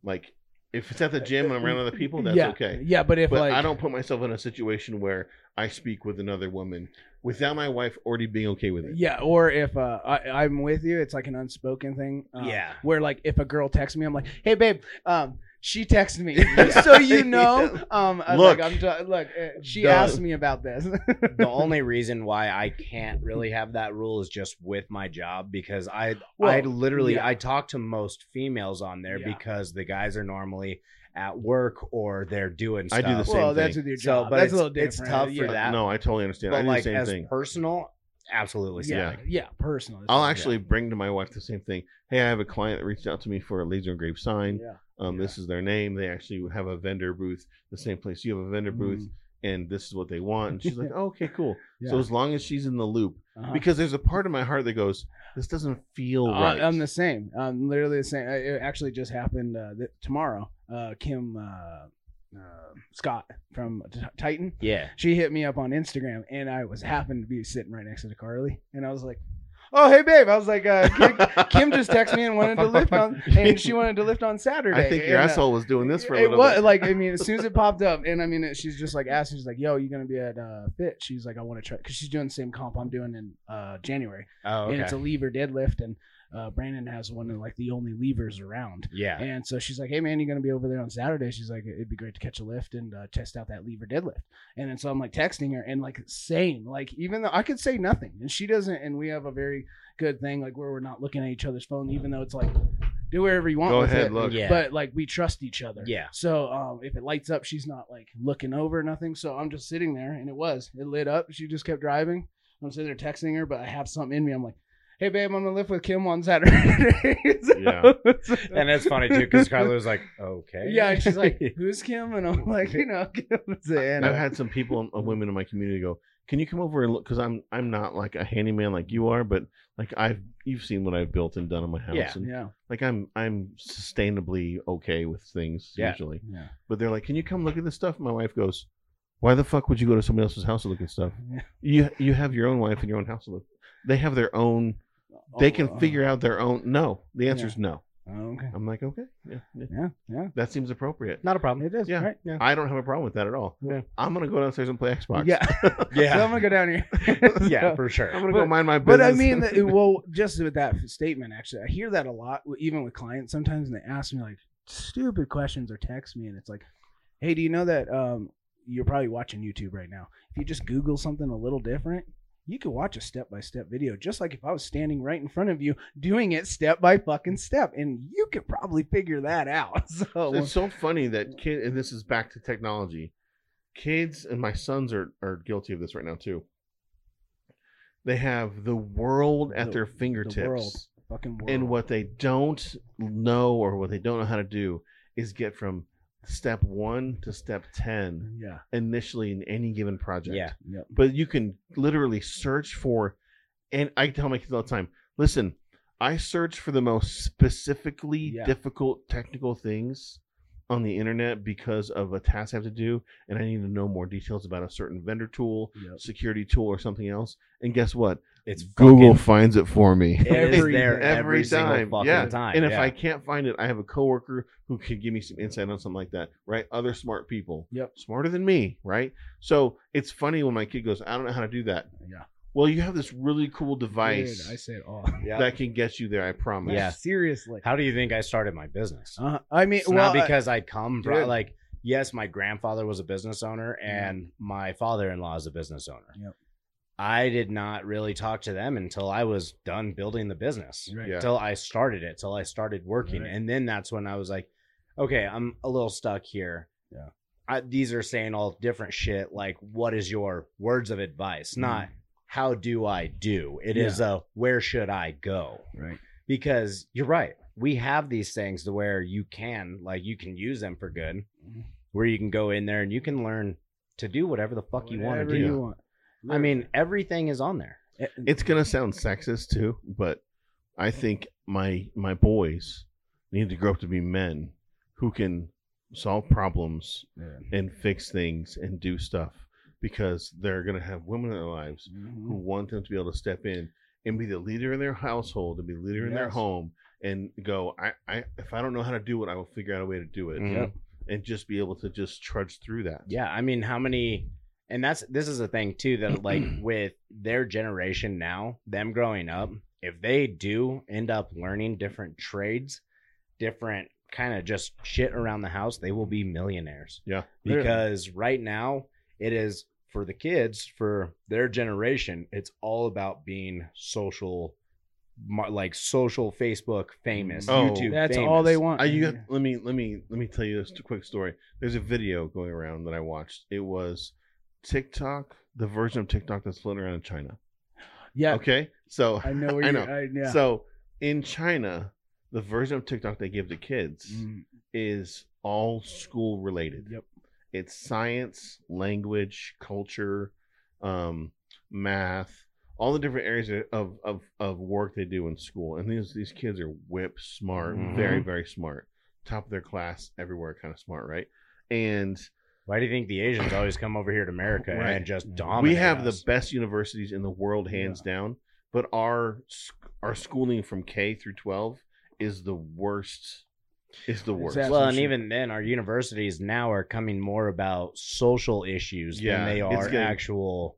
Speaker 3: like if it's at the gym and i'm around other people that's
Speaker 2: yeah.
Speaker 3: okay
Speaker 2: Yeah, but if
Speaker 3: but
Speaker 2: like
Speaker 3: I don't put myself in a situation where I speak with another woman without my wife already being okay with it.
Speaker 2: Yeah, or if uh, I, I'm with you, it's like an unspoken thing. Um,
Speaker 1: Yeah.
Speaker 2: Where like if a girl texts me, I'm like, hey babe, um, she texted me, Just so you know. Um, I'm
Speaker 3: Look.
Speaker 2: like, I'm ta- look, uh, she
Speaker 3: Duh.
Speaker 2: asked me about this.
Speaker 1: the only reason why I can't really have that rule is just with my job because I
Speaker 2: Well,
Speaker 1: I literally
Speaker 2: yeah.
Speaker 1: I talk to most females on there
Speaker 2: Yeah.
Speaker 1: because the guys are normally at work or they're doing
Speaker 3: I
Speaker 1: stuff.
Speaker 3: do the same
Speaker 2: well, that's
Speaker 3: thing.
Speaker 2: with your
Speaker 1: So,
Speaker 2: job.
Speaker 1: but
Speaker 2: that's a
Speaker 1: it's-
Speaker 2: little
Speaker 1: it's
Speaker 2: different.
Speaker 1: tough for
Speaker 2: yeah.
Speaker 1: that.
Speaker 3: Uh, No, I totally understand. I
Speaker 1: But
Speaker 3: do
Speaker 1: like
Speaker 3: the same
Speaker 1: as
Speaker 3: thing.
Speaker 1: personal, absolutely. same.
Speaker 2: Yeah, yeah, personal.
Speaker 3: I'll actually bring to my wife the same thing. Hey, I have a client that reached out to me for a laser engraved sign.
Speaker 2: Yeah.
Speaker 3: Um, This is their name. They actually have a vendor booth, the same place you have a vendor booth,
Speaker 2: Mhm.
Speaker 3: and this is what they want. And she's like, oh, okay, cool.
Speaker 2: Yeah.
Speaker 3: So as long as she's in the loop,
Speaker 2: Uh-huh.
Speaker 3: because there's a part of my heart that goes, this doesn't feel
Speaker 2: Uh,
Speaker 3: right.
Speaker 2: I'm the same. I'm literally the same. I- It actually just happened uh, th- tomorrow. Uh, Kim uh, uh, Scott from T- Titan.
Speaker 1: Yeah.
Speaker 2: she hit me up on Instagram, and I was happened to be sitting right next to Carly, and I was like, "Oh, hey, babe!" I was like, uh, Kim, "Kim just texted me and wanted to lift on, and she wanted to lift on Saturday."
Speaker 3: I think your
Speaker 2: and, uh,
Speaker 3: asshole was doing this for a
Speaker 2: it
Speaker 3: little
Speaker 2: was
Speaker 3: bit.
Speaker 2: like I mean, as soon as it popped up, and I mean, it, she's just like asking, she's like, "Yo, you gonna be at uh, Fit?" She's like, "I want to try," because she's doing the same comp I'm doing in uh, January,
Speaker 1: Oh,
Speaker 2: and
Speaker 1: okay.
Speaker 2: it's a lever deadlift, and uh, Brandon has one of like the only levers around.
Speaker 1: yeah.
Speaker 2: And so she's like, "Hey man, you're gonna be over there on Saturday." She's like, "It'd be great to catch a lift and uh, test out that lever deadlift." And then so I'm like texting her and like same, like even though I could say nothing and she doesn't, and we have a very good thing like where we're not looking at each other's phone, even though it's like do whatever you want.
Speaker 3: Go
Speaker 2: with
Speaker 3: ahead,
Speaker 2: it.
Speaker 3: look.
Speaker 1: Yeah.
Speaker 2: But like we trust each other.
Speaker 1: Yeah.
Speaker 2: So um, if it lights up, she's not like looking over or nothing. So I'm just sitting there, and it was it lit up. She just kept driving. I'm sitting there texting her, but I have something in me. I'm like, "Hey babe, I'm gonna lift with Kim on Saturday."
Speaker 3: Yeah.
Speaker 1: And it's funny too because Carly was like, okay.
Speaker 2: Yeah, and she's like, "Who's Kim?" And I'm like, "You know, Kim's
Speaker 3: And I've
Speaker 2: Anna."
Speaker 3: had some people, uh, women in my community, go, "Can you come over and look?" Because I'm, I'm not like a handyman like you are, but like I've, you've seen what I've built and done in my house,
Speaker 1: Yeah.
Speaker 3: and
Speaker 2: Yeah,
Speaker 3: like I'm, I'm sustainably okay with things
Speaker 1: Yeah.
Speaker 3: usually.
Speaker 2: yeah,
Speaker 3: But they're like, "Can you come look at this stuff?" My wife goes, "Why the fuck would you go to somebody else's house to look at stuff?
Speaker 2: Yeah.
Speaker 3: You, you have your own wife and
Speaker 1: Oh, uh.
Speaker 3: your own house to look. They have their own. They can figure out their own. No, the answer is no.
Speaker 2: Oh, Okay.
Speaker 3: I'm like, okay, yeah, yeah.
Speaker 2: Yeah. Yeah.
Speaker 3: that seems appropriate.
Speaker 1: Not a problem.
Speaker 2: It is.
Speaker 3: Yeah.
Speaker 2: Right. Yeah.
Speaker 3: I don't have a problem with that at all.
Speaker 1: Yeah.
Speaker 3: I'm gonna go downstairs and play Xbox.
Speaker 2: Yeah. So I'm gonna go down here.
Speaker 1: yeah, for sure.
Speaker 3: I'm gonna go mind my business.
Speaker 2: But I mean, that- well, just with that statement, actually, I hear that a lot, even with clients sometimes, and they ask me like stupid questions or text me, and it's like, "Hey, do you know that um, you're probably watching YouTube right now? If you just Google something a little different, you could watch a step by step video, just like if I was standing right in front of you doing it step by fucking step, and you could probably figure that out." So
Speaker 3: it's so funny that kid, and this is back to technology. Kids and my sons are are guilty of this right now too. They have the world at
Speaker 2: The-
Speaker 3: their
Speaker 2: the
Speaker 3: fingertips.
Speaker 2: world, fucking world.
Speaker 3: And what they don't know or what they don't know how to do is get from step one to step 10
Speaker 2: Yeah.
Speaker 3: initially in any given project.
Speaker 1: Yeah.
Speaker 2: Yep.
Speaker 3: But you can literally search for, and I tell my kids all the time listen, I search for the most specifically
Speaker 2: Yeah.
Speaker 3: difficult technical things on the internet because of a task I have to do, and I need to know more details about a certain vendor tool,
Speaker 2: Yep.
Speaker 3: security tool, or something else. And guess what?
Speaker 1: It's
Speaker 3: Google
Speaker 1: fucking-
Speaker 3: finds it for me.
Speaker 1: It is
Speaker 2: every-
Speaker 1: there
Speaker 3: every
Speaker 1: every,
Speaker 3: time.
Speaker 1: single fucking
Speaker 3: Yeah.
Speaker 2: Ah,
Speaker 1: time.
Speaker 3: And if
Speaker 1: yeah.
Speaker 3: I can't find it, I have a coworker who can give me some insight on something like that, right? Other smart people.
Speaker 2: Yep.
Speaker 3: Smarter than me, right? So it's funny when my kid goes, I don't know how to do that.
Speaker 2: Yeah.
Speaker 3: Well, you have this really cool device
Speaker 2: Dude, I say it all.
Speaker 1: Yeah.
Speaker 3: that can get you there, I promise.
Speaker 1: Yeah.
Speaker 2: Seriously.
Speaker 1: How do you think I started my business?
Speaker 2: Uh, I mean,
Speaker 1: It's not
Speaker 2: well,
Speaker 1: because I come from
Speaker 2: Dude.
Speaker 1: like yes, my grandfather was a business owner and my father-in-law is a business owner.
Speaker 2: Yep.
Speaker 1: I did not really talk to them until I was done building the business.
Speaker 2: Right.
Speaker 3: Yeah.
Speaker 1: Till I started it, till I started working.
Speaker 2: Right.
Speaker 1: And then that's when I was like, okay, I'm a little stuck here.
Speaker 2: Yeah.
Speaker 1: I, these are saying all different shit. Like, what is your words of advice? Not how do I do? It is a where should I go?
Speaker 2: Right.
Speaker 1: because you're right. We have these things to where you can like you can use them for good,
Speaker 2: Mhm.
Speaker 1: where you can go in there and you can learn to do whatever the fuck you want to
Speaker 2: Whatever
Speaker 1: do.
Speaker 2: you want.
Speaker 1: I mean, everything is on there.
Speaker 2: It-
Speaker 3: It's gonna sound sexist too, but I think my my boys need to grow up to be men who can solve problems
Speaker 2: Yeah.
Speaker 3: and fix things and do stuff because they're gonna have women in their lives who want them to be able to step in and be the leader in their household and be the leader in their
Speaker 2: Yes.
Speaker 3: home and go I, I if i don't know how to do it i will figure out a way to do it
Speaker 1: Mhm. Yep.
Speaker 3: and just be able to just trudge through that
Speaker 1: Yeah, I mean, how many? And that's this is the thing too that like with their generation now, them growing up, if they do end up learning different trades, different kind of just shit around the house, they will be millionaires.
Speaker 3: Yeah.
Speaker 1: Because right now it is for the kids, for their generation, it's all about being social mar- like social Facebook famous,
Speaker 3: Oh,
Speaker 1: YouTube
Speaker 2: That's
Speaker 1: famous.
Speaker 2: all they want.
Speaker 3: I, Uh, you have, let me let me let me tell you this quick story there's a video going around that i watched it was tiktok the version of tiktok that's floating around in china
Speaker 2: yeah.
Speaker 3: okay so
Speaker 2: I know where
Speaker 3: I
Speaker 2: you
Speaker 3: know.
Speaker 2: I, yeah.
Speaker 3: so in china the version of tiktok they give to kids
Speaker 2: Mm,
Speaker 3: is all school related
Speaker 2: yep.
Speaker 3: it's science, language, culture, um, math, all the different areas of, of, of work they do in school. And these these kids are whip smart,
Speaker 1: Mhm.
Speaker 3: very, very smart. Top of their class, everywhere kind of smart, right? And
Speaker 1: Why do you think the Asians always come over here to America
Speaker 3: Right.
Speaker 1: and just
Speaker 2: We
Speaker 1: dominate?
Speaker 3: we have
Speaker 1: us?
Speaker 3: the best universities in the world, hands down, but our sc- our schooling from K through twelve is the worst is the worst.
Speaker 2: Exactly.
Speaker 1: Well, and
Speaker 2: Sure.
Speaker 1: even then, our universities now are coming more about social issues
Speaker 3: Yeah,
Speaker 1: than they
Speaker 3: it's
Speaker 1: are
Speaker 3: getting-
Speaker 1: actual.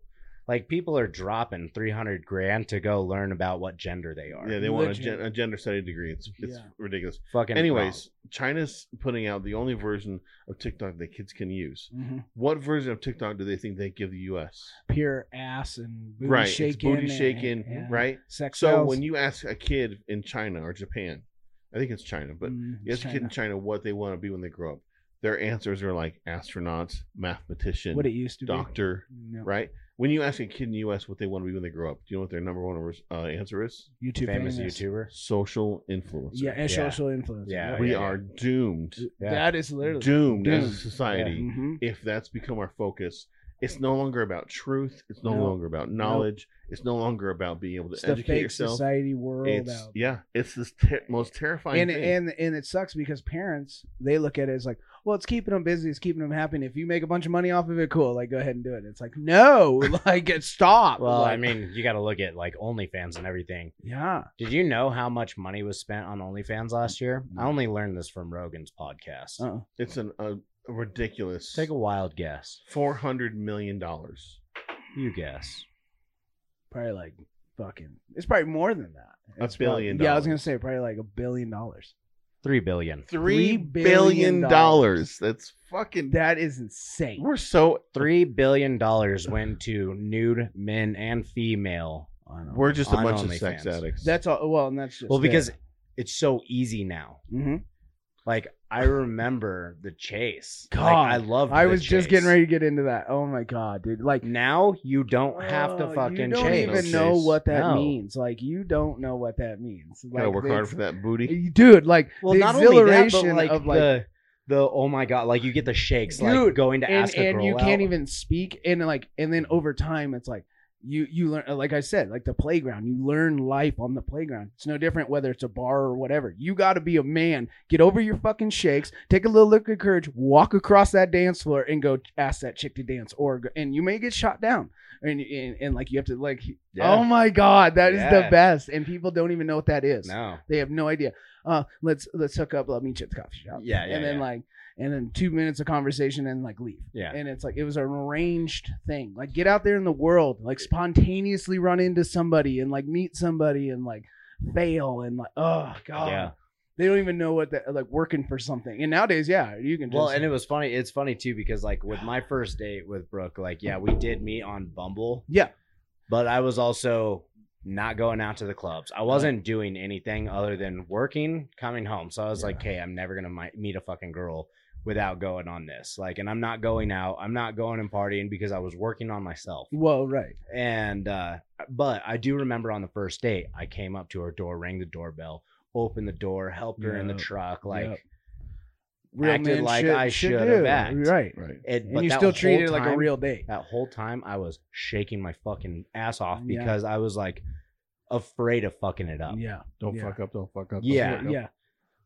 Speaker 1: Like people are dropping three hundred grand to go learn about what gender they are.
Speaker 3: Yeah, they want a,
Speaker 2: Religion.
Speaker 3: gen- a gender study degree. It's it's
Speaker 2: Yeah.
Speaker 3: ridiculous.
Speaker 1: Fucking
Speaker 3: Anyways, China's putting out the only version of TikTok that kids can use.
Speaker 2: Mhm.
Speaker 3: What version of TikTok do they think they give the U.S.?
Speaker 2: Pure ass and booty
Speaker 3: right,
Speaker 2: shaking.
Speaker 3: it's booty
Speaker 2: and-
Speaker 3: shaking,
Speaker 2: yeah.
Speaker 3: right?
Speaker 2: Sex.
Speaker 3: So when you ask a kid in China or Japan, I think it's China,
Speaker 2: Mm,
Speaker 3: but you ask a kid in China what they want to be when they grow up, their answers are like astronaut, mathematician,
Speaker 2: what it used to
Speaker 3: doctor,
Speaker 2: be. No.
Speaker 3: right? When you ask a kid in the U.S. what they want to be when they grow up, do you know what their number one uh, answer is?
Speaker 2: YouTube
Speaker 1: famous, YouTuber.
Speaker 3: Social influencer.
Speaker 2: Yeah, and
Speaker 1: Yeah.
Speaker 2: social influencer.
Speaker 1: Yeah.
Speaker 3: we
Speaker 1: yeah.
Speaker 3: are doomed,
Speaker 1: Yeah.
Speaker 2: That is literally
Speaker 3: doomed as a
Speaker 2: Doomed.
Speaker 3: society.
Speaker 2: Mhm.
Speaker 3: if that's become our focus, it's no longer about truth. It's no,
Speaker 2: No.
Speaker 3: longer about knowledge. It's no longer about being able to
Speaker 2: It's the
Speaker 3: educate
Speaker 2: fake
Speaker 3: yourself.
Speaker 2: society world
Speaker 3: It's
Speaker 2: out.
Speaker 3: yeah, it's this ter- most terrifying
Speaker 2: and
Speaker 3: thing.
Speaker 2: and and it sucks because parents they look at it as like, well, it's keeping them busy, it's keeping them happy. And if you make a bunch of money off of it, cool. Like, go ahead and do it. It's like, no, like, it stop.
Speaker 1: Well,
Speaker 2: Like,
Speaker 1: I mean, you got to look at like OnlyFans and everything.
Speaker 2: yeah,
Speaker 1: Did you know how much money was spent on OnlyFans last year? I only learned this from Rogan's podcast.
Speaker 2: oh,
Speaker 3: It's an, a a ridiculous
Speaker 1: Take a wild guess.
Speaker 3: four hundred million dollars.
Speaker 1: You guess.
Speaker 2: probably like fucking. It's probably more than that.
Speaker 3: A
Speaker 2: It's probably-
Speaker 3: billion
Speaker 2: Yeah, I was gonna
Speaker 3: dollars.
Speaker 2: say probably like a billion dollars.
Speaker 1: Three billion.
Speaker 3: Three
Speaker 2: billion
Speaker 3: billion
Speaker 2: dollars.
Speaker 3: dollars. That's fucking.
Speaker 2: That is insane.
Speaker 3: We're so
Speaker 1: Three billion dollars went to nude men and female.
Speaker 2: I know.
Speaker 3: we're just a
Speaker 1: On
Speaker 3: bunch of sex
Speaker 1: OnlyFans.
Speaker 3: addicts.
Speaker 2: That's all. Well, and that's just
Speaker 1: Well, because it's so easy now.
Speaker 2: hmm
Speaker 1: Like I remember the chase. Like,
Speaker 2: God,
Speaker 1: I love.
Speaker 2: I was just getting ready to get into that. Oh my god, dude! Like
Speaker 1: Now you don't have
Speaker 2: Oh,
Speaker 1: to fucking
Speaker 2: You don't
Speaker 1: chase.
Speaker 2: even
Speaker 3: No
Speaker 2: know
Speaker 3: chase.
Speaker 2: what that
Speaker 1: No.
Speaker 2: means. Like you don't know what that means. Like,
Speaker 3: gotta work hard
Speaker 2: it's-
Speaker 3: for that booty.
Speaker 2: dude. Like
Speaker 1: well,
Speaker 2: the
Speaker 1: not
Speaker 2: exhilaration
Speaker 1: only that, but like,
Speaker 2: of like.
Speaker 1: the, the oh my god, like you get the shakes,
Speaker 2: Dude,
Speaker 1: like going to
Speaker 2: and
Speaker 1: ask a
Speaker 2: and
Speaker 1: girl
Speaker 2: you
Speaker 1: out.
Speaker 2: can't even speak and like and then over time it's like you you learn uh, like i said like the playground you learn life on the playground it's no different whether it's a bar or whatever you got to be a man get over your fucking shakes take a little look of courage walk across that dance floor and go ask that chick to dance or go, and you may get shot down and, and and like you have to like
Speaker 1: Yeah.
Speaker 2: oh my god that is the
Speaker 1: Yeah.
Speaker 2: best and people don't even know what that is
Speaker 1: no.
Speaker 2: they have no idea. Uh, let's let's hook up. Let me at the coffee shop.
Speaker 1: Yeah, yeah,
Speaker 2: And then
Speaker 1: yeah.
Speaker 2: like, and then two minutes of conversation and like leave.
Speaker 1: Yeah.
Speaker 2: And it's like it was an arranged thing. Like get out there in the world. Like spontaneously run into somebody and like meet somebody and like fail and like oh god.
Speaker 1: Yeah.
Speaker 2: They don't even know what that like working for something. And nowadays, yeah, you can just
Speaker 1: Well, and it was funny. It's funny too because like with my first date with Brooke, like yeah, we did meet on Bumble,
Speaker 2: yeah.
Speaker 1: but I was also not going out to the clubs.
Speaker 2: Uh-huh.
Speaker 1: I wasn't doing anything other than working, coming home. So I was like, hey, I'm never gonna mi- meet a fucking girl without going on this. Like, and I'm not going out. I'm not going and partying because I was working on myself.
Speaker 2: Well, right.
Speaker 1: And uh but I do remember on the first date, I came up to her door, rang the doorbell, opened the door, helped her in the
Speaker 2: Yep.
Speaker 1: truck, like.
Speaker 2: Yep.
Speaker 1: Acted like I should
Speaker 2: do.
Speaker 1: have act.
Speaker 2: Right.
Speaker 3: Right.
Speaker 1: It,
Speaker 2: And
Speaker 1: but
Speaker 2: you
Speaker 1: that
Speaker 2: still
Speaker 1: whole
Speaker 2: treat it like a
Speaker 1: time-
Speaker 2: real date.
Speaker 1: that whole time I was shaking my fucking ass off
Speaker 2: Yeah.
Speaker 1: because I was like afraid of fucking it up.
Speaker 2: Yeah.
Speaker 3: Don't
Speaker 2: Yeah.
Speaker 3: fuck up. Don't fuck up. don't
Speaker 1: Yeah.
Speaker 3: fuck up.
Speaker 2: Yeah.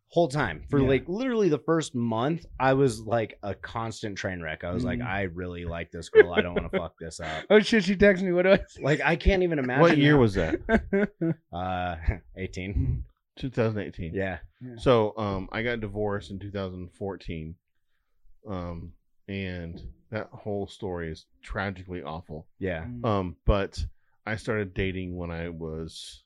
Speaker 1: Whole time for
Speaker 2: Yeah.
Speaker 1: like literally the first month, I was like a constant train wreck. I was like,
Speaker 2: Mhm.
Speaker 1: I really like this girl. I don't want to fuck this up.
Speaker 2: Oh shit, she texted me. What do I say?
Speaker 1: Like I can't even imagine.
Speaker 3: What year
Speaker 1: how-
Speaker 3: was that?
Speaker 1: uh 18?
Speaker 3: 2018.
Speaker 1: Yeah.
Speaker 3: So um, I got divorced in 2014, um, and that whole story is tragically awful.
Speaker 1: Yeah.
Speaker 3: Um, but I started dating when I was,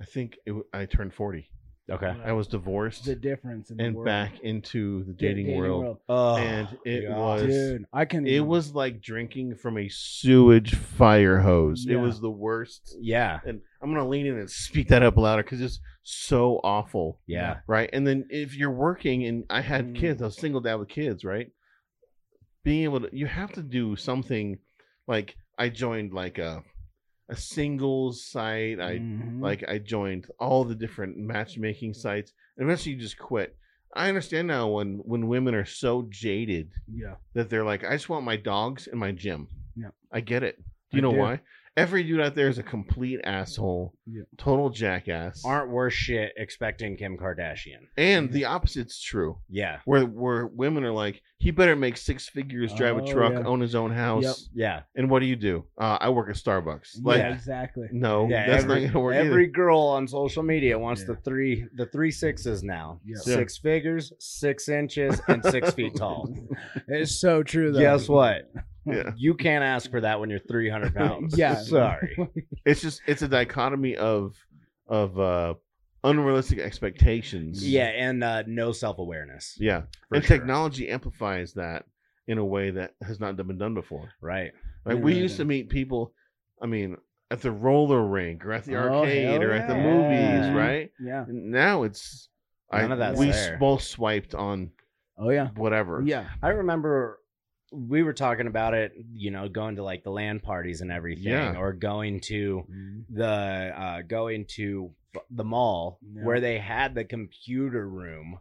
Speaker 3: I think it, w- I turned 40.
Speaker 1: Okay.
Speaker 3: I was divorced
Speaker 2: the difference in the
Speaker 3: and
Speaker 2: world.
Speaker 3: back into the
Speaker 2: The
Speaker 3: dating, world,
Speaker 1: Oh,
Speaker 3: and it
Speaker 1: God.
Speaker 3: was
Speaker 2: dude. I can.
Speaker 3: it was like drinking from a sewage fire hose. It
Speaker 2: Yeah.
Speaker 3: was the worst.
Speaker 1: Yeah.
Speaker 3: And I'm gonna lean in and speak that up louder because it's so awful.
Speaker 1: Yeah.
Speaker 3: right? And then if you're working, and I had
Speaker 2: Mm.
Speaker 3: kids, I was single dad with kids, right? Being able to, you have to do something. Like I joined like a a singles site. I
Speaker 2: Mhm.
Speaker 3: like I joined all the different matchmaking sites, and eventually you just quit. I understand now when when women are so jaded
Speaker 2: yeah.
Speaker 3: that they're like, I just want my dogs and my gym.
Speaker 2: Yeah.
Speaker 3: I get it.
Speaker 2: I
Speaker 3: Do you know
Speaker 2: do.
Speaker 3: why? Every dude out there is a complete asshole,
Speaker 2: Yeah.
Speaker 3: total jackass.
Speaker 1: Aren't worth shit expecting Kim Kardashian.
Speaker 3: and the opposite's true
Speaker 1: Yeah.
Speaker 3: where where women are like, he better make six figures, drive
Speaker 2: Oh,
Speaker 3: a truck,
Speaker 2: yeah.
Speaker 3: own his own house.
Speaker 2: Yep.
Speaker 1: Yeah.
Speaker 3: And what do you do? Uh, I work at Starbucks. Like,
Speaker 2: yeah, exactly.
Speaker 3: no,
Speaker 1: Yeah,
Speaker 3: that's
Speaker 1: every-
Speaker 3: not gonna work
Speaker 1: Every
Speaker 3: either.
Speaker 1: girl on social media wants
Speaker 2: Yeah.
Speaker 1: the three the three sixes now.
Speaker 2: Yeah.
Speaker 1: Six figures, six inches, and six feet tall.
Speaker 2: It's so true. Though.
Speaker 1: Guess what?
Speaker 3: Yeah,
Speaker 1: You can't ask for that when you're 300 pounds.
Speaker 2: Yeah.
Speaker 1: Sorry.
Speaker 3: it's just it's a dichotomy of of uh, unrealistic expectations.
Speaker 1: Yeah, and uh, no self awareness.
Speaker 3: yeah, and technology amplifies that in a way that has not been done before.
Speaker 1: Right.
Speaker 3: Like
Speaker 2: Yeah,
Speaker 3: we
Speaker 2: right.
Speaker 3: used to
Speaker 1: Mm.
Speaker 3: meet people. I mean, at the roller rink or at the
Speaker 2: Oh,
Speaker 3: arcade
Speaker 2: hell
Speaker 3: or at the
Speaker 2: yeah.
Speaker 1: Yeah.
Speaker 3: movies, right?
Speaker 2: Yeah.
Speaker 3: Now it's
Speaker 1: None
Speaker 3: I,
Speaker 1: of that's
Speaker 3: we
Speaker 1: there.
Speaker 3: both swiped on
Speaker 2: Oh yeah.
Speaker 3: whatever.
Speaker 2: Yeah.
Speaker 1: I remember we were talking about it, you know, going to like the land parties and everything,
Speaker 3: Yeah.
Speaker 1: or going to the uh, going to the mall
Speaker 2: Yeah.
Speaker 1: where they had the computer room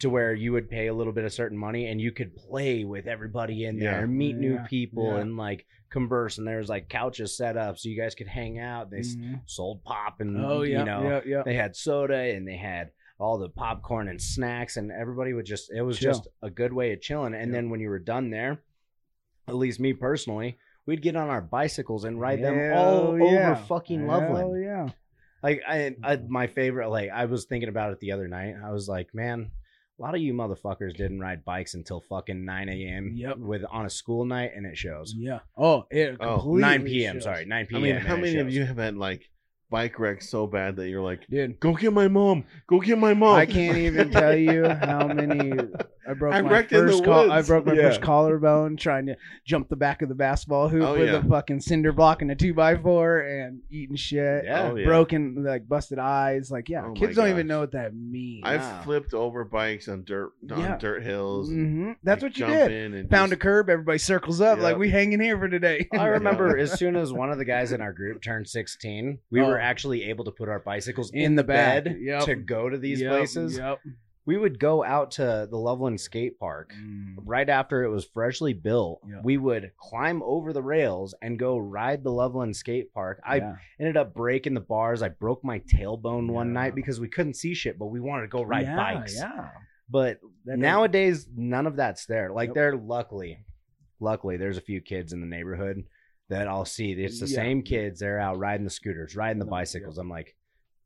Speaker 1: to where you would pay a little bit of certain money and you could play with everybody in there
Speaker 3: Yeah.
Speaker 1: and meet new
Speaker 2: Yeah.
Speaker 1: people
Speaker 2: Yeah.
Speaker 1: and like converse and there was like couches set up so you guys could hang out they s
Speaker 2: Mhm.
Speaker 1: sold pop and
Speaker 2: Oh yeah.
Speaker 1: you know
Speaker 2: yeah. Yeah.
Speaker 1: they had soda and they had all the popcorn and snacks, and everybody would just it was
Speaker 2: Chill.
Speaker 1: just a good way of chilling. And then when you were done there, at least me personally, we'd get on our bicycles and ride them all
Speaker 2: Hell yeah.
Speaker 1: over fucking
Speaker 2: Hell
Speaker 1: Loveland.
Speaker 2: yeah. Mm-hmm.
Speaker 1: Like I, I, my favorite. Like I was thinking about it the other night. I was like, man, a lot of you motherfuckers didn't ride bikes until fucking nine a.m.
Speaker 2: Yep.
Speaker 1: with on a school night, and it shows.
Speaker 2: Yeah. Oh, it
Speaker 3: Oh,
Speaker 2: completely
Speaker 1: Nine p.m.
Speaker 2: shows.
Speaker 1: Sorry, nine
Speaker 3: I
Speaker 1: p.m.
Speaker 3: mean,
Speaker 1: and
Speaker 3: how
Speaker 1: it
Speaker 3: many of
Speaker 1: shows.
Speaker 3: you have had like bike wrecks so bad that you're like,
Speaker 2: Dude,
Speaker 3: go get my mom, go get my mom.
Speaker 2: I can't even tell you how many I broke
Speaker 3: I
Speaker 2: my
Speaker 3: wrecked in the
Speaker 2: first col- I
Speaker 3: woods.
Speaker 2: broke my
Speaker 3: Yeah.
Speaker 2: first collarbone trying to jump the back of the basketball hoop
Speaker 3: Oh,
Speaker 2: with
Speaker 3: yeah.
Speaker 2: a fucking cinder block and a two by four and eating shit.
Speaker 1: Yeah.
Speaker 3: Oh, yeah.
Speaker 2: Broken like busted eyes. Like, yeah,
Speaker 3: Oh, my
Speaker 2: kids don't even
Speaker 3: gosh.
Speaker 2: know what that means.
Speaker 3: I've
Speaker 1: Nah.
Speaker 3: flipped over bikes on dirt on
Speaker 2: Yeah.
Speaker 3: dirt hills. and,
Speaker 2: Mhm. That's
Speaker 3: like,
Speaker 2: what you
Speaker 3: jump
Speaker 2: did.
Speaker 3: in and
Speaker 2: Found a
Speaker 3: just-
Speaker 2: curb, everybody circles up,
Speaker 3: Yep.
Speaker 2: like we hanging here for today.
Speaker 1: I remember as soon as one of the guys in our group turned 16, we were
Speaker 2: Oh.
Speaker 1: actually able to put our bicycles in,
Speaker 2: In the back.
Speaker 1: bed
Speaker 2: Yep.
Speaker 1: to go to these
Speaker 2: Yep,
Speaker 1: places.
Speaker 2: Yep.
Speaker 1: We would go out to the Loveland skate park
Speaker 2: Mm.
Speaker 3: Mm.
Speaker 1: right after it was freshly built.
Speaker 2: Yeah.
Speaker 1: We would climb over the rails and go ride the Loveland skate park. I
Speaker 2: Yeah.
Speaker 1: ended up breaking the bars. I broke my tailbone one
Speaker 2: Yeah.
Speaker 1: night because we couldn't see shit, but we wanted to go ride
Speaker 2: Yeah,
Speaker 1: bikes.
Speaker 2: Yeah.
Speaker 1: But
Speaker 2: That doesn't-
Speaker 1: nowadays none of that's there like
Speaker 2: Nope.
Speaker 1: they're luckily luckily there's a few kids in the neighborhood that i'll see it's the
Speaker 2: Yeah.
Speaker 1: same kids they're out riding the scooters riding the
Speaker 2: No, yeah.
Speaker 1: bicycles i'm like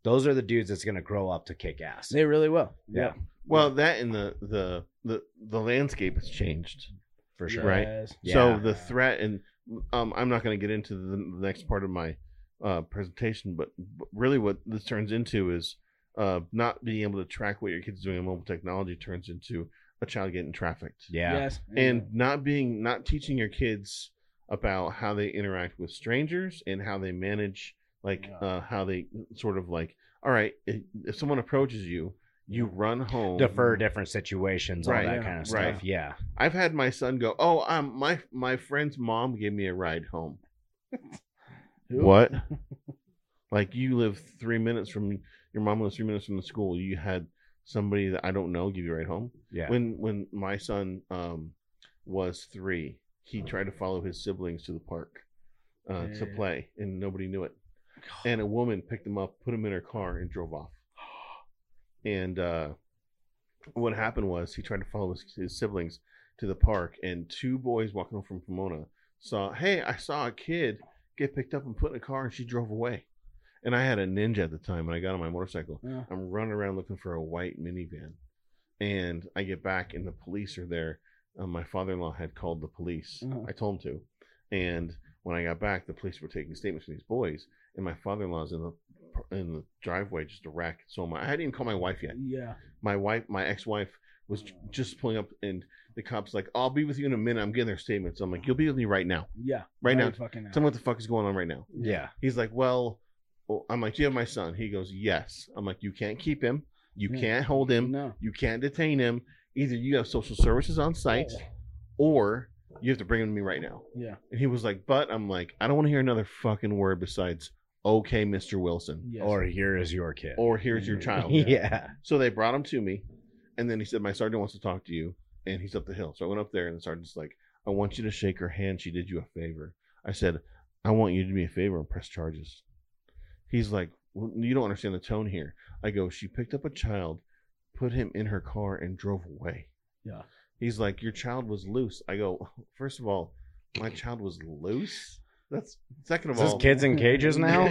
Speaker 1: those are the dudes that's going to grow up to kick ass
Speaker 2: They really will.
Speaker 1: Yeah.
Speaker 3: Well, that and the the the, the landscape has changed.
Speaker 1: for sure
Speaker 3: Right.
Speaker 2: Yes.
Speaker 1: Yeah.
Speaker 3: So the threat and um, I'm not going to get into the, the next part of my uh, presentation, but but really what this turns into is uh, not being able to track what your kids doing on mobile technology turns into a child getting trafficked.
Speaker 1: yeah
Speaker 2: Yes.
Speaker 3: and not being not teaching your kids about how they interact with strangers and how they manage like
Speaker 2: Yeah.
Speaker 3: uh, how they sort of like all right if, if someone approaches you you run home
Speaker 1: defer different situations
Speaker 3: Right.
Speaker 1: all that
Speaker 2: Yeah.
Speaker 1: kind of stuff
Speaker 3: Right.
Speaker 1: yeah
Speaker 3: i've had my son go oh um, my my friend's mom gave me a ride home
Speaker 2: Who?
Speaker 3: what like you live three minutes from your mom lives three minutes from the school you had somebody that i don't know give you a ride home
Speaker 1: yeah
Speaker 3: when when my son um was three he tried to follow his siblings to the park uh, to
Speaker 2: Yeah.
Speaker 3: play and nobody knew it and a woman picked him up put him in her car and drove off and uh what happened was he tried to follow his, his siblings to the park and two boys walking home from pomona saw hey i saw a kid get picked up and put in a car and she drove away and i had a ninja at the time and i got on my motorcycle
Speaker 2: Yeah.
Speaker 3: I'm running around looking for a white minivan. And I get back, and the police are there. Um, my father in law had called the police.
Speaker 2: Uh-huh.
Speaker 3: I told him to. And when I got back, the police were taking statements from these boys. And my father in law's in the in the driveway, just a wreck. So am I. I hadn't even called my wife yet.
Speaker 2: Yeah.
Speaker 3: My wife, my ex wife, was j- just pulling up, and the cops like, "I'll be with you in a minute. I'm getting their statements." I'm like, "You'll be with me right now,
Speaker 2: Yeah.
Speaker 3: right now.
Speaker 2: Fucking now.
Speaker 3: Tell me what the fuck is going on right now."
Speaker 1: yeah
Speaker 3: He's like, well, well," I'm like, do you have my son? He goes, yes. I'm like, you can't keep him. You
Speaker 2: Yeah.
Speaker 3: can't hold him.
Speaker 2: No.
Speaker 3: You can't detain him. Either you have social services on site or you have to bring him to me right now.
Speaker 2: Yeah.
Speaker 3: And he was like, but I'm like, I don't want to hear another fucking word besides, okay, Mr. Wilson,
Speaker 2: Yes.
Speaker 1: or here is your kid
Speaker 3: or here's your child.
Speaker 1: yeah
Speaker 3: So they brought him to me, and then he said, "My sergeant wants to talk to you," and he's up the hill. So I went up there, and the sergeant's like, "I want you to shake her hand. She did you a favor." I said, "I want you to do me a favor and press charges." He's like, well, "You don't understand the tone here." I go, "She picked up a child, put him in her car, and drove away."
Speaker 2: Yeah.
Speaker 3: He's like, "Your child was loose." I go, first of all, my child was loose." That's second of
Speaker 1: is this
Speaker 3: all,
Speaker 1: kids in cages now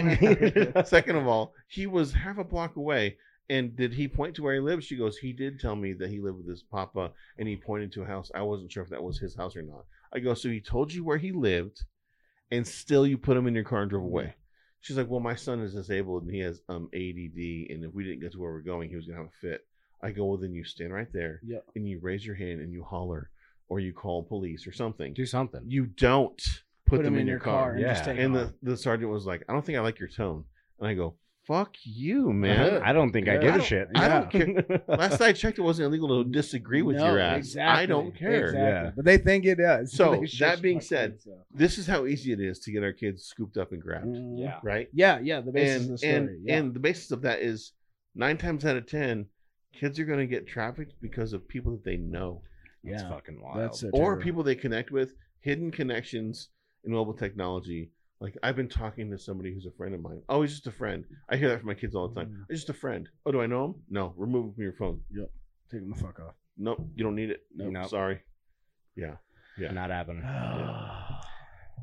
Speaker 3: Second of all, he was half a block away. And did he point to where he lived? She goes, He did tell me that he lived with his papa and he pointed to a house. I wasn't sure if that was his house or not. I go, So he told you where he lived and still you put him in your car and drove away. She's like, Well, my son is disabled and he has um ADD. And if we didn't get to where we're going, he was going to have a fit. I go, Well, then you stand right there
Speaker 2: Yep.
Speaker 3: and you raise your hand and you holler or you call police or something.
Speaker 1: do something
Speaker 3: You don't put,
Speaker 2: Put
Speaker 3: them in, your car.
Speaker 2: and just
Speaker 1: Yeah.
Speaker 2: take
Speaker 3: And
Speaker 2: off.
Speaker 3: the, the sergeant was like, I don't think I like your tone. And I go, fuck you, man.
Speaker 1: i don't think i
Speaker 2: Yeah.
Speaker 1: give
Speaker 3: I
Speaker 1: a
Speaker 3: don't-
Speaker 1: shit
Speaker 3: I don't
Speaker 1: Yeah.
Speaker 3: Last I checked, it wasn't illegal to disagree with
Speaker 2: No,
Speaker 3: your ass. I don't care.
Speaker 2: Exactly.
Speaker 1: Yeah.
Speaker 2: But they think it does.
Speaker 3: So,
Speaker 2: They shush
Speaker 3: that being
Speaker 2: my
Speaker 3: said,
Speaker 2: kids up.
Speaker 3: This is how easy it is to get our kids scooped up and grabbed,
Speaker 2: Mhm.
Speaker 1: yeah
Speaker 3: right?
Speaker 2: Yeah. Yeah. The basis of
Speaker 3: And
Speaker 2: the story.
Speaker 3: and
Speaker 2: yeah.
Speaker 3: and the basis of that is nine times out of ten, kids are going to get trafficked because of people that they know
Speaker 1: it's
Speaker 2: yeah.
Speaker 1: fucking wild
Speaker 2: That's so
Speaker 3: or
Speaker 2: terrible.
Speaker 3: people they connect with. Hidden connections in mobile technology Like I've been talking to somebody who's a friend of mine. Oh, he's just a friend. I hear that from my kids all the time.
Speaker 2: Mhm.
Speaker 3: He's just a friend. Oh, do I know him? No. Remove him from your phone.
Speaker 2: Take them the fuck off.
Speaker 3: Nope. You don't need it. Nope.
Speaker 1: Nope.
Speaker 3: Sorry. Yeah. Yeah.
Speaker 1: Not happening.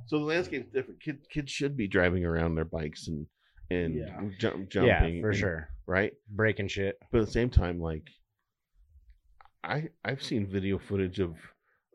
Speaker 3: So the landscape's different. Kids kids should be driving around their bikes and and
Speaker 2: Yeah.
Speaker 3: jump jumping.
Speaker 1: Yeah, for
Speaker 3: and-
Speaker 1: sure.
Speaker 3: Right.
Speaker 1: Breaking shit.
Speaker 3: But at the same time, like I I've seen video footage of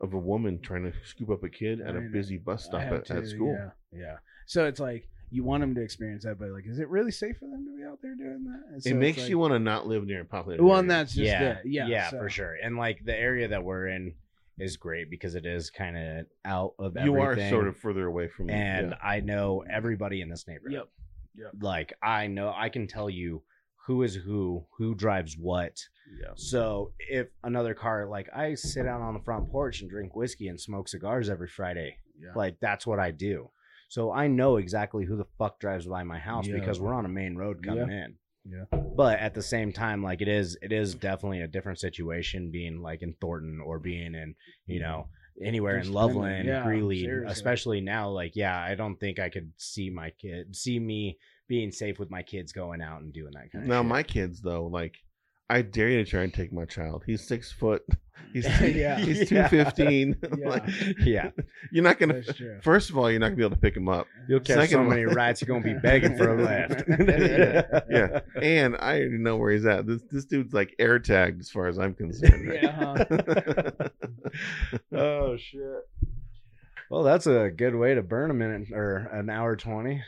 Speaker 3: of a woman trying to scoop up a kid at a
Speaker 2: I know.
Speaker 3: busy bus
Speaker 2: I
Speaker 3: stop
Speaker 2: have
Speaker 3: at,
Speaker 2: to,
Speaker 3: at school.
Speaker 2: Yeah, yeah. So it's like you want them to experience that, but like, is it really safe for them to be out there doing that? And so
Speaker 3: it
Speaker 2: it's
Speaker 3: makes
Speaker 2: like-
Speaker 3: you want to not live near a populated
Speaker 2: Well, and
Speaker 3: area.
Speaker 2: that's just
Speaker 1: yeah,
Speaker 2: it. Yeah,
Speaker 1: yeah,
Speaker 2: so-
Speaker 1: for sure. And like the area that we're in is great because it is kind of out of
Speaker 3: you are
Speaker 1: everything.
Speaker 3: sort of further away from
Speaker 1: and
Speaker 3: yeah.
Speaker 1: I know everybody in this neighborhood.
Speaker 2: Yep. Yep.
Speaker 1: Like I know I can tell you who is who, who drives what.
Speaker 3: Yeah.
Speaker 1: So if another car like I sit out on the front porch and drink whiskey and smoke cigars every Friday.
Speaker 2: Yeah.
Speaker 1: Like that's what I do. So I know exactly who the fuck drives by my house
Speaker 2: Yeah.
Speaker 1: because we're on a main road coming in.
Speaker 2: Yeah.
Speaker 1: But at the same time, like it is it is definitely a different situation being like in Thornton or being in, you know, anywhere
Speaker 2: Just
Speaker 1: in
Speaker 2: in
Speaker 1: Loveland,
Speaker 2: the- yeah,
Speaker 1: Greeley,
Speaker 2: seriously.
Speaker 1: especially now. Like, yeah, I don't think I could see my kid, see me being safe with my kids going out and doing that kind of.
Speaker 3: now
Speaker 1: shit.
Speaker 3: my kids though, like I dare you to try and take my child. He's six foot. He's
Speaker 2: Yeah.
Speaker 3: he's two
Speaker 1: Yeah.
Speaker 3: fifteen.
Speaker 2: Yeah.
Speaker 1: yeah,
Speaker 3: you're not gonna.
Speaker 2: That's true.
Speaker 3: First of all, you're not gonna be able to pick him up.
Speaker 1: you'll catch
Speaker 3: Second
Speaker 1: so
Speaker 3: of all-
Speaker 1: many rats, you're gonna be begging for a lift.
Speaker 3: Yeah. Yeah, and I already know where he's at. This this dude's like air tagged as far as I'm concerned. right?
Speaker 2: Yeah,
Speaker 1: Oh shit. Well, that's a good way to burn a minute or an hour twenty.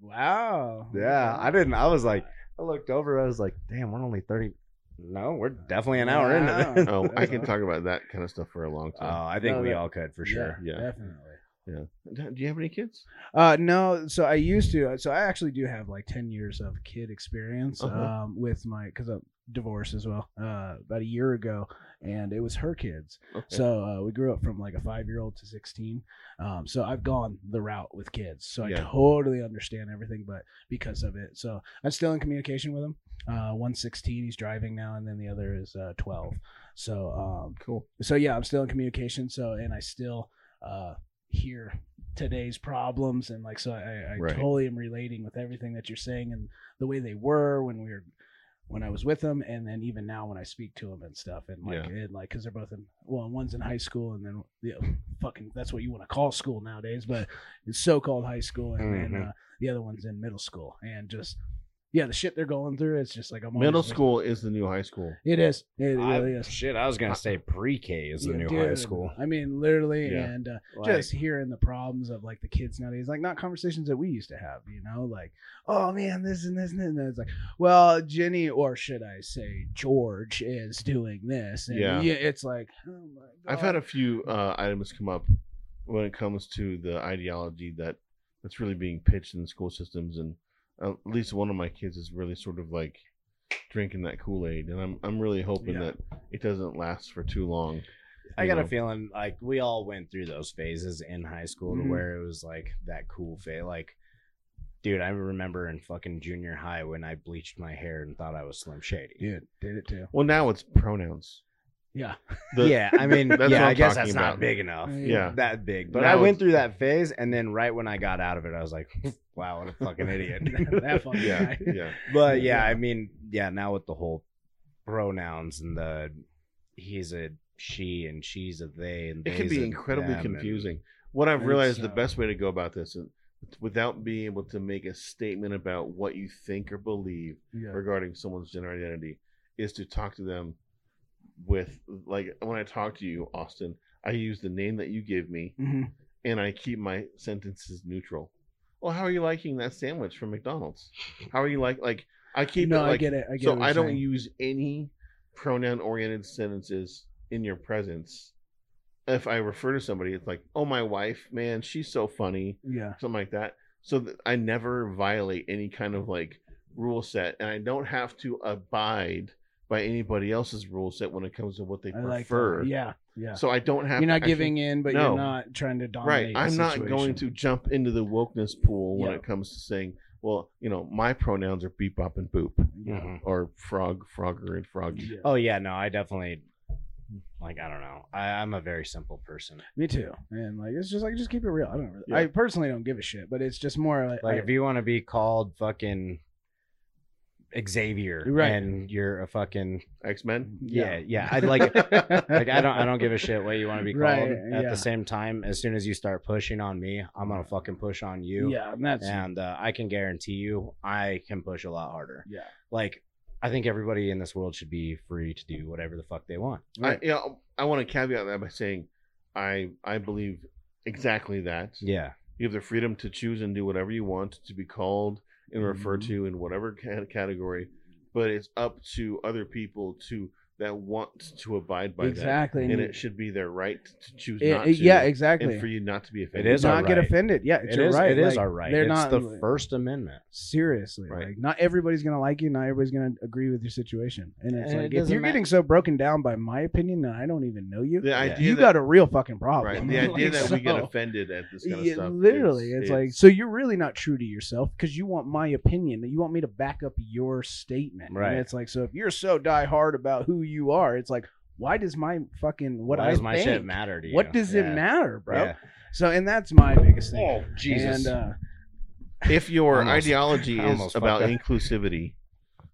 Speaker 2: wow.
Speaker 1: Yeah, I didn't. I was like, I looked over. I was like, damn, we're only thirty. No, we're definitely an hour into this.
Speaker 2: Wow.
Speaker 3: Oh, I can talk about that kind of stuff for a long
Speaker 1: Oh,
Speaker 3: time.
Speaker 1: I think
Speaker 2: No,
Speaker 1: we
Speaker 2: that-
Speaker 1: all could for sure.
Speaker 3: Yeah.
Speaker 2: definitely.
Speaker 3: Do you have any kids?
Speaker 2: Uh, no, so I used to. So I actually do have like ten years of kid experience
Speaker 3: Uh-huh.
Speaker 2: um, with my because I'm divorced as well. Uh, about a year ago, and it was her kids.
Speaker 3: Okay.
Speaker 2: So uh, we grew up from like a five year old to sixteen. Um, so I've gone the route with kids. So
Speaker 3: Yeah.
Speaker 2: I totally understand everything, but because of it, so I'm still in communication with him. Uh, one's sixteen, he's driving now, and then the other is uh, twelve. So um,
Speaker 3: cool.
Speaker 2: so yeah, I'm still in communication. So and I still uh, hear today's problems and like so I, I
Speaker 3: Right.
Speaker 2: totally am relating with everything that you're saying and the way they were when we were when I was with them and then even now when I speak to them and stuff and like and like because they're both in well one's in high school and then the fucking that's what you want to call school nowadays but it's so called high school and then
Speaker 3: Mm-hmm.
Speaker 1: Mhm.
Speaker 2: uh, the other one's in middle school and just yeah the shit they're going through it's just like I'm always
Speaker 3: Middle
Speaker 2: like-
Speaker 3: school is the new high school.
Speaker 2: it is it
Speaker 1: I-
Speaker 2: really is
Speaker 1: Shit, I was gonna say pre-K is the
Speaker 2: Yeah,
Speaker 1: new high
Speaker 2: dude.
Speaker 1: school.
Speaker 2: I mean, literally,
Speaker 3: Yeah.
Speaker 2: and uh,
Speaker 1: Like,
Speaker 2: just hearing the problems of like the kids nowadays, like not conversations that we used to have, you know, like, oh man, this and this and, this. and then it's like, well, Jenny, or should I say George, is doing this, and
Speaker 3: Yeah.
Speaker 2: yeah, it's like, oh my god,
Speaker 3: I've had a few uh, items come up when it comes to the ideology that that's really being pitched in school systems, and uh, at least one of my kids is really sort of like drinking that Kool Aid, and I'm I'm really hoping
Speaker 2: Yeah.
Speaker 3: that it doesn't last for too long.
Speaker 1: I
Speaker 3: you
Speaker 1: got a
Speaker 3: know.
Speaker 1: feeling like we all went through those phases in high school
Speaker 2: Mhm.
Speaker 1: to where it was like that cool phase. Like, dude, I remember in fucking junior high when I bleached my hair and thought I was Slim Shady.
Speaker 2: dude, did it too,
Speaker 3: Well, now it's pronouns.
Speaker 2: yeah,
Speaker 3: The-
Speaker 1: yeah, I mean,
Speaker 3: That's what
Speaker 1: yeah, I
Speaker 3: I'm
Speaker 1: guess
Speaker 3: talking
Speaker 1: that's
Speaker 3: about.
Speaker 1: not big enough.
Speaker 3: Yeah.
Speaker 1: That big, but
Speaker 3: Now
Speaker 1: I
Speaker 3: it's-
Speaker 1: went through that phase, and then right when I got out of it, I was like, "Wow, what a fucking idiot!"
Speaker 2: that fucking
Speaker 3: Yeah,
Speaker 2: guy.
Speaker 3: yeah.
Speaker 1: But yeah,
Speaker 2: Yeah.
Speaker 1: I mean, yeah, now with the whole pronouns and the he's a she and she's a they and
Speaker 3: It can
Speaker 1: they's
Speaker 3: be
Speaker 1: a
Speaker 3: incredibly
Speaker 1: them and-
Speaker 3: confusing. What I've
Speaker 2: It's,
Speaker 3: realized the
Speaker 2: uh,
Speaker 3: best way to go about this is without being able to make a statement about what you think or believe
Speaker 2: yeah,
Speaker 3: regarding someone's gender identity is to talk to them with like when I talk to you, Austin, I use the name that you give me
Speaker 2: Mhm.
Speaker 3: and I keep my sentences neutral. Well, how are you liking that sandwich from McDonald's? How are you like like I keep
Speaker 2: no,
Speaker 3: it like
Speaker 2: I get it, I get
Speaker 3: so
Speaker 2: what you're
Speaker 3: I don't
Speaker 2: saying.
Speaker 3: use any pronoun oriented sentences in your presence. If I refer to somebody, it's like, "Oh, my wife, man, she's so funny,"
Speaker 2: yeah,
Speaker 3: something like that. So that I never violate any kind of like rule set, and I don't have to abide by anybody else's rule set when it comes to what they
Speaker 2: I like,
Speaker 3: prefer.
Speaker 2: that. yeah, yeah.
Speaker 3: So I don't have.
Speaker 2: You're
Speaker 3: to
Speaker 2: not
Speaker 3: actually-
Speaker 2: giving in, but
Speaker 3: No.
Speaker 2: you're not trying to
Speaker 3: Right.
Speaker 2: dominate. the
Speaker 3: I'm not
Speaker 2: situation.
Speaker 3: going to jump into the wokeness pool when
Speaker 2: Yeah.
Speaker 3: it comes to saying, well, you know, my pronouns are bebop and boop
Speaker 1: Mhm.
Speaker 3: or frog, frogger, and froggy.
Speaker 2: Yeah.
Speaker 1: Oh yeah, no, I definitely like I don't know. I, I'm a very simple person.
Speaker 2: Me too. And like it's just like just keep it real. I don't really,
Speaker 3: Yeah.
Speaker 2: I personally don't give a shit, but it's just more like,
Speaker 1: Like if you want to be called fucking Xavier
Speaker 2: Right.
Speaker 1: and you're a fucking
Speaker 3: X Men.
Speaker 1: yeah, yeah, I'd like
Speaker 2: Mm-hmm.
Speaker 1: it. Like I don't I don't give a shit what you want to be called.
Speaker 2: Right,
Speaker 1: At
Speaker 2: yeah.
Speaker 1: the same time, as soon as you start pushing on me, I'm gonna fucking push on you.
Speaker 2: Yeah, and that's
Speaker 1: And uh, I can guarantee you, I can push a lot harder.
Speaker 2: yeah.
Speaker 1: Like, I think everybody in this world should be free to do whatever the fuck they want.
Speaker 3: I, you know, I want to caveat that by saying, I I believe exactly that.
Speaker 1: Yeah.
Speaker 3: You have the freedom to choose and do whatever you want to be called and referred
Speaker 2: Mhm.
Speaker 3: to in whatever ca- category, but it's up to other people to that want to abide by
Speaker 2: exactly.
Speaker 3: that, and
Speaker 2: And
Speaker 3: it should be their right to choose
Speaker 2: it-
Speaker 3: not
Speaker 2: it-
Speaker 3: to.
Speaker 2: yeah, exactly.
Speaker 3: And for you not to be offended.
Speaker 1: It is
Speaker 2: not
Speaker 1: our
Speaker 2: get
Speaker 1: right.
Speaker 2: offended. Yeah, it's
Speaker 1: It
Speaker 2: your
Speaker 1: is,
Speaker 2: right.
Speaker 1: It is
Speaker 2: Like,
Speaker 1: our right.
Speaker 2: They're
Speaker 1: it's
Speaker 2: not
Speaker 1: the
Speaker 2: like-
Speaker 1: First Amendment.
Speaker 2: seriously
Speaker 3: Right.
Speaker 2: like not everybody's gonna like you. Not everybody's gonna agree with your situation. And it's
Speaker 1: And
Speaker 2: like
Speaker 1: it
Speaker 2: if
Speaker 1: doesn't
Speaker 2: you're
Speaker 1: ma-
Speaker 2: getting so broken down by my opinion and I don't even know you,
Speaker 3: The idea
Speaker 2: you
Speaker 3: that,
Speaker 2: got a real fucking problem.
Speaker 3: right. The idea
Speaker 2: Like,
Speaker 3: that we get
Speaker 2: so-
Speaker 3: offended at this kind of
Speaker 2: Yeah,
Speaker 3: stuff.
Speaker 2: literally,
Speaker 3: is-
Speaker 2: it's,
Speaker 3: is-
Speaker 2: like so you're really not true to yourself because you want my opinion that you want me to back up your statement. And
Speaker 1: Right.
Speaker 2: it's like so if you're so die hard about who you are, it's like why does my fucking what
Speaker 1: Why
Speaker 2: I
Speaker 1: does my shit
Speaker 2: think-
Speaker 1: matter to you?
Speaker 2: What does
Speaker 1: Yeah.
Speaker 2: it matter, bro?
Speaker 1: Yeah.
Speaker 2: So and that's my biggest thing.
Speaker 3: oh Jesus.
Speaker 2: And uh,
Speaker 3: if your
Speaker 1: Almost.
Speaker 3: ideology
Speaker 1: I
Speaker 3: is
Speaker 1: almost fucked
Speaker 3: about
Speaker 1: up.
Speaker 3: inclusivity,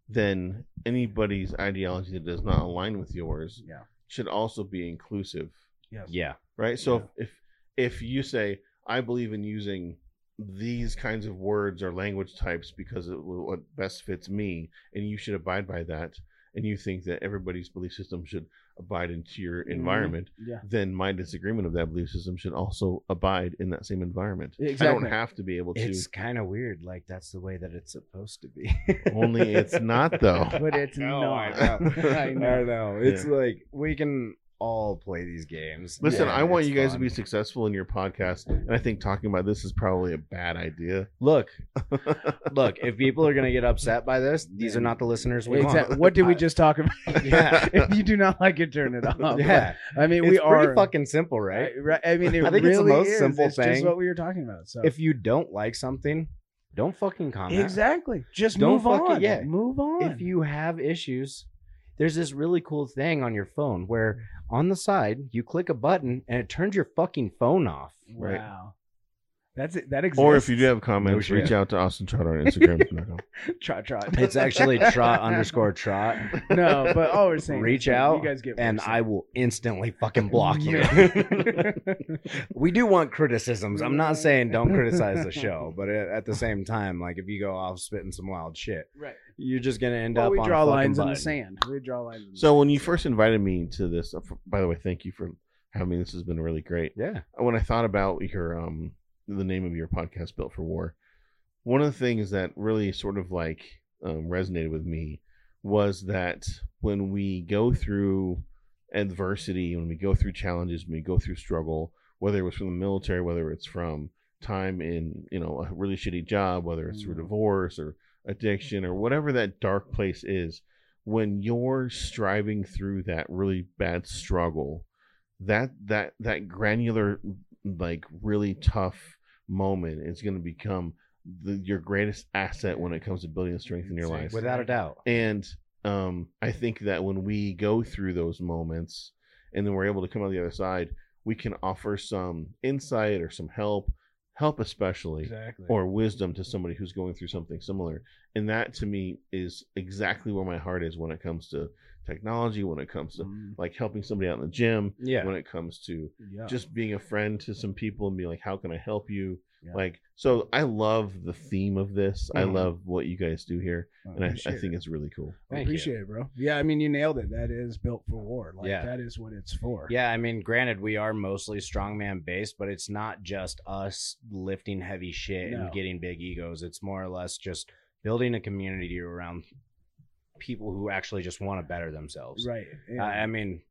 Speaker 3: then anybody's ideology that does not align with yours
Speaker 2: Yeah.
Speaker 3: should also be inclusive,
Speaker 2: yes.
Speaker 1: Yeah.
Speaker 3: right? So if if you say I believe in using these kinds of words or language types because it will, what best fits me, and you should abide by that, and you think that everybody's belief system should abide into your
Speaker 1: Mm-hmm.
Speaker 2: Mhm.
Speaker 3: environment,
Speaker 2: Yeah.
Speaker 3: then my disagreement of that belief system should also abide in that same environment. I
Speaker 2: Exactly.
Speaker 3: don't have to be able to.
Speaker 1: It's kind of weird. Like, that's the way that it's supposed to be.
Speaker 3: Only it's not though.
Speaker 2: But it's
Speaker 1: No,
Speaker 2: not.
Speaker 1: I know.
Speaker 2: I know.
Speaker 1: Oh. I know. It's like, we can all play these games.
Speaker 3: Listen,
Speaker 1: Yeah,
Speaker 3: I want
Speaker 1: it's
Speaker 3: you guys
Speaker 1: fun.
Speaker 3: to be successful in your podcast, and I think talking about this is probably a bad idea.
Speaker 1: Look, look, if people are going to get upset by this, these are not the listeners we
Speaker 2: Exactly.
Speaker 1: want.
Speaker 2: What did we just talk about?
Speaker 1: Yeah.
Speaker 2: if you do not like it, turn it off.
Speaker 1: yeah.
Speaker 2: I mean,
Speaker 1: It's
Speaker 2: we
Speaker 1: pretty
Speaker 2: are
Speaker 1: fucking simple, right?
Speaker 2: I- right. I mean, it
Speaker 1: I think
Speaker 2: really
Speaker 1: it's the most
Speaker 2: is.
Speaker 1: simple
Speaker 2: it's Just
Speaker 1: thing.
Speaker 2: what we were talking about. So
Speaker 1: If you don't like something, don't fucking comment.
Speaker 2: Exactly. Just
Speaker 1: Don't
Speaker 2: move
Speaker 1: fucking-
Speaker 2: on.
Speaker 1: yeah.
Speaker 2: Move on.
Speaker 1: If you have issues, there's this really cool thing on your phone where on the side you click a button and it turns your fucking phone off.
Speaker 3: Right.
Speaker 2: Wow. That's it. That exists.
Speaker 3: Or if you do have comments,
Speaker 1: No shit.
Speaker 3: reach out to Austin Trout on Instagram.
Speaker 2: trot trot.
Speaker 1: It's actually trot underscore trot,
Speaker 2: no, but all we're saying. is
Speaker 1: Reach
Speaker 2: you-
Speaker 1: out
Speaker 2: You guys get
Speaker 1: and
Speaker 2: worse.
Speaker 1: I will instantly fucking block you. we do want criticisms. I'm not saying don't criticize the show, but at at the same time, like if you go off spitting some wild shit,
Speaker 2: right.
Speaker 1: you're just gonna end
Speaker 2: Well,
Speaker 1: up.
Speaker 2: we
Speaker 1: on a
Speaker 2: draw
Speaker 1: fucking
Speaker 2: lines in the
Speaker 1: button.
Speaker 2: sand. We draw lines. In the
Speaker 3: so when you first invited me to this, uh, f- by the way, thank you for having me. This has been really great.
Speaker 1: Yeah.
Speaker 3: When I thought about your um the name of your podcast, Built for War, one of the things that really sort of like um, resonated with me was that when we go through adversity, when we go through challenges, when we go through struggle, whether it was from the military, whether it's from time in you know a really shitty job, whether it's through
Speaker 2: Mhm.
Speaker 3: divorce or addiction or whatever that dark place is, when you're striving through that really bad struggle, that that that granular like really tough moment is going to become the, your greatest asset when it comes to building strength in your life.
Speaker 1: Without a doubt.
Speaker 3: And um, I think that when we go through those moments and then we're able to come out the other side, we can offer some insight or some help, help especially,
Speaker 2: exactly.
Speaker 3: or wisdom to somebody who's going through something similar. And that to me is exactly where my heart is when it comes to technology, when it comes to
Speaker 2: Mm,
Speaker 3: like helping somebody out in the gym,
Speaker 1: Yeah.
Speaker 3: when it comes to
Speaker 2: yeah.
Speaker 3: just being a friend to some people and be like, how can I help you?
Speaker 2: Yeah.
Speaker 3: Like, so I love the theme of this. I
Speaker 2: Mhm.
Speaker 3: love what you guys do here
Speaker 2: Oh,
Speaker 3: and I, I
Speaker 2: appreciate it.
Speaker 3: think it's really cool.
Speaker 2: I
Speaker 1: Thank you.
Speaker 2: appreciate it, bro. Yeah, I mean, you nailed it. That is built for war. Like
Speaker 1: Yeah.
Speaker 2: that is what it's for.
Speaker 1: Yeah, I mean, granted, we are mostly strongman based, but it's not just us lifting heavy shit
Speaker 2: No.
Speaker 1: and getting big egos. It's more or less just building a community around people who actually just want to better themselves.
Speaker 2: Right.
Speaker 1: I, I mean,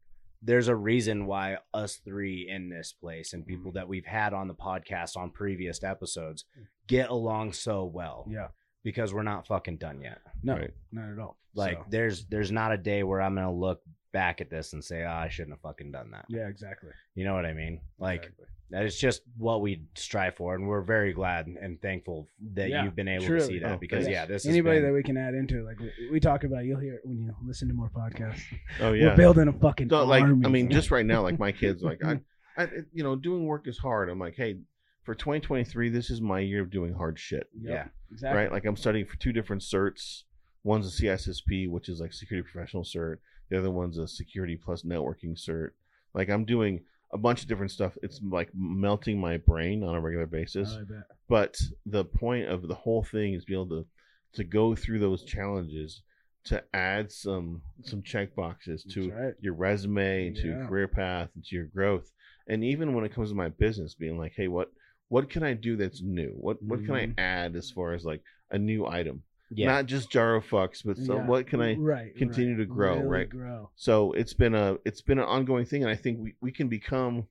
Speaker 1: there's a reason why us three in this place and people
Speaker 2: Mm-hmm.
Speaker 1: that we've had on the podcast on previous episodes get along so well
Speaker 2: Mm. yeah.
Speaker 1: because we're not fucking done yet.
Speaker 2: No,
Speaker 3: Right.
Speaker 2: not at all.
Speaker 1: Like
Speaker 2: So,
Speaker 1: there's there's not a day where I'm gonna look back at this and say, oh, I shouldn't have fucking done that.
Speaker 2: Yeah, exactly.
Speaker 1: You know what I mean? Like
Speaker 2: Exactly.
Speaker 1: that is just what we strive for, and we're very glad and thankful that
Speaker 2: Yeah,
Speaker 1: you've been able
Speaker 2: truly.
Speaker 1: to see that
Speaker 3: Oh,
Speaker 1: because
Speaker 3: thanks.
Speaker 1: yeah, this
Speaker 2: anybody
Speaker 1: has
Speaker 2: that
Speaker 1: been,
Speaker 2: we can add into it, like we, we talk about, you'll hear it when you listen to more podcasts.
Speaker 3: Oh
Speaker 2: We're building a fucking
Speaker 3: So, like,
Speaker 2: army.
Speaker 3: I mean, just right now, like my kids, like I, I, it- you know, doing work is hard. I'm like, hey, for 2023, this is my year of doing hard shit,
Speaker 2: Yep,
Speaker 1: yeah.
Speaker 2: exactly.
Speaker 3: right? Like I'm studying for two different certs. One's a CISSP, which is like security professional cert. The other one's a security plus networking cert. Like I'm doing a bunch of different stuff. It's like melting my brain on a regular basis.
Speaker 2: Oh, I bet.
Speaker 3: but the point of the whole thing is be able to to go through those challenges to add some some check boxes
Speaker 2: That's
Speaker 3: to
Speaker 2: right.
Speaker 3: your resume and to your
Speaker 2: Yeah.
Speaker 3: career path and to your growth and even when it comes to my business being like hey what what can i do that's new what what can i
Speaker 2: Mhm.
Speaker 3: add as far as like a new item
Speaker 1: yeah.
Speaker 3: not just jar of fucks but so
Speaker 2: Yeah.
Speaker 3: what can i
Speaker 2: right,
Speaker 3: continue
Speaker 2: right.
Speaker 3: to grow,
Speaker 2: Really
Speaker 3: right?
Speaker 2: Grow.
Speaker 3: so it's been a it's been an ongoing thing and i think we, we can become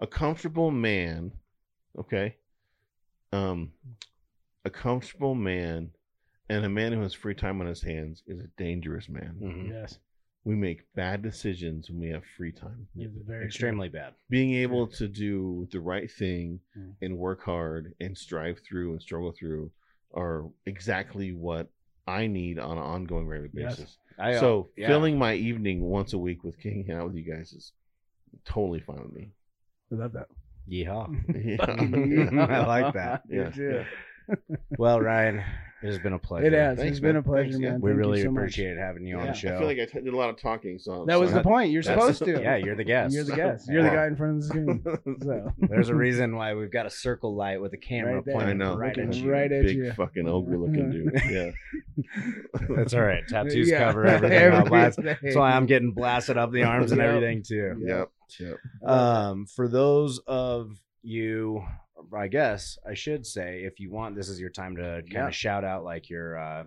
Speaker 3: a comfortable man okay um a comfortable man and a man who has free time on his hands is a dangerous man
Speaker 2: Mm.
Speaker 1: Mhm.
Speaker 2: Yes,
Speaker 3: we make bad decisions when we have free time
Speaker 2: it's very true.
Speaker 1: extremely bad.
Speaker 3: being able to do the right thing
Speaker 2: Mm.
Speaker 3: and work hard and strive through and struggle through are exactly what i need on an ongoing regular
Speaker 2: Yes.
Speaker 3: basis
Speaker 1: I, uh,
Speaker 3: so
Speaker 1: yeah.
Speaker 3: filling my evening once a week with King out with you guys is totally fine with me.
Speaker 2: I love that.
Speaker 1: yeehaw.
Speaker 3: Yeah.
Speaker 1: I like that.
Speaker 2: You
Speaker 3: Yeah.
Speaker 2: too.
Speaker 1: well, Ryan, it has been a pleasure.
Speaker 2: It has.
Speaker 3: Thanks,
Speaker 2: it's been a
Speaker 3: man.
Speaker 2: pleasure,
Speaker 3: Thanks, yeah.
Speaker 2: man.
Speaker 1: We
Speaker 2: Thank you
Speaker 1: really
Speaker 2: so much.
Speaker 1: appreciate having you on
Speaker 2: Yeah.
Speaker 1: the
Speaker 2: I
Speaker 1: show.
Speaker 3: I feel like I t- did a lot of talking, so I'm
Speaker 2: That was the
Speaker 3: sorry.
Speaker 2: point. You're
Speaker 1: That's-
Speaker 2: supposed to.
Speaker 1: yeah, you're the guest.
Speaker 2: You're the guest. You're
Speaker 3: Yeah.
Speaker 2: the guy in front of the screen. So
Speaker 1: There's a reason why we've got a circle light with a camera
Speaker 2: Right there.
Speaker 1: pointing
Speaker 3: I know.
Speaker 1: right
Speaker 2: Looking
Speaker 1: at you.
Speaker 2: right at
Speaker 3: Big
Speaker 2: you.
Speaker 3: fucking ogre looking dude. Yeah.
Speaker 1: That's all right. Tattoos
Speaker 2: Yeah.
Speaker 1: cover everything. I'll blast-
Speaker 2: Everything.
Speaker 1: That's why I'm getting blasted up the arms and
Speaker 2: Yep.
Speaker 1: everything too.
Speaker 3: Yep. Yep. uh,
Speaker 1: Um, for those of you, I guess I should say, if you want, this is your time to kind
Speaker 2: Yeah.
Speaker 1: of shout out like your uh,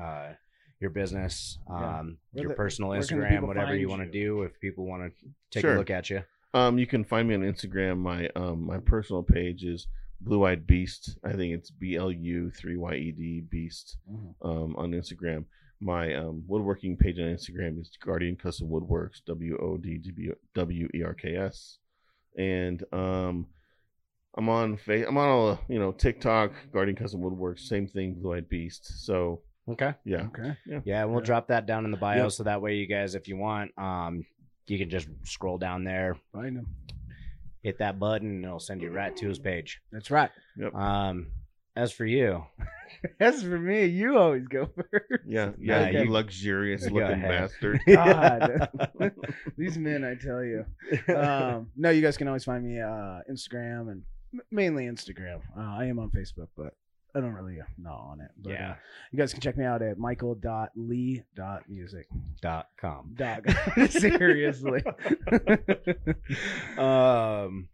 Speaker 1: uh, your business,
Speaker 2: Yeah.
Speaker 1: um,
Speaker 2: Where
Speaker 1: your
Speaker 2: the-
Speaker 1: personal
Speaker 2: where can the
Speaker 1: Instagram,
Speaker 2: people
Speaker 1: whatever
Speaker 2: find
Speaker 1: you want to
Speaker 2: you?
Speaker 1: do. If people want to take
Speaker 3: Sure.
Speaker 1: a look at you,
Speaker 3: Um, you can find me on Instagram. My um my personal page is Blue Eyed Beast. I think it's B L U three Y E D Beast
Speaker 2: Mhm.
Speaker 3: um on Instagram. My um woodworking page on Instagram is Guardian Custom Woodworks, W O D W E R K S. And um I'm on fa- I'm on all uh, you know TikTok, Guardian Custom Woodworks, same thing, Blue Eyed Beast. So
Speaker 1: okay.
Speaker 3: yeah.
Speaker 2: Okay.
Speaker 1: Yeah, and we'll
Speaker 2: Yeah.
Speaker 1: drop that down in the bio
Speaker 2: Yep.
Speaker 1: so that way you guys, if you want, um, you can just scroll down there,
Speaker 2: Find him.
Speaker 1: hit that button, and it'll send you right to his page.
Speaker 2: That's right.
Speaker 1: Um, as for you,
Speaker 2: That's for me. You always go first.
Speaker 3: Yeah, yeah,
Speaker 1: Okay.
Speaker 3: you luxurious
Speaker 1: Go
Speaker 3: looking
Speaker 1: ahead.
Speaker 3: bastard.
Speaker 2: God. These men, I tell you. Um, no, you guys can always find me uh, Instagram and m- mainly Instagram. Uh, I am on Facebook, but I don't really uh, not on it. But,
Speaker 1: yeah,
Speaker 2: uh, you guys can check me out at michael.lee.music.
Speaker 1: dot com.
Speaker 2: Dog. Seriously.
Speaker 1: um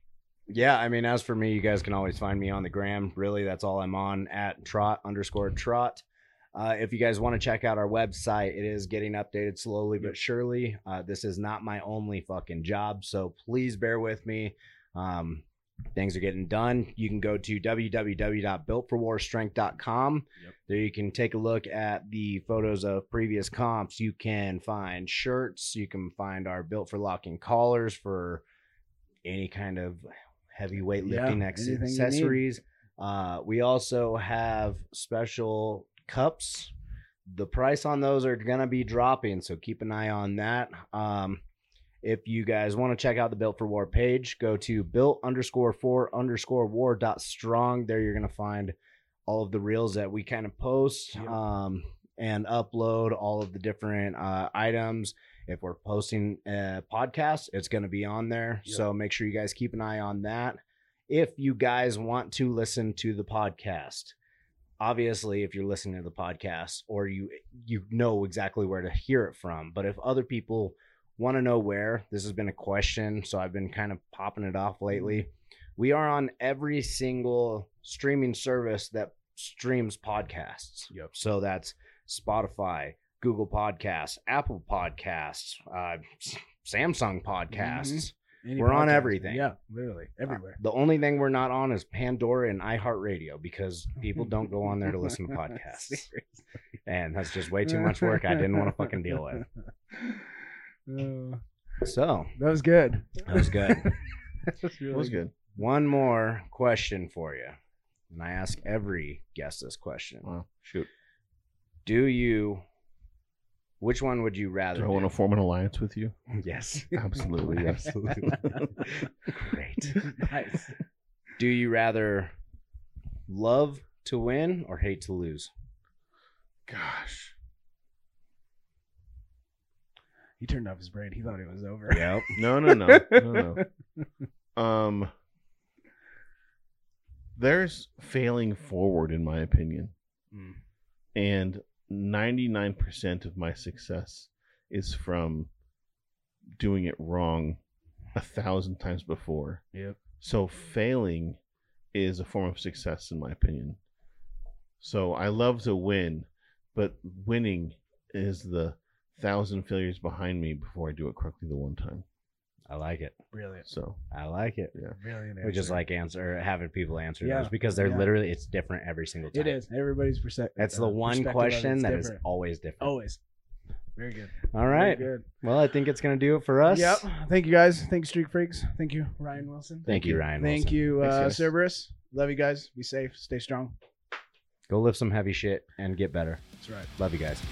Speaker 1: yeah i mean as for me you guys can always find me on the gram really that's all i'm on at trot underscore trot uh, if you guys want to check out our website it is getting updated slowly but surely uh, this is not my only fucking job so please bear with me um, things are getting done you can go to www.builtforwarstrength.com
Speaker 2: Yep.
Speaker 1: there you can take a look at the photos of previous comps you can find shirts you can find our built for locking collars for any kind of heavyweight
Speaker 2: Yeah,
Speaker 1: lifting acc-
Speaker 2: anything you need.
Speaker 1: accessories. Uh, we also have special cups. The price on those are gonna be dropping, so keep an eye on that. Um, if you guys want to check out the Built for War page, go to built underscore for underscore war dot strong. There you're gonna find all of the reels that we kind of post
Speaker 2: Yeah.
Speaker 1: um, and upload all of the different uh, items. If we're posting a podcast, it's gonna be on there.
Speaker 2: Yeah.
Speaker 1: So make sure you guys keep an eye on that. If you guys want to listen to the podcast, obviously if you're listening to the podcast or you you know exactly where to hear it from but if other people want to know where this has been a question so i've been kind of popping it off lately we are on every single streaming service that streams podcasts
Speaker 2: Yep.
Speaker 1: so that's spotify google podcasts apple podcasts uh, S- samsung podcasts
Speaker 2: Any
Speaker 1: We're on
Speaker 2: podcast.
Speaker 1: everything. Uh,
Speaker 2: Yeah, literally. Everywhere.
Speaker 1: the only thing we're not on is pandora and iheartradio because people don't go on there to listen to podcasts
Speaker 2: Seriously.
Speaker 1: and that's just way too much work I didn't want to fucking deal with.
Speaker 2: Oh,
Speaker 1: So
Speaker 2: that was good.
Speaker 1: that was good.
Speaker 2: That was
Speaker 3: It was good.
Speaker 1: One more question for you. And I ask every guest this question.
Speaker 3: Wow. Shoot.
Speaker 1: Do you which one would you rather?
Speaker 3: Do I want to
Speaker 1: do?
Speaker 3: form an alliance with you?
Speaker 1: yes.
Speaker 3: Absolutely. Yes.
Speaker 1: Great.
Speaker 2: nice.
Speaker 1: Do you rather love to win or hate to lose?
Speaker 3: Gosh.
Speaker 2: He turned off his brain. He thought it was over.
Speaker 1: Yep.
Speaker 3: No, no, no. No, no. Um, there's failing forward, in my opinion.
Speaker 1: Hmm.
Speaker 2: Mm.
Speaker 3: and 99% of my success is from doing it wrong a thousand times before.
Speaker 2: Yep.
Speaker 3: So failing is a form of success in my opinion. So I love to win, but winning is the thousand failures behind me before I do it correctly the one time.
Speaker 1: I like it.
Speaker 2: Brilliant.
Speaker 3: So
Speaker 1: I like it.
Speaker 2: Brilliant.
Speaker 1: We just
Speaker 2: answer.
Speaker 1: like answer having people answer
Speaker 2: Yeah.
Speaker 1: those because they're
Speaker 2: Yeah.
Speaker 1: literally it's different every single time.
Speaker 2: it is everybody's uh, perspective.
Speaker 1: That's the one question that is always different.
Speaker 2: always very good.
Speaker 1: All
Speaker 2: Oh, Very
Speaker 1: right.
Speaker 2: good.
Speaker 1: Well, I think it's gonna do it for us.
Speaker 2: Yep. Thank you guys. Thank you, Streak Freaks. Thank you, Ryan Wilson.
Speaker 1: Thank you, Ryan.
Speaker 2: Thank
Speaker 1: Wilson.
Speaker 2: you,
Speaker 3: Thanks,
Speaker 2: uh,
Speaker 3: guys.
Speaker 2: Cerberus. Love you guys. Be safe. Stay strong.
Speaker 1: Go lift some heavy shit and get better.
Speaker 2: That's right.
Speaker 1: Love you guys.